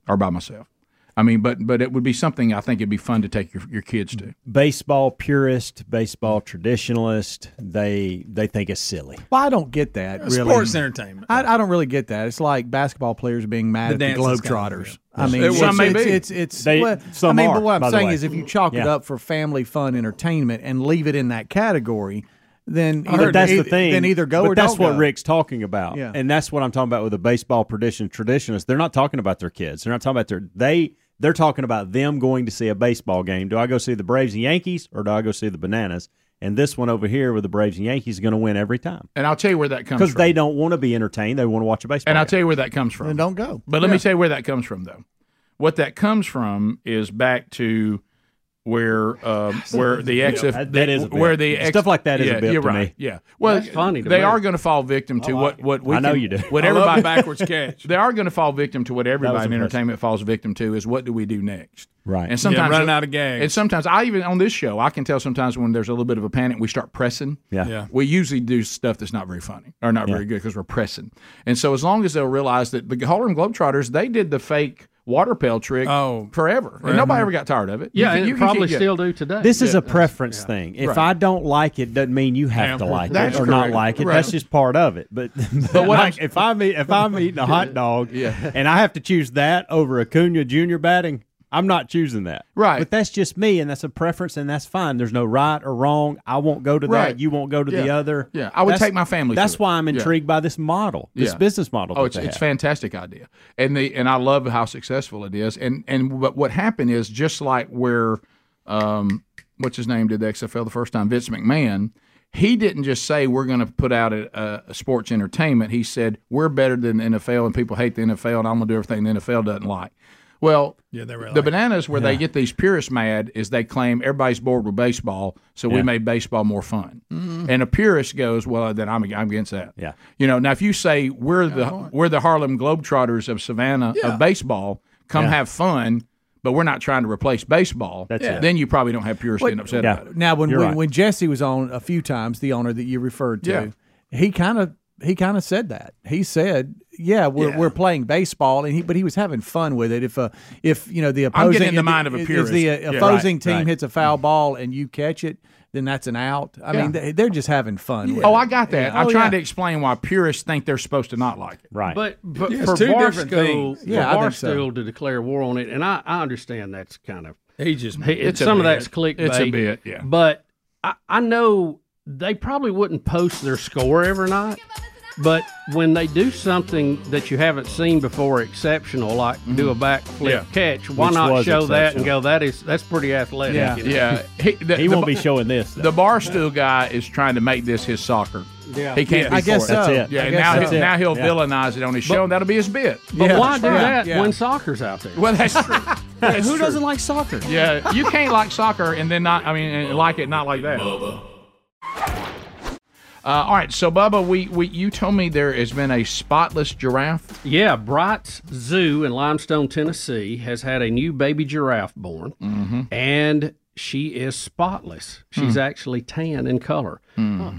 Speaker 1: or by myself. I mean, but but it would be something I think it'd be fun to take your, your kids to.
Speaker 3: Baseball purist, baseball traditionalist, they they think it's silly.
Speaker 6: Well, I don't get that.
Speaker 3: Yeah,
Speaker 6: Really.
Speaker 3: Uh, sports
Speaker 4: entertainment.
Speaker 6: I, I don't really get that. It's like basketball players being mad
Speaker 3: The
Speaker 6: at the
Speaker 3: dance is
Speaker 6: Globetrotters.
Speaker 3: kind
Speaker 6: I
Speaker 3: of
Speaker 6: mean,
Speaker 3: real.
Speaker 6: it's,
Speaker 3: It was-
Speaker 6: it's,
Speaker 3: Some may be.
Speaker 6: it's, it's-
Speaker 3: They-
Speaker 6: well, I
Speaker 3: some
Speaker 6: mean,
Speaker 3: are,
Speaker 6: but what
Speaker 3: by
Speaker 6: I'm
Speaker 3: the
Speaker 6: saying
Speaker 3: way.
Speaker 6: is, if you chalk it
Speaker 3: Yeah.
Speaker 6: up for family fun entertainment and leave it in that category, then
Speaker 3: But that's
Speaker 6: e-
Speaker 3: the thing.
Speaker 6: Then either go
Speaker 3: but
Speaker 6: or
Speaker 3: that's
Speaker 6: don't
Speaker 3: what
Speaker 6: go.
Speaker 3: Rick's talking about,
Speaker 6: Yeah.
Speaker 3: and that's what I'm talking about with the baseball tradition traditionalists. They're not talking about their kids. They're not talking about their they. They're talking about them going to see a baseball game. Do I go see the Braves and Yankees, or do I go see the Bananas? And this one over here with the Braves and Yankees is going to win every time
Speaker 1: And I'll tell you where that comes
Speaker 3: because
Speaker 1: from.
Speaker 3: they don't want to be entertained. They want to watch a baseball.
Speaker 1: and I'll
Speaker 3: game.
Speaker 1: tell you where that comes from.
Speaker 6: Then don't go.
Speaker 1: But let me tell you where that comes from, though. What that comes from is back to where um, where the ex
Speaker 3: Yeah, that- that is a bit.
Speaker 1: where the ex-
Speaker 3: Stuff like that is a
Speaker 1: yeah,
Speaker 3: bit
Speaker 1: you're
Speaker 3: to me.
Speaker 1: right. Yeah. Well,
Speaker 3: That's funny to
Speaker 1: they
Speaker 3: me.
Speaker 1: are going to fall victim to what what we
Speaker 3: I know
Speaker 1: can-
Speaker 3: you do.
Speaker 1: What
Speaker 3: I love
Speaker 1: everybody
Speaker 3: it.
Speaker 1: backwards catch. They are going to fall victim to what everybody in
Speaker 3: impressive.
Speaker 1: entertainment falls victim to is what do we do next?
Speaker 3: Right.
Speaker 1: And sometimes
Speaker 4: running out of gags.
Speaker 1: And sometimes I even on this show I can tell sometimes when there's a little bit of a panic we start pressing.
Speaker 3: Yeah. Yeah.
Speaker 1: We usually do stuff that's not very funny or not
Speaker 3: Yeah.
Speaker 1: very good because we're pressing. And so as long as they'll realize that the Harlem Globetrotters they did the fake water pail trick
Speaker 3: Oh,
Speaker 1: forever and
Speaker 3: forever.
Speaker 1: nobody ever got tired of it.
Speaker 2: Yeah,
Speaker 1: can-
Speaker 2: and it
Speaker 1: can
Speaker 2: probably
Speaker 1: keep-
Speaker 2: still do today.
Speaker 3: This is
Speaker 1: Yeah.
Speaker 3: a preference thing. If
Speaker 1: Right.
Speaker 3: I don't like it, doesn't mean you have to
Speaker 1: Yeah,
Speaker 3: like
Speaker 1: that's
Speaker 3: it or not
Speaker 1: correct.
Speaker 3: like it.
Speaker 1: Right.
Speaker 3: That's just part of it. But
Speaker 1: But what
Speaker 3: like, if I'm eat- if I'm eating a hot dog and I have to choose that over Acuna Junior batting, I'm not choosing that.
Speaker 1: Right.
Speaker 3: But that's just me, and that's a preference, and that's fine. There's no right or wrong. I won't go to
Speaker 1: Right.
Speaker 3: that. You won't go to the
Speaker 1: Yeah.
Speaker 3: other.
Speaker 1: Yeah. I would
Speaker 3: That's-
Speaker 1: take my family to
Speaker 3: That's
Speaker 1: it.
Speaker 3: why I'm
Speaker 1: Yeah.
Speaker 3: intrigued by this model, this
Speaker 1: Yeah.
Speaker 3: business model.
Speaker 1: Oh,
Speaker 3: that
Speaker 1: it's
Speaker 3: they
Speaker 1: it's
Speaker 3: have.
Speaker 1: fantastic idea, and the and I love how successful it is. And and but what happened is just like where, um, what's his name did the XFL the first time, Vince McMahon. He didn't just say we're going to put out a, a sports entertainment. He said we're better than the NFL, and people hate the NFL, and I'm going to do everything the NFL doesn't like. Well,
Speaker 4: Yeah, they were
Speaker 1: the bananas where they get these purists mad is they claim everybody's bored with baseball, so we
Speaker 4: Yeah.
Speaker 1: made baseball more fun. Mm-hmm. And a purist goes, "Well, then I'm, I'm against that." Yeah. You know, now if you say we're the we're the Harlem Globetrotters of Savannah
Speaker 4: Yeah.
Speaker 1: of baseball, come
Speaker 4: Yeah.
Speaker 1: have fun, but we're not trying to replace baseball.
Speaker 16: That's
Speaker 4: it.
Speaker 1: Then you probably don't have purists getting upset about it.
Speaker 16: Now, when when, when Jesse was on a few times, the owner that you referred to,
Speaker 1: Yeah.
Speaker 16: he kind of he kind of said that. He said, "Yeah, we're, we're playing baseball," and he but he was having fun with it. If uh, if you know the
Speaker 1: I'm
Speaker 16: opposing
Speaker 1: getting in the mind of a
Speaker 16: if- if
Speaker 1: purist.
Speaker 16: the
Speaker 1: Yeah.
Speaker 16: uh, opposing
Speaker 1: Right,
Speaker 16: team
Speaker 1: right.
Speaker 16: hits a foul ball and you catch it, then that's an out. I
Speaker 1: Yeah.
Speaker 16: mean, they, they're just having fun. With
Speaker 1: Oh,
Speaker 16: it.
Speaker 1: I got that.
Speaker 16: Yeah.
Speaker 1: I'm
Speaker 16: Oh,
Speaker 1: trying
Speaker 16: yeah.
Speaker 1: to explain why purists think they're supposed to not like it.
Speaker 3: Right.
Speaker 2: But, but
Speaker 4: Yeah, it's
Speaker 2: for
Speaker 4: two different
Speaker 2: Barstool,
Speaker 4: things.
Speaker 2: for
Speaker 4: Yeah, I think so.
Speaker 2: Barstool to declare war on it, and I, I understand that's kind of
Speaker 4: He just-
Speaker 2: he-
Speaker 4: it's a
Speaker 2: some of
Speaker 4: bit.
Speaker 2: that's clickbait.
Speaker 4: It's a bit, yeah.
Speaker 2: But I, I know they probably wouldn't post their score every night, but when they do something that you haven't seen before exceptional, like do a backflip
Speaker 1: Mm-hmm. Yeah.
Speaker 2: catch, why
Speaker 1: Which
Speaker 2: not
Speaker 1: was
Speaker 2: show that and
Speaker 1: exceptional.
Speaker 2: go that is that's pretty athletic. you know?
Speaker 1: yeah.
Speaker 3: He won't be showing this,
Speaker 1: The barstool guy is trying to make this his soccer.
Speaker 2: Yeah.
Speaker 1: he can't.
Speaker 2: Yeah.
Speaker 1: be
Speaker 2: I guess
Speaker 1: for it.
Speaker 2: so. That's it.
Speaker 1: Yeah,
Speaker 2: I
Speaker 1: and
Speaker 2: guess
Speaker 1: now
Speaker 2: so.
Speaker 1: he'll-
Speaker 2: That's it.
Speaker 1: now he'll
Speaker 2: Yeah.
Speaker 1: villainize it on his
Speaker 2: But-
Speaker 1: show, and that'll be his bit.
Speaker 2: But why do that
Speaker 1: Yeah.
Speaker 2: when soccer's out there?
Speaker 1: Well, that's true. That's
Speaker 12: who
Speaker 1: true.
Speaker 12: doesn't like soccer?
Speaker 1: Yeah, you can't like soccer and then not. I mean, and like it not like that. Uh, all right, so Bubba, we, we you told me there has been a spotless giraffe.
Speaker 2: Yeah, Bright's Zoo in Limestone, Tennessee has had a new baby giraffe born,
Speaker 1: Mm-hmm.
Speaker 2: and she is spotless. She's
Speaker 12: Hmm.
Speaker 2: actually tan in color.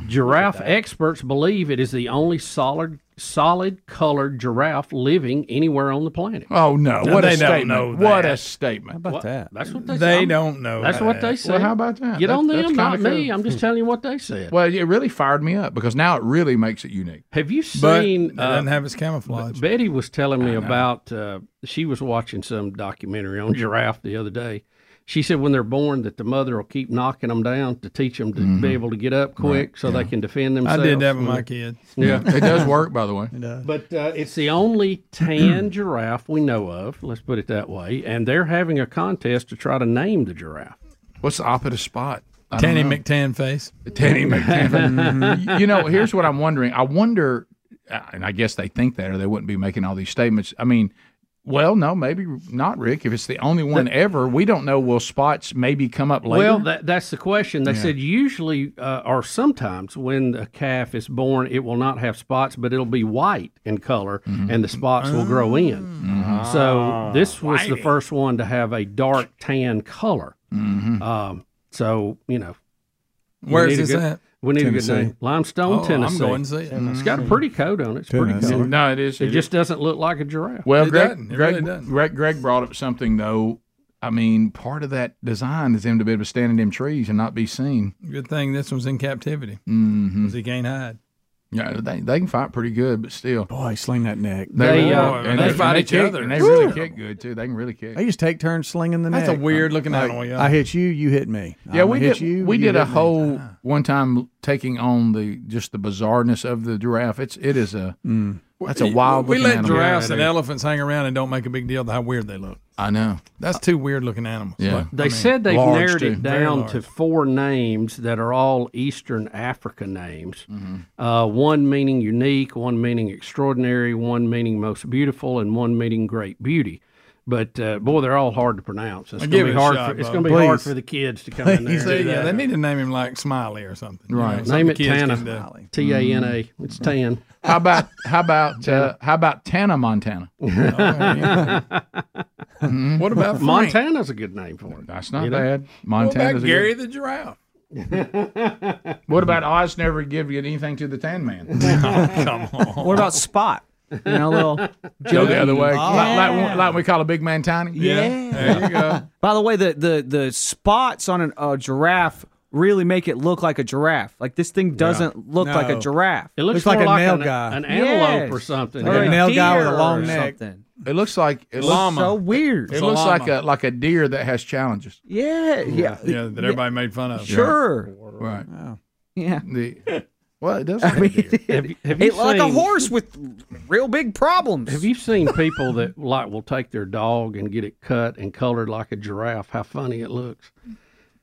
Speaker 2: Giraffe experts believe it is the only solid solid colored giraffe living anywhere on the planet.
Speaker 1: Oh no!
Speaker 4: No,
Speaker 1: what a
Speaker 4: they don't
Speaker 1: statement!
Speaker 4: know
Speaker 1: What
Speaker 4: that.
Speaker 1: a statement!
Speaker 4: How about
Speaker 2: What?
Speaker 4: that?
Speaker 2: That's what they.
Speaker 4: They
Speaker 2: I'm-
Speaker 4: don't know
Speaker 2: That's what
Speaker 4: that.
Speaker 2: they said.
Speaker 1: Well, how about that?
Speaker 2: Get
Speaker 1: That-
Speaker 2: on
Speaker 1: that's
Speaker 2: them, not
Speaker 1: kinda
Speaker 2: me.
Speaker 1: cool.
Speaker 2: I'm just telling you what they said.
Speaker 1: Well, it really fired me up because now it really makes it unique.
Speaker 2: Have you
Speaker 4: But
Speaker 2: seen? uh,
Speaker 4: it doesn't have its camouflage.
Speaker 2: Betty was telling me
Speaker 4: I know.
Speaker 2: about. Uh, she was watching some documentary on giraffe the other day. She said when they're born that the mother will keep knocking them down to teach them to
Speaker 1: Mm-hmm.
Speaker 2: be able to get up quick so they can defend
Speaker 4: I
Speaker 2: themselves.
Speaker 4: did that with
Speaker 2: when-
Speaker 4: my kid.
Speaker 2: Yeah,
Speaker 1: it does work, by the way.
Speaker 2: But uh, it's the only tan giraffe we know of. Let's put it that way. And they're having a contest to try to name the giraffe.
Speaker 1: What's the opposite spot? I don't
Speaker 4: Tanny
Speaker 1: know.
Speaker 4: McTan face.
Speaker 1: Tanny McTan. you know, here's what I'm wondering. I wonder, uh, and I guess they think that, or they wouldn't be making all these statements. I mean, well, no, maybe not, Rick. If it's the only one ever, we don't know. Will spots maybe come up later?
Speaker 2: Well, that, that's the question. They
Speaker 1: Yeah.
Speaker 2: said usually uh, or sometimes when the calf is born, it will not have spots, but it'll be white in color,
Speaker 1: Mm-hmm.
Speaker 2: and the spots will grow in.
Speaker 4: Ah,
Speaker 2: So this was the first one to have a dark tan color.
Speaker 1: Mm-hmm.
Speaker 2: Um, so you know, we
Speaker 4: Where
Speaker 2: need
Speaker 4: is
Speaker 2: a
Speaker 4: this
Speaker 2: good-
Speaker 4: at?
Speaker 2: We need
Speaker 4: Tennessee.
Speaker 2: a good name. Limestone,
Speaker 4: Oh, I'm
Speaker 2: Tennessee.
Speaker 4: going to see it.
Speaker 2: It's got a
Speaker 1: Mm-hmm.
Speaker 2: pretty coat on it. It's
Speaker 4: Tennessee.
Speaker 2: pretty cool.
Speaker 1: No, it is-
Speaker 2: It,
Speaker 1: it
Speaker 2: just
Speaker 1: is.
Speaker 2: doesn't look like a giraffe.
Speaker 1: Well, Greg,
Speaker 4: doesn't. It
Speaker 1: Greg,
Speaker 4: really doesn't.
Speaker 1: Greg, Greg brought up something though. I mean, part of that design is them to be able to stand in them trees and not be seen.
Speaker 4: Good thing this one's in captivity.
Speaker 1: Mm-hmm.
Speaker 4: 'cause He can't hide.
Speaker 1: Yeah, they, they can fight pretty good, but still,
Speaker 16: boy, sling that neck.
Speaker 1: They,
Speaker 16: They, uh,
Speaker 1: and
Speaker 16: they
Speaker 1: they,
Speaker 16: fight
Speaker 1: and they
Speaker 16: each
Speaker 1: kick,
Speaker 16: other.
Speaker 1: and they
Speaker 16: Woo.
Speaker 1: really kick good too. They can really kick.
Speaker 16: They just take turns slinging the neck.
Speaker 1: That's a weird looking
Speaker 16: Like,
Speaker 1: animal, yeah.
Speaker 16: I hit you, you hit me.
Speaker 1: Yeah,
Speaker 16: I'ma
Speaker 1: we
Speaker 16: hit
Speaker 1: did.
Speaker 16: You,
Speaker 1: we
Speaker 16: you
Speaker 1: did a
Speaker 16: hit me.
Speaker 1: whole one time taking on the just the bizarreness of the giraffe. It's it is a
Speaker 16: Mm.
Speaker 1: that's a wild.
Speaker 4: We
Speaker 1: looking
Speaker 4: let
Speaker 1: animal.
Speaker 4: giraffes and elephants hang around and don't make a big deal of how weird they look.
Speaker 1: I know.
Speaker 4: That's two weird looking animals.
Speaker 1: Yeah.
Speaker 4: Look,
Speaker 2: They
Speaker 4: I mean,
Speaker 2: said they've
Speaker 4: large,
Speaker 2: narrowed
Speaker 4: too.
Speaker 2: it
Speaker 4: Very
Speaker 2: down
Speaker 4: large.
Speaker 2: to four names that are all Eastern Africa names.
Speaker 4: Mm-hmm.
Speaker 2: Uh, one meaning unique, one meaning extraordinary, one meaning most beautiful, and one meaning great beauty. But uh, boy, they're all hard to pronounce. It's going
Speaker 4: I'll give
Speaker 2: to
Speaker 4: it
Speaker 2: be
Speaker 4: a
Speaker 2: hard.
Speaker 4: shot,
Speaker 2: for, it's
Speaker 4: Bubba.
Speaker 2: going to be hard
Speaker 4: Please.
Speaker 2: for the kids to come in there. and
Speaker 4: See,
Speaker 2: do
Speaker 4: yeah,
Speaker 2: that.
Speaker 4: they need to name him like Smiley or something. you know,
Speaker 2: Right.
Speaker 4: something
Speaker 2: Name it
Speaker 4: kids can do.
Speaker 2: Tana. T A
Speaker 1: Mm-hmm.
Speaker 2: N A.
Speaker 4: Mm-hmm.
Speaker 2: It's Tan.
Speaker 1: How about how about uh, how about Tana Montana? Mhm.
Speaker 2: What
Speaker 4: about Frank?
Speaker 2: Mm-hmm. Montana's a good name for it.
Speaker 1: That's not
Speaker 2: You know?
Speaker 1: bad. Montana's a good-
Speaker 4: Gary the giraffe.
Speaker 1: What about Oz never give you anything to the Tan Man?
Speaker 4: Oh, come on. What about
Speaker 1: Spot?
Speaker 4: You
Speaker 1: know, little Go
Speaker 4: jokey.
Speaker 1: the other way.
Speaker 4: Oh.
Speaker 1: Like, like-
Speaker 4: Yeah.
Speaker 1: like we call a big man tiny. There you go.
Speaker 12: By the way, the the the spots on a uh, giraffe really make it look like a giraffe. Like this thing doesn't look like a
Speaker 2: No.
Speaker 12: giraffe.
Speaker 2: It looks Looks like more a like nail an- guy. an antelope or something. Or a
Speaker 1: deer or something. It looks like it
Speaker 12: It's
Speaker 1: looks
Speaker 12: so weird.
Speaker 1: It
Speaker 12: It's a
Speaker 1: looks like
Speaker 12: llama.
Speaker 1: a like a deer that has challenges.
Speaker 12: Yeah, yeah,
Speaker 4: Yeah, that everybody made fun of.
Speaker 12: Sure.
Speaker 1: Right.
Speaker 12: Yeah.
Speaker 1: The, well, it does.
Speaker 12: I mean,
Speaker 2: Have you- have
Speaker 12: it
Speaker 2: you
Speaker 12: looked like a
Speaker 2: seen-
Speaker 12: horse with real big problems.
Speaker 2: Have you seen people that like will take their dog and get it cut and colored like a giraffe? How funny it looks.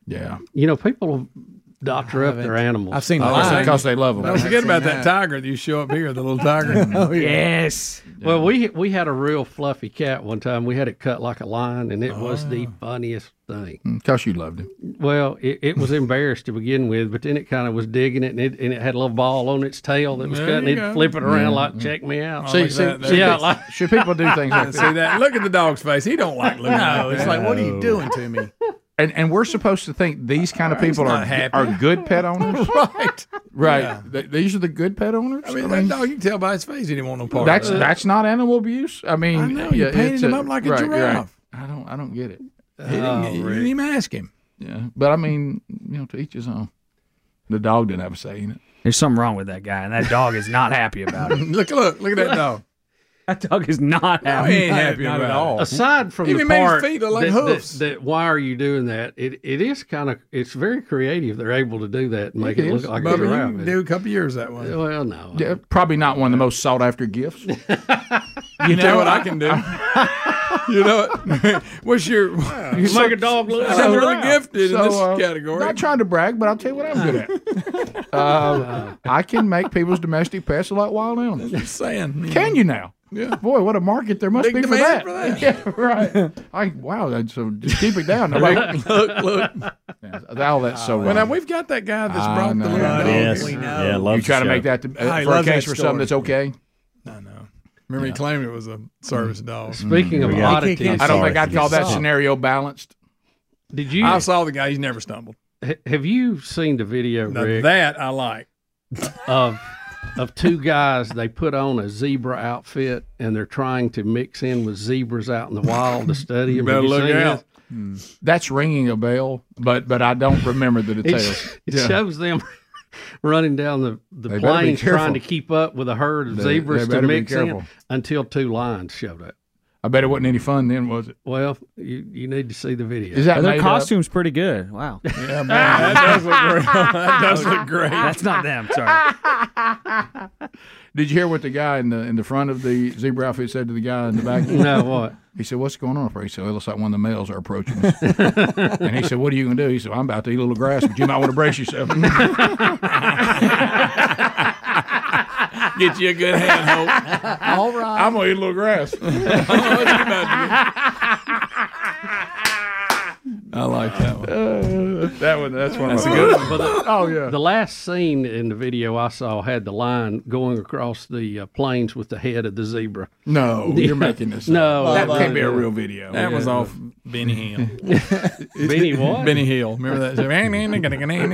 Speaker 1: Yeah.
Speaker 2: You know, people doctor up their animals.
Speaker 4: Don't forget about that tiger that you show up here, the little tiger.
Speaker 2: Oh, Yes. Well, we we had a real fluffy cat one time. We had it cut like a lion, and it was the funniest thing.
Speaker 1: Because mm, you loved him.
Speaker 2: Well, it, it was embarrassed to begin with, but then it kind of was digging it, and it, and it had a little ball on its tail that was
Speaker 4: There
Speaker 2: cutting.
Speaker 4: you
Speaker 2: It'd
Speaker 4: go.
Speaker 2: flip it around
Speaker 4: Yeah.
Speaker 2: like, check me out.
Speaker 4: See, see, see,
Speaker 2: yeah,
Speaker 4: see,
Speaker 2: like,
Speaker 1: should people do things like
Speaker 4: See that? Look at the dog's face. He don't like looking.
Speaker 1: No,
Speaker 4: like
Speaker 1: it's
Speaker 4: that.
Speaker 1: like, what are you doing
Speaker 4: to me?
Speaker 1: And and we're supposed to think these kind of people
Speaker 4: he's
Speaker 1: are
Speaker 4: not happy.
Speaker 1: are good pet owners,
Speaker 4: right?
Speaker 1: Right.
Speaker 4: Yeah.
Speaker 1: Th- these are the good pet owners.
Speaker 4: I mean, that dog, you can tell by his face he didn't want no part
Speaker 1: that's
Speaker 4: of it.
Speaker 1: that's not animal abuse. I mean,
Speaker 4: I know, you're
Speaker 1: yeah,
Speaker 4: painting
Speaker 1: it's
Speaker 4: him up like a
Speaker 1: right,
Speaker 4: giraffe.
Speaker 1: right. I don't I don't get it. Oh,
Speaker 4: He didn't, you didn't even ask him.
Speaker 1: Yeah, but I mean, you know, to each his own. The dog didn't have a say in it.
Speaker 12: There's something wrong with that guy, and that dog is not happy about it.
Speaker 4: look, look, look at that dog.
Speaker 12: That dog is not happy.
Speaker 4: he ain't happy about it.
Speaker 2: Aside from
Speaker 4: Even
Speaker 2: the
Speaker 4: made his
Speaker 2: part
Speaker 4: feet look like
Speaker 2: that, that-
Speaker 4: hoofs.
Speaker 2: That, why are you doing that? It it is kind of it's very creative. They're able to do that and make it, look like a
Speaker 4: Bubba,
Speaker 2: giraffe.
Speaker 4: you can do a couple years that way.
Speaker 2: Well, no.
Speaker 1: Yeah, probably not one of the most sought after gifts. you
Speaker 4: You know what I can do? you know what? What's your?
Speaker 1: You make a dog look
Speaker 4: I'm
Speaker 1: like a
Speaker 4: really
Speaker 1: giraffe.
Speaker 4: gifted in this
Speaker 1: So, uh,
Speaker 4: category.
Speaker 1: not trying to brag, but I'll tell you what I'm good at. Uh, I can make people's domestic pets look like wild animals.
Speaker 4: Just saying.
Speaker 1: Can you now?
Speaker 4: Yeah.
Speaker 1: Boy, what a market there must
Speaker 4: Big
Speaker 1: be for that.
Speaker 4: demand for that.
Speaker 1: Yeah, right. I wow. that- So just keep it down. Nobody-
Speaker 4: look, look, look.
Speaker 1: All that's so
Speaker 4: Well, now
Speaker 1: wrong.
Speaker 4: we've got that guy that's
Speaker 1: I
Speaker 4: brought the
Speaker 1: know.
Speaker 4: little dog.
Speaker 1: Yes.
Speaker 4: We
Speaker 1: Yeah,
Speaker 4: know.
Speaker 1: loves You try to the make show. that to- for a case for something that's okay?
Speaker 4: I know. Remember, he claimed it was a service
Speaker 1: Mm.
Speaker 4: dog.
Speaker 2: Speaking of oddities,
Speaker 1: I don't think I'd call that scenario balanced.
Speaker 2: Did you?
Speaker 4: I saw the guy. He's never stumbled.
Speaker 2: Ha- Have you seen the video,
Speaker 4: Now,
Speaker 2: Rick,
Speaker 4: that I like.
Speaker 2: of of two guys? They put on a zebra outfit and they're trying to mix in with zebras out in the wild to study.
Speaker 1: You
Speaker 2: them.
Speaker 1: better
Speaker 2: Have you
Speaker 1: look
Speaker 2: seen
Speaker 1: out.
Speaker 2: this?
Speaker 1: That's ringing a bell, but but I don't remember the
Speaker 2: It,
Speaker 1: details.
Speaker 2: sh- it shows them running down the the
Speaker 1: They better be
Speaker 2: plains trying
Speaker 1: careful.
Speaker 2: to keep up with a herd of
Speaker 1: They- they
Speaker 2: zebras to
Speaker 1: better be
Speaker 2: mix in
Speaker 1: careful.
Speaker 2: until two lions showed up.
Speaker 1: I bet it wasn't any fun then, was it?
Speaker 2: Well, you, you need to see the video.
Speaker 1: Is that Their made up?
Speaker 12: costume's pretty good. Wow.
Speaker 4: Yeah, man, that does look great. That does look great.
Speaker 12: That's not them. Sorry.
Speaker 1: Did you hear what the guy in the in the front of the zebra outfit said to the guy in the back?
Speaker 2: No, what?
Speaker 1: He said, "What's going on?" Up here? He said, well, "It looks like one of the males are approaching us." and he said, "What are you going to do?" He said, "I'm about to eat a little grass, but you might want to brace yourself."
Speaker 4: Get you a good hand, Hope.
Speaker 1: All right. I'm gonna eat a little grass.
Speaker 4: I like that one.
Speaker 1: that one. That's one. of
Speaker 4: That's a
Speaker 1: my
Speaker 4: good
Speaker 1: favorites.
Speaker 4: one.
Speaker 1: oh yeah.
Speaker 2: The last scene in the video I saw had the lion going across the uh, plains with the head of the zebra.
Speaker 1: No,
Speaker 2: Yeah.
Speaker 1: you're making this. up.
Speaker 2: No,
Speaker 1: that
Speaker 2: no,
Speaker 1: can't be a
Speaker 2: no.
Speaker 1: real video.
Speaker 4: That was
Speaker 2: Yeah.
Speaker 4: off Benny Hill.
Speaker 2: Benny what?
Speaker 4: Benny Hill. Remember that?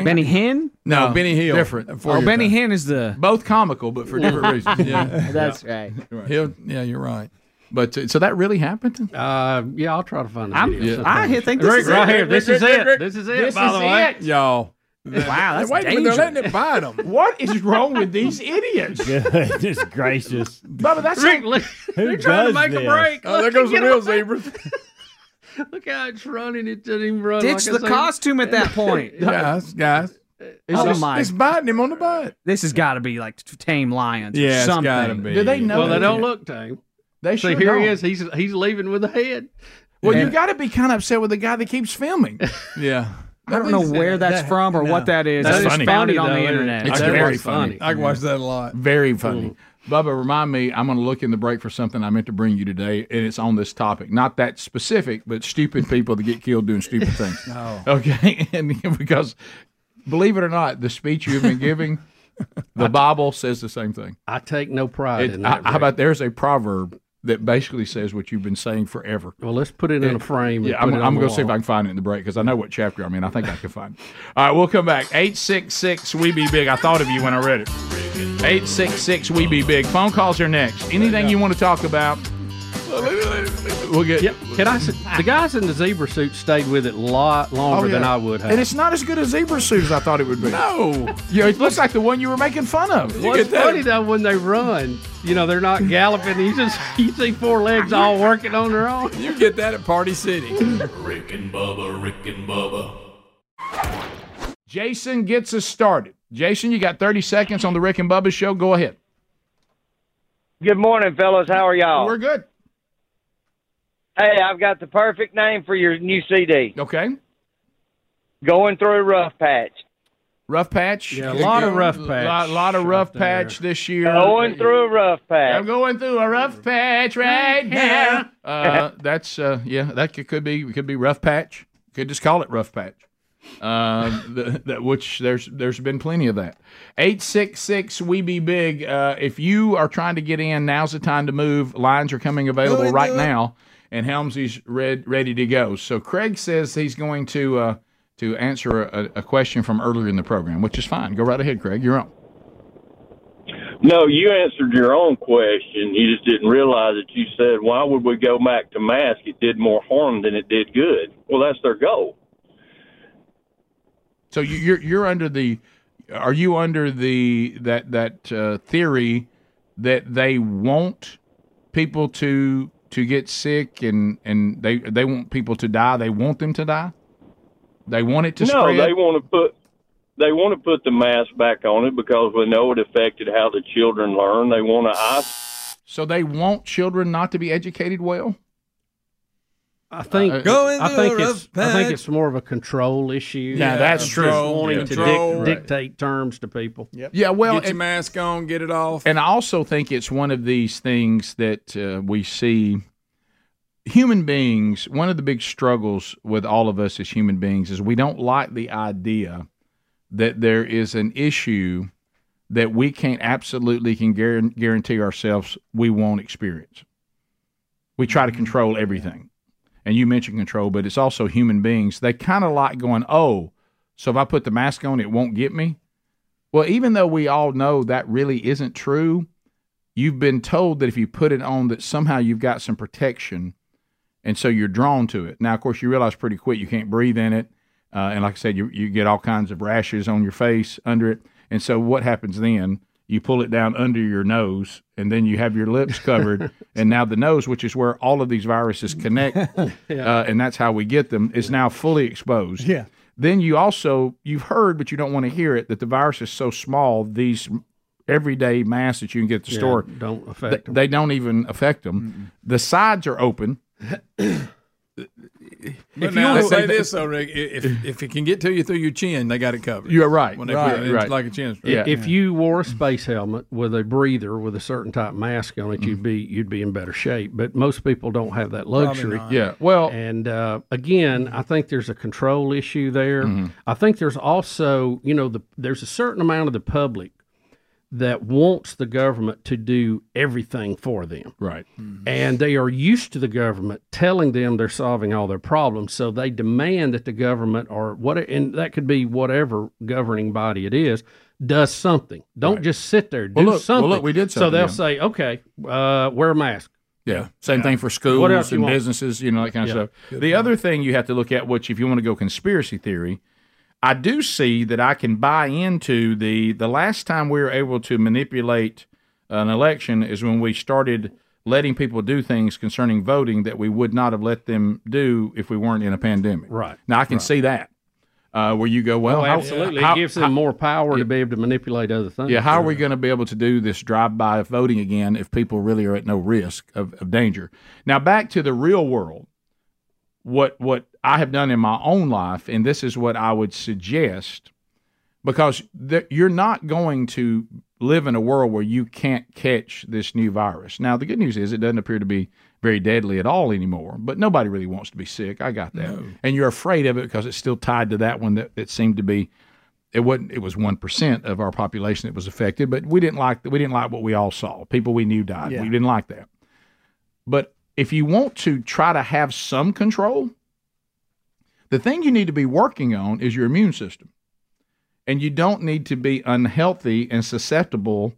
Speaker 12: Benny Hinn?
Speaker 4: No, Benny Hill.
Speaker 1: Different.
Speaker 4: For
Speaker 12: Oh,
Speaker 4: your
Speaker 12: Benny
Speaker 4: time.
Speaker 12: Hinn is the
Speaker 1: both comical, but for different reasons.
Speaker 4: Yeah.
Speaker 12: That's
Speaker 4: Yeah.
Speaker 12: right.
Speaker 4: Hill. Yeah, you're right.
Speaker 1: But uh, so that really happened.
Speaker 2: Uh, yeah, I'll try to find the
Speaker 4: I'm-
Speaker 2: video.
Speaker 4: yeah. I
Speaker 2: sometime.
Speaker 4: think this
Speaker 2: Rick,
Speaker 4: is
Speaker 2: right
Speaker 4: it.
Speaker 2: here. This
Speaker 4: Rick,
Speaker 2: is
Speaker 4: Rick,
Speaker 2: it.
Speaker 4: Rick, Rick.
Speaker 2: This is it.
Speaker 4: This
Speaker 2: by the
Speaker 4: is
Speaker 2: way,
Speaker 4: it. Y'all.
Speaker 12: Wow, that's
Speaker 4: Wait, but they're letting
Speaker 12: dangerous.
Speaker 4: it bite them.
Speaker 1: What is wrong with these idiots?
Speaker 3: Goodness gracious.
Speaker 1: Bubba, that's
Speaker 2: Rick, look,
Speaker 3: Who
Speaker 2: they're trying to
Speaker 3: does
Speaker 2: make
Speaker 3: this?
Speaker 2: a break.
Speaker 4: Oh, there
Speaker 2: Look,
Speaker 4: goes the
Speaker 2: get
Speaker 4: real
Speaker 2: away.
Speaker 4: zebras.
Speaker 2: Look how it's running. It didn't even run.
Speaker 12: Ditch
Speaker 2: like a
Speaker 12: the
Speaker 2: zebra.
Speaker 12: costume at that point.
Speaker 4: guys, guys.
Speaker 12: oh my!
Speaker 4: biting him on the butt.
Speaker 12: This has got to be like t- tame lions.
Speaker 4: Yeah,
Speaker 12: or
Speaker 4: it's
Speaker 12: something.
Speaker 4: gotta be. Do they know
Speaker 2: Well, they
Speaker 4: that-
Speaker 2: don't look tame.
Speaker 1: They
Speaker 2: so
Speaker 1: sure
Speaker 2: here he
Speaker 1: don't.
Speaker 2: is. He's he's leaving with a head.
Speaker 1: Well, you got to be kind of upset with the guy that keeps filming.
Speaker 4: Yeah.
Speaker 12: I don't know where that's from or what that is.
Speaker 1: That's
Speaker 12: I just
Speaker 1: funny.
Speaker 12: found it on
Speaker 1: Funny,
Speaker 12: the
Speaker 1: though,
Speaker 12: internet.
Speaker 1: It's
Speaker 4: I can
Speaker 1: very
Speaker 4: watch-
Speaker 1: funny.
Speaker 4: I can watch that a lot.
Speaker 1: Very funny. Bubba, remind me, I'm going to look in the break for something I meant to bring you today, and it's on this topic. Not that specific, but stupid people that get killed doing stupid things.
Speaker 4: No.
Speaker 1: Okay. And because believe it or not, the speech you've been giving, the Bible says the same thing.
Speaker 2: I take no pride
Speaker 1: It-
Speaker 2: in
Speaker 1: I-
Speaker 2: that.
Speaker 1: how about there's a proverb that basically says what you've been saying forever.
Speaker 2: Well, let's put it in a frame and
Speaker 1: Yeah, I'm,
Speaker 2: put it on
Speaker 1: I'm
Speaker 2: the
Speaker 1: going to see if
Speaker 2: wall.
Speaker 1: I can find it in the break because I know what chapter I'm in. I think I can find it. All right, we'll come back. 866 We Be Big. I thought of you when I read it. 866 We Be Big. Phone calls are next. Anything you want to talk about, we'll get.
Speaker 2: Yep. Can I? s- The guys in the zebra suit stayed with it a lot longer
Speaker 1: Oh, yeah.
Speaker 2: than I would have.
Speaker 1: And it's not as good a zebra suit as I thought it would be. No. yeah, it looks like the one you were making fun of. You
Speaker 2: What's
Speaker 1: get that-
Speaker 2: funny though when they run, you know they're not galloping. You just you see four legs all working on their own.
Speaker 4: You get that at Party City.
Speaker 5: Rick and Bubba, Rick and Bubba.
Speaker 1: Jason gets us started. Jason, you got 30 seconds on the Rick and Bubba show. Go ahead.
Speaker 17: Good morning, fellas. How are y'all?
Speaker 1: We're good.
Speaker 17: Hey, I've got the perfect name for your new CD.
Speaker 1: Okay.
Speaker 17: Going through rough patch.
Speaker 1: Rough patch. Yeah,
Speaker 17: a lot of rough
Speaker 1: A lot,
Speaker 17: patch
Speaker 1: lot of rough patch this year.
Speaker 17: Going through a rough patch.
Speaker 1: I'm going through a rough patch right now. Uh, that's uh, yeah. That could, could be could be rough patch. Could just call it rough patch. Uh, the, that which there's there's been plenty of that. Eight six six we be big. Uh, if you are trying to get in, now's the time to move. Lines are coming available
Speaker 4: Do it,
Speaker 1: right
Speaker 4: do it.
Speaker 1: now, and Helmsy's red, ready to go. So Craig says he's going to uh, to answer a, a question from earlier in the program, which is fine. Go right ahead, Craig. You're on.
Speaker 18: No, you answered your own question. You just didn't realize that you said, why would we go back to mask? It did more harm than it did good. Well, that's their goal.
Speaker 1: So you, you're you're under the, are you under the that that uh, theory that they want people to to get sick and and they they want people to die. They want them to die. They want it to
Speaker 18: no,
Speaker 1: spread.
Speaker 18: they want to put they want to put the mask back on it because we know it affected how the children learn. They want to isolate.
Speaker 1: so they want children not to be educated well.
Speaker 2: I think
Speaker 1: Uh, Going
Speaker 2: I
Speaker 1: through
Speaker 2: think
Speaker 1: a
Speaker 2: it's
Speaker 1: rough
Speaker 2: I think
Speaker 1: patch.
Speaker 2: it's more of a control issue.
Speaker 1: Yeah, that's
Speaker 2: Just
Speaker 1: true.
Speaker 2: Wanting
Speaker 1: Yeah.
Speaker 2: to
Speaker 1: Control.
Speaker 2: dic- dictate terms to people.
Speaker 1: Yep. Yeah, well,
Speaker 4: get your
Speaker 1: and-
Speaker 4: mask on, get it off.
Speaker 1: And I also think it's one of these things that uh, we see human beings. One of the big struggles with all of us as human beings is we don't like the idea that there is an issue that we can't absolutely can guaran- guarantee ourselves we won't experience. We try to control everything. And you mentioned control, but it's also human beings. They kind of like going, oh, so if I put the mask on, it won't get me. Well, even though we all know that really isn't true, you've been told that if you put it on, that somehow you've got some protection. And so you're drawn to it. Now, of course, you realize pretty quick you can't breathe in it. Uh, and like I said, you, you get all kinds of rashes on your face under it. And so what happens then? You pull it down under your nose, and then you have your lips covered. and now the nose, which is where all of these viruses connect, uh, and that's how we get them, is now fully exposed. Yeah. Then you also you've heard, but you don't want to hear it, that the virus is so small these everyday masks that you can get at the
Speaker 2: Yeah,
Speaker 1: store
Speaker 2: don't affect
Speaker 1: th-
Speaker 2: them.
Speaker 1: They don't even affect them. The sides are open.
Speaker 4: But
Speaker 1: If you
Speaker 4: now
Speaker 1: wanna-
Speaker 4: they say
Speaker 1: they-
Speaker 4: this though, Rick. i- If if it can get to you through your chin, they got it covered.
Speaker 1: You're right.
Speaker 4: When they put it in, like a chin strap.
Speaker 2: If- If you wore a space helmet with a breather with a certain type mask on it,
Speaker 4: Mm-hmm.
Speaker 2: you'd be you'd be in better shape. But most people don't have that
Speaker 1: Probably
Speaker 2: luxury.
Speaker 1: not. Yeah, Well,
Speaker 2: and uh, again, I think there's a control issue there.
Speaker 1: Mhm.
Speaker 2: I think there's also you know the there's a certain amount of the public that wants the government to do everything for them.
Speaker 1: Right.
Speaker 2: And they are used to the government telling them they're solving all their problems. So they demand that the government or what, and that could be whatever governing body it is, does something. Don't just sit there. Do
Speaker 1: Well, look- well,
Speaker 2: something.
Speaker 1: look, we did
Speaker 2: So
Speaker 1: something,
Speaker 2: they'll
Speaker 1: yeah.
Speaker 2: say, okay, uh, wear a mask.
Speaker 1: Yeah. Same thing for schools
Speaker 2: What else you
Speaker 1: and
Speaker 2: want?
Speaker 1: businesses, you know, that kind of
Speaker 2: Yeah.
Speaker 1: stuff. the other thing you have to look at, which if you want to go conspiracy theory, I do see that I can buy into the the last time we were able to manipulate an election is when we started letting people do things concerning voting that we would not have let them do if we weren't in a pandemic.
Speaker 2: Right.
Speaker 1: Now I can
Speaker 2: Right.
Speaker 1: see that. Uh, where you go, well,
Speaker 2: oh,
Speaker 1: how-
Speaker 2: absolutely.
Speaker 1: how-
Speaker 2: it gives them more power to be able to manipulate other things.
Speaker 1: Yeah, how are we going to be able to do this drive-by voting again if people really are at no risk of, of danger? Now, back to the real world. What what I have done in my own life, and this is what I would suggest, because th- you're not going to live in a world where you can't catch this new virus. Now, the good news is it doesn't appear to be very deadly at all anymore, but nobody really wants to be sick. I got that.
Speaker 4: No.
Speaker 1: And you're afraid of it because it's still tied to that one that, that seemed to be it wasn't it was 1% of our population that was affected, but we didn't like we didn't like what we all saw. People we knew died.
Speaker 4: Yeah.
Speaker 1: We didn't like that. But if you want to try to have some control, the thing you need to be working on is your immune system. And you don't need to be unhealthy and susceptible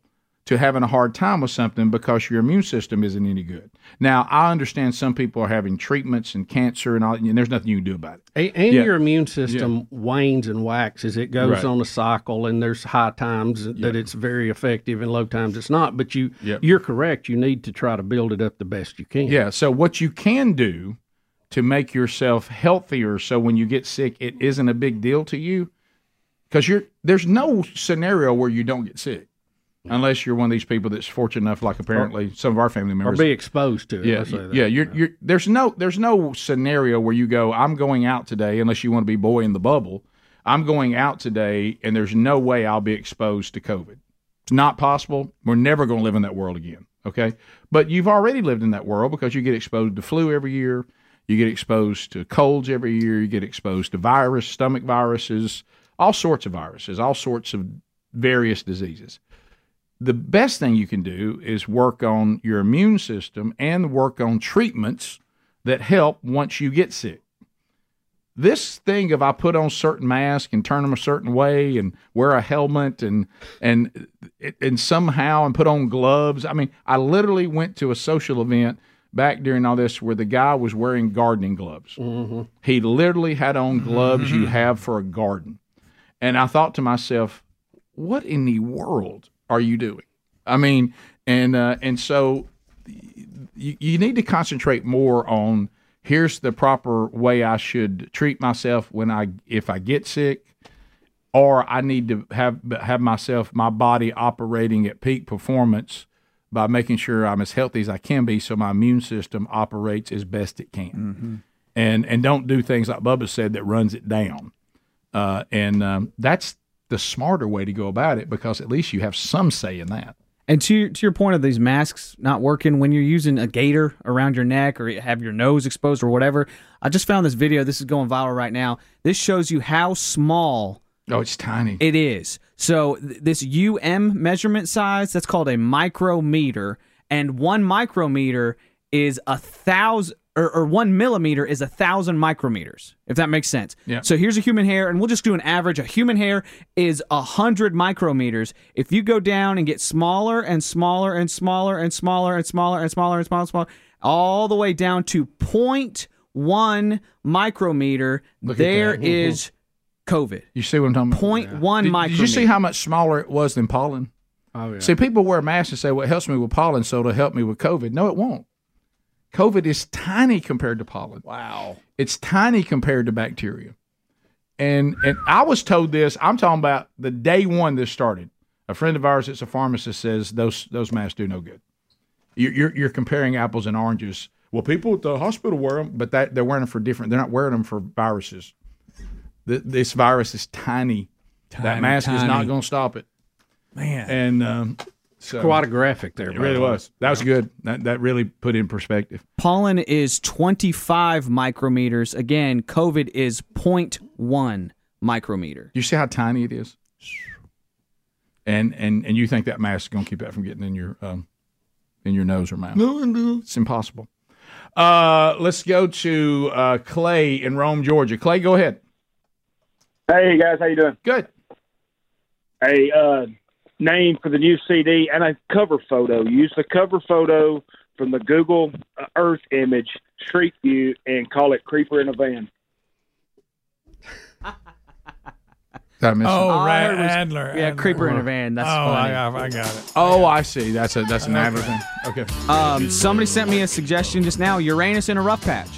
Speaker 1: to having a hard time with something because your immune system isn't any good. Now, I understand some people are having treatments and cancer and all, and there's nothing you can do about it.
Speaker 2: A- And
Speaker 1: Yeah.
Speaker 2: your immune system wanes and waxes. It goes
Speaker 1: Right.
Speaker 2: on a cycle, and there's high times that it's very effective, and low times it's not. But you,
Speaker 1: Yep.
Speaker 2: you're correct. You need to try to build it up the best you can.
Speaker 1: Yeah. So what you can do to make yourself healthier, so when you get sick, it isn't a big deal to you, because you're there's no scenario where you don't get sick, unless you're one of these people that's fortunate enough, like apparently some of our family
Speaker 2: or
Speaker 1: members,
Speaker 2: be exposed to it.
Speaker 1: Yeah,
Speaker 2: let's say that.
Speaker 1: yeah. You're, you're, there's no there's no scenario where you go. I'm going out today unless you want to be boy in the bubble. I'm going out today, and there's no way I'll be exposed to COVID. It's not possible. We're never going to live in that world again. Okay, but you've already lived in that world because you get exposed to flu every year. You get exposed to colds every year. You get exposed to virus, stomach viruses, all sorts of viruses, all sorts of various diseases the best thing you can do is work on your immune system and work on treatments that help once you get sick. This thing of I put on certain mask and turn them a certain way and wear a helmet and and and somehow and put on gloves. I mean, I literally went to a social event back during all this where the guy was wearing gardening gloves. He literally had on gloves you have for a garden. And I thought to myself, what in the world are you doing? I mean, and uh, and so you, you need to concentrate more on here's the proper way I should treat myself when I if I get sick, or I need to have have myself my body operating at peak performance by making sure I'm as healthy as I can be, so my immune system operates as best it can and and don't do things like Bubba said that runs it down. Uh, and um, that's the smarter way to go about it because at least you have some say in that.
Speaker 12: And to your, to your point of these masks not working when you're using a gaiter around your neck or you have your nose exposed or whatever, I just found this video. This is going viral right now. This shows you how small.
Speaker 1: Oh, it's tiny.
Speaker 12: It is. So th- this UM measurement size that's called a micrometer, and one micrometer is a thousand. Or, or one millimeter is a thousand micrometers, if that makes sense.
Speaker 1: Yeah.
Speaker 12: So here's a human hair, and we'll just do an average. A human hair is 100 micrometers. If you go down and get smaller and smaller and smaller and smaller and smaller and smaller and smaller and smaller, all the way down to 0.1 micrometer,
Speaker 1: Look at
Speaker 12: there
Speaker 1: that. Mm-hmm.
Speaker 12: is COVID.
Speaker 1: You see what I'm talking about?
Speaker 12: Point one
Speaker 1: Did, did
Speaker 12: micrometer.
Speaker 1: you see how much smaller it was than pollen?
Speaker 2: Oh,
Speaker 1: See, people wear masks and say, "Well, it helps me with pollen, so it'll help me with COVID." No, it won't. COVID is tiny compared to pollen. Wow, it's tiny compared to bacteria. And and I was told this. I'm talking about the day one this started. A friend of ours that's a pharmacist says those those masks do no good. You're you're, you're comparing apples and oranges. Well, people at the hospital wear them, but that they're wearing them for different. They're not wearing them for viruses. Th- This virus is tiny. that
Speaker 4: Tiny,
Speaker 1: mask is not
Speaker 4: tiny.
Speaker 1: going to stop it.
Speaker 4: Man.
Speaker 1: And um, so,
Speaker 2: quite a graphic there.
Speaker 1: It
Speaker 2: by
Speaker 1: really
Speaker 2: the way.
Speaker 1: was. That was good. That that really put in perspective.
Speaker 12: Pollen is 25 micrometers. Again, COVID is 0.1 micrometer.
Speaker 1: You see how tiny it is? And and and you think that mask is going to keep that from getting in your um, in your nose or mouth? No, no, it's impossible. Uh, let's go to uh, Clay in Rome, Georgia. Clay, go ahead.
Speaker 5: Hey guys, how you doing?
Speaker 1: Good.
Speaker 5: Hey, uh, name for the new CD and a cover photo. Use the cover photo from the Google Earth image Street View and call it "Creeper in a Van."
Speaker 1: Did I miss
Speaker 4: Oh,
Speaker 1: something?
Speaker 4: Ra- Adler.
Speaker 12: yeah,
Speaker 4: Adler.
Speaker 12: creeper in a van. That's
Speaker 4: oh,
Speaker 12: funny.
Speaker 4: I, I, I got it.
Speaker 1: Oh, I see. That's a that's an Adler thing. Okay.
Speaker 12: Um, somebody sent me a suggestion just now Uranus in a rough patch.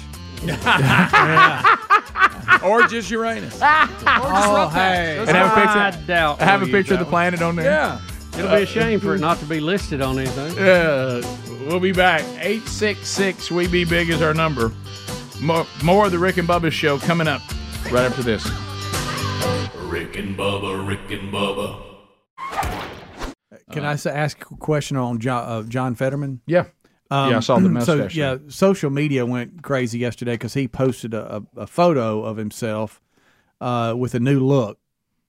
Speaker 1: or just Uranus.
Speaker 2: Oh, hey.
Speaker 1: And have a picture.
Speaker 2: I doubt
Speaker 1: have a
Speaker 2: we'll use
Speaker 1: picture of
Speaker 2: that
Speaker 1: the planet on there.
Speaker 2: Yeah. It'll be
Speaker 1: Uh,
Speaker 2: a shame for it not to be listed on anything.
Speaker 1: Yeah, Uh, we'll be back. 866 We Be Big is our number. More, more of the Rick and Bubba show coming up right after this.
Speaker 5: Rick and Bubba, Rick and Bubba.
Speaker 6: Can I say, ask a question on John, uh, John Fetterman?
Speaker 1: Uh,
Speaker 6: Um,
Speaker 1: Yeah. Yeah, I saw the mustache
Speaker 6: So, yeah, social media went crazy yesterday because he posted a, a, a photo of himself uh, with a new look,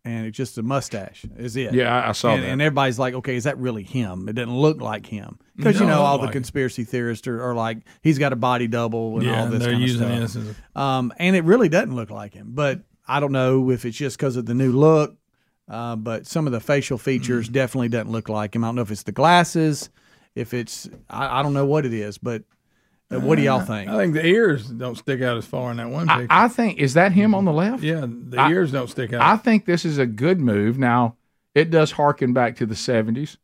Speaker 6: and it's just a mustache is it.
Speaker 1: Yeah, I- I saw
Speaker 6: and,
Speaker 1: that.
Speaker 6: And everybody's like, okay, is that really him? It doesn't look like him. Because, you
Speaker 4: No,
Speaker 6: know, all
Speaker 4: like-
Speaker 6: the conspiracy theorists are, are like, he's got a body double and
Speaker 4: Yeah,
Speaker 6: all this
Speaker 4: they're
Speaker 6: kind of
Speaker 4: using
Speaker 6: stuff.
Speaker 4: this as
Speaker 6: Um, and it really doesn't look like him. But I don't know if it's just because of the new look. Uh, but some of the facial features definitely doesn't look like him. I don't know if it's the glasses, if it's I, I don't know what it is. But uh, what do y'all think?
Speaker 4: I think the ears don't stick out as far in that one picture.
Speaker 1: I, I think is that him on the left?
Speaker 4: Mm-hmm. Yeah, the
Speaker 1: I-
Speaker 4: ears don't stick out.
Speaker 1: I think this is a good move. Now, it does harken back to the 70s,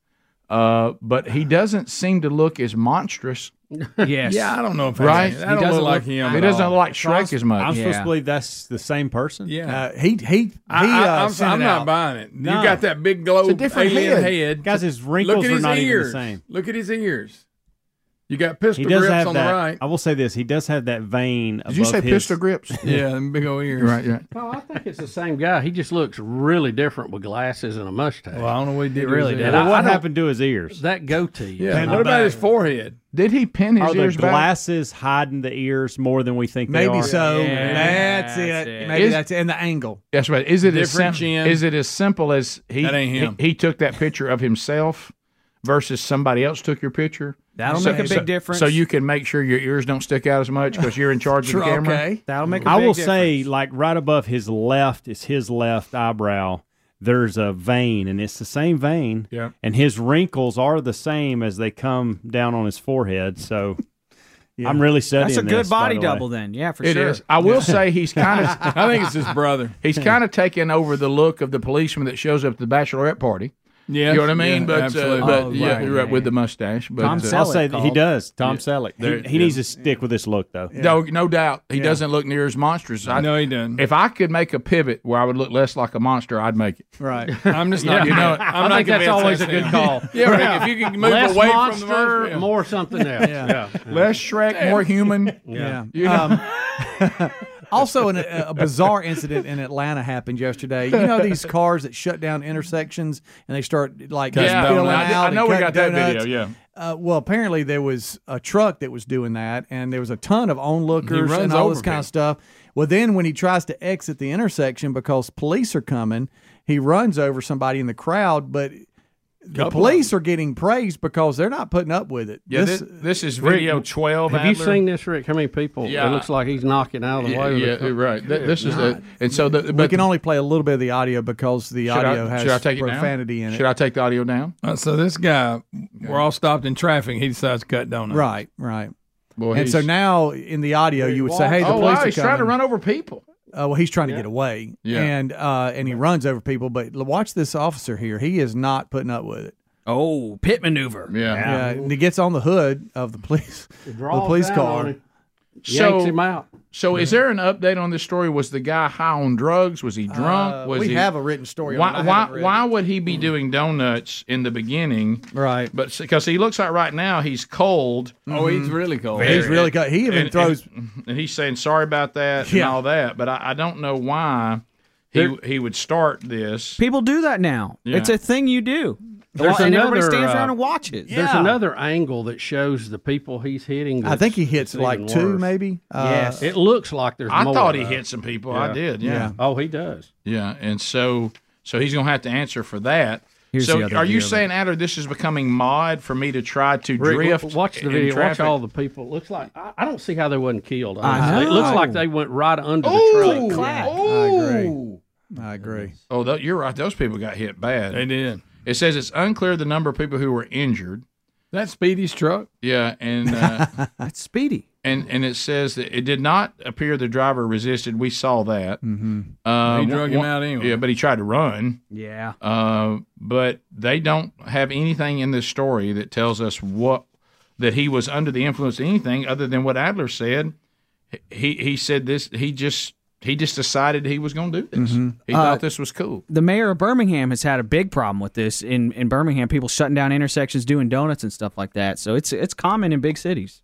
Speaker 1: uh, but he doesn't seem to look as monstrous.
Speaker 4: Yes. Yeah, I don't know if I-
Speaker 1: right.
Speaker 4: I don't He doesn't look like look- him
Speaker 1: He
Speaker 4: at
Speaker 1: doesn't
Speaker 4: all.
Speaker 1: look like
Speaker 4: So I'm
Speaker 1: Shrek as much.
Speaker 3: I'm supposed to believe that's the same person.
Speaker 4: Yeah.
Speaker 6: Uh, he he
Speaker 4: I,
Speaker 6: he, uh,
Speaker 4: I, am
Speaker 6: sent it
Speaker 4: not
Speaker 6: out.
Speaker 4: buying it.
Speaker 6: No.
Speaker 4: You got that big globe
Speaker 6: It's a different
Speaker 4: alien
Speaker 6: head.
Speaker 4: head.
Speaker 6: Guys, his
Speaker 4: Look
Speaker 6: wrinkles
Speaker 4: at
Speaker 6: are
Speaker 4: his
Speaker 3: not even the
Speaker 4: ears.
Speaker 3: same.
Speaker 4: Look at his ears. You got pistol
Speaker 3: He does
Speaker 4: grips
Speaker 3: have
Speaker 4: on
Speaker 3: that.
Speaker 4: the right.
Speaker 3: I will say this: he does have that vein.
Speaker 1: Did you say pistol grips?
Speaker 4: Yeah, them big old ears.
Speaker 1: Right, right.
Speaker 2: Oh, I think it's the same guy. He just looks really different with glasses and a mustache. Well, I
Speaker 4: don't know what he
Speaker 2: did.
Speaker 3: to his ears. Well, what happened to his ears?
Speaker 2: That goatee.
Speaker 3: Yeah, Pinned what about back. his
Speaker 4: forehead?
Speaker 1: Did he pin his
Speaker 3: Are the
Speaker 1: ears back?
Speaker 3: glasses hiding the ears more than we think? they
Speaker 6: Maybe
Speaker 3: are?
Speaker 6: so. that's, it. Maybe
Speaker 1: Is-
Speaker 6: that's it. And the angle.
Speaker 1: That's right. Is it as
Speaker 6: Different
Speaker 1: simple?
Speaker 6: chin.
Speaker 1: Is it as simple as he,
Speaker 6: That ain't him.
Speaker 1: he he took that picture of himself versus somebody else took your picture?
Speaker 12: That'll make a big difference.
Speaker 1: So you can make sure your ears don't stick out as much because you're in charge of the camera.
Speaker 12: That'll make.
Speaker 1: a
Speaker 3: I
Speaker 1: big
Speaker 3: will say, like right above his left is his left eyebrow. There's a vein, and it's the same vein.
Speaker 4: Yeah.
Speaker 3: And his wrinkles are the same as they come down on his forehead. So I'm really studying.
Speaker 12: That's a good
Speaker 3: this, by
Speaker 12: body
Speaker 3: the way.
Speaker 12: double, then. Yeah, for
Speaker 3: It
Speaker 12: sure.
Speaker 3: is.
Speaker 1: I will say he's kind of.
Speaker 4: I think it's his brother.
Speaker 1: He's kind of taken over the look of the policeman that shows up at the bachelorette party.
Speaker 4: Yes,
Speaker 1: you know what I mean.
Speaker 4: yeah,
Speaker 1: but uh,
Speaker 4: absolutely.
Speaker 1: but
Speaker 4: Oh,
Speaker 1: yeah,
Speaker 4: right,
Speaker 1: you're right, with the mustache. But uh,
Speaker 3: I'll say that he does. Tom Selleck. He, he needs to stick with this look, though.
Speaker 1: No, no doubt. He
Speaker 3: Yeah.
Speaker 1: doesn't look near as monstrous. I,
Speaker 4: no, he doesn't.
Speaker 1: If I could make a pivot where I would look less like a monster, I'd make it.
Speaker 6: Right.
Speaker 4: I'm just not.
Speaker 1: You know,
Speaker 4: I'm not
Speaker 2: I think that's
Speaker 4: convinced
Speaker 2: always a
Speaker 4: that's
Speaker 2: good
Speaker 4: him.
Speaker 2: call.
Speaker 4: yeah, right. If you can move
Speaker 2: Less
Speaker 4: away
Speaker 2: monster,
Speaker 4: from the monster,
Speaker 2: more something else.
Speaker 6: Yeah.
Speaker 1: Less Shrek, more human.
Speaker 6: Yeah.
Speaker 1: You know?
Speaker 6: Um, also, an, a, a bizarre incident in Atlanta happened yesterday. You know these cars that shut down intersections and they start like
Speaker 1: Cutting
Speaker 6: spilling
Speaker 1: donuts. I
Speaker 6: out.
Speaker 1: did- I
Speaker 6: and
Speaker 1: know we
Speaker 6: cutting
Speaker 1: got that video,
Speaker 6: donuts.
Speaker 1: yeah.
Speaker 6: Uh, well, apparently there was a truck that was doing that, and there was a ton of onlookers
Speaker 4: He runs
Speaker 6: and all this
Speaker 4: over
Speaker 6: kind of stuff. Well, then when he tries to exit the intersection because police are coming, he runs over somebody in the crowd, but. The
Speaker 1: Couple
Speaker 6: police are getting praised because they're not putting up with it.
Speaker 1: Yeah, this, this is video twelve.
Speaker 6: have you
Speaker 1: Adler.
Speaker 6: seen
Speaker 2: Seen this, Rick? How many people?
Speaker 1: Yeah.
Speaker 2: It looks like he's knocking out of the
Speaker 1: Yeah,
Speaker 2: way. with
Speaker 1: yeah,
Speaker 2: a couple-
Speaker 1: right. Th-
Speaker 2: Good
Speaker 1: this is
Speaker 2: night.
Speaker 1: a- and so the
Speaker 6: we
Speaker 1: but-
Speaker 6: can only play a little bit of the audio because the
Speaker 1: Should
Speaker 6: audio
Speaker 1: I-
Speaker 6: has
Speaker 1: should I take it down?
Speaker 6: profanity in it.
Speaker 1: Should I take the audio down?
Speaker 4: Uh, so this guy, we're all stopped in traffic. He decides to cut donuts.
Speaker 6: Right, right.
Speaker 1: Boy,
Speaker 6: and so
Speaker 4: he's-
Speaker 6: now in the audio, you would say, "Hey, the
Speaker 1: oh,
Speaker 6: police
Speaker 1: wow,
Speaker 6: are
Speaker 1: he's trying to
Speaker 6: coming."
Speaker 1: run over people.
Speaker 6: Uh, well, he's trying to get away,
Speaker 1: Yeah.
Speaker 6: and uh, and he runs over people. But l- watch this officer here; he is not putting up with it.
Speaker 12: Oh, pit maneuver.
Speaker 1: Yeah.
Speaker 6: and he gets on the hood of the police, the
Speaker 2: draws
Speaker 6: police
Speaker 2: down on
Speaker 6: car.
Speaker 2: him. Yanks him out.
Speaker 1: So, is there an update on this story? Was the guy high on drugs? Was he drunk?
Speaker 6: Uh,
Speaker 1: was
Speaker 6: we
Speaker 1: he,
Speaker 6: have a written story on it.
Speaker 1: Why?
Speaker 6: I
Speaker 1: Why,
Speaker 6: haven't read
Speaker 1: why would he be doing donuts in the beginning?
Speaker 6: Right.
Speaker 1: But because he looks like right now he's cold. Mm-hmm.
Speaker 4: Oh, he's really cold.
Speaker 6: He's really cold. He even
Speaker 1: and-
Speaker 6: throws-
Speaker 1: And, and he's saying sorry about that
Speaker 6: Yeah.
Speaker 1: and all that. But I, I don't know why he he would start this.
Speaker 12: People do that now.
Speaker 1: Yeah.
Speaker 12: It's a thing you do.
Speaker 2: There's
Speaker 12: and everybody
Speaker 2: another,
Speaker 12: stands
Speaker 2: uh,
Speaker 12: around and watches.
Speaker 2: There's another angle that shows the people he's hitting.
Speaker 6: I think he
Speaker 2: that's-
Speaker 6: hits
Speaker 2: that's
Speaker 6: like
Speaker 2: even
Speaker 6: two,
Speaker 2: worse.
Speaker 6: maybe. Uh,
Speaker 2: yes, it looks like there's.
Speaker 1: I
Speaker 2: more,
Speaker 1: thought he
Speaker 2: though.
Speaker 1: hit some people. I did, yeah. Yeah.
Speaker 2: Oh, he does.
Speaker 1: Yeah, and so so he's gonna have to answer for that.
Speaker 2: Here's
Speaker 1: so
Speaker 2: the other
Speaker 1: are you
Speaker 2: view of it.
Speaker 1: saying, Adder, this is becoming mod for me to try to
Speaker 2: Rick,
Speaker 1: drift?
Speaker 2: w- watch the
Speaker 1: in
Speaker 2: video. Watch
Speaker 1: traffic?
Speaker 2: all the people. Looks like I, I don't see how they wasn't killed.
Speaker 1: I
Speaker 2: honestly. It looks
Speaker 1: know.
Speaker 2: like they went right under the
Speaker 1: Oh,
Speaker 2: truck.
Speaker 6: I agree.
Speaker 1: Oh, tho- you're right. Those people got hit bad. They
Speaker 4: did.
Speaker 1: It says it's unclear the number of people who were injured.
Speaker 4: That Speedy's truck.
Speaker 1: Yeah, and uh,
Speaker 12: that's Speedy.
Speaker 1: And and it says that it did not appear the driver resisted. We saw that. Mm-hmm.
Speaker 4: He drug him out anyway.
Speaker 1: Yeah, but he tried to run.
Speaker 12: Yeah.
Speaker 1: Uh, but they don't have anything in this story that tells us what that he was under the influence of anything other than what Adler said. He he said this. He just he just decided he was going to do this.
Speaker 4: Mm-hmm.
Speaker 1: He
Speaker 12: Uh,
Speaker 1: thought this was cool.
Speaker 12: The mayor of Birmingham has had a big problem with this in, in Birmingham. People shutting down intersections, doing donuts and stuff like that. So it's it's common in big cities.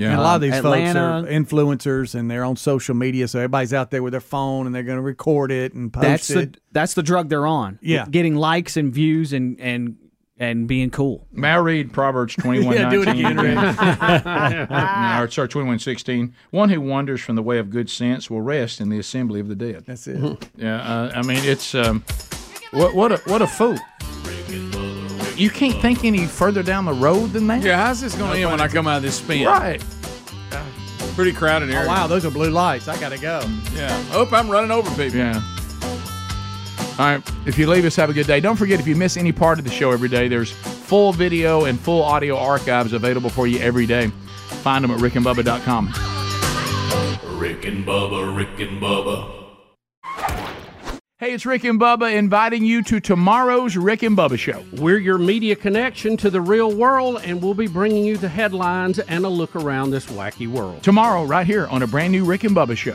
Speaker 6: And a lot
Speaker 12: Um,
Speaker 6: of these
Speaker 12: Atlanta.
Speaker 6: folks are influencers and they're on social media, so everybody's out there with their phone and they're going to record it and post
Speaker 12: That's
Speaker 6: it.
Speaker 12: the that's the drug they're on.
Speaker 6: Yeah.
Speaker 12: getting likes and views and and and being cool.
Speaker 1: May I read Proverbs 21
Speaker 12: Yeah, do it
Speaker 1: 19?
Speaker 12: again,
Speaker 1: no, or, sorry, 21 16. One who wanders from the way of good sense will rest in the assembly of the dead.
Speaker 16: That's it.
Speaker 1: Yeah, uh, I mean, it's um, what, what, a, what a fool. You can't think any further down the road than that.
Speaker 4: Yeah, how's this going to end when I come out of this spin?
Speaker 1: Right.
Speaker 4: Pretty crowded area.
Speaker 16: Oh, wow, those are blue lights. I got to go.
Speaker 4: Yeah. Oh, I'm running over people.
Speaker 1: Yeah. All right. If you leave us, have a good day. Don't forget, if you miss any part of the show every day, there's full video and full audio archives available for you every day. Find them at rickandbubba.com.
Speaker 19: Rick and Bubba, Rick and Bubba.
Speaker 1: Hey, it's Rick and Bubba inviting you to tomorrow's Rick and Bubba Show.
Speaker 2: We're your media connection to the real world, and we'll be bringing you the headlines and a look around this wacky world.
Speaker 1: Tomorrow, right here on a brand new Rick and Bubba Show.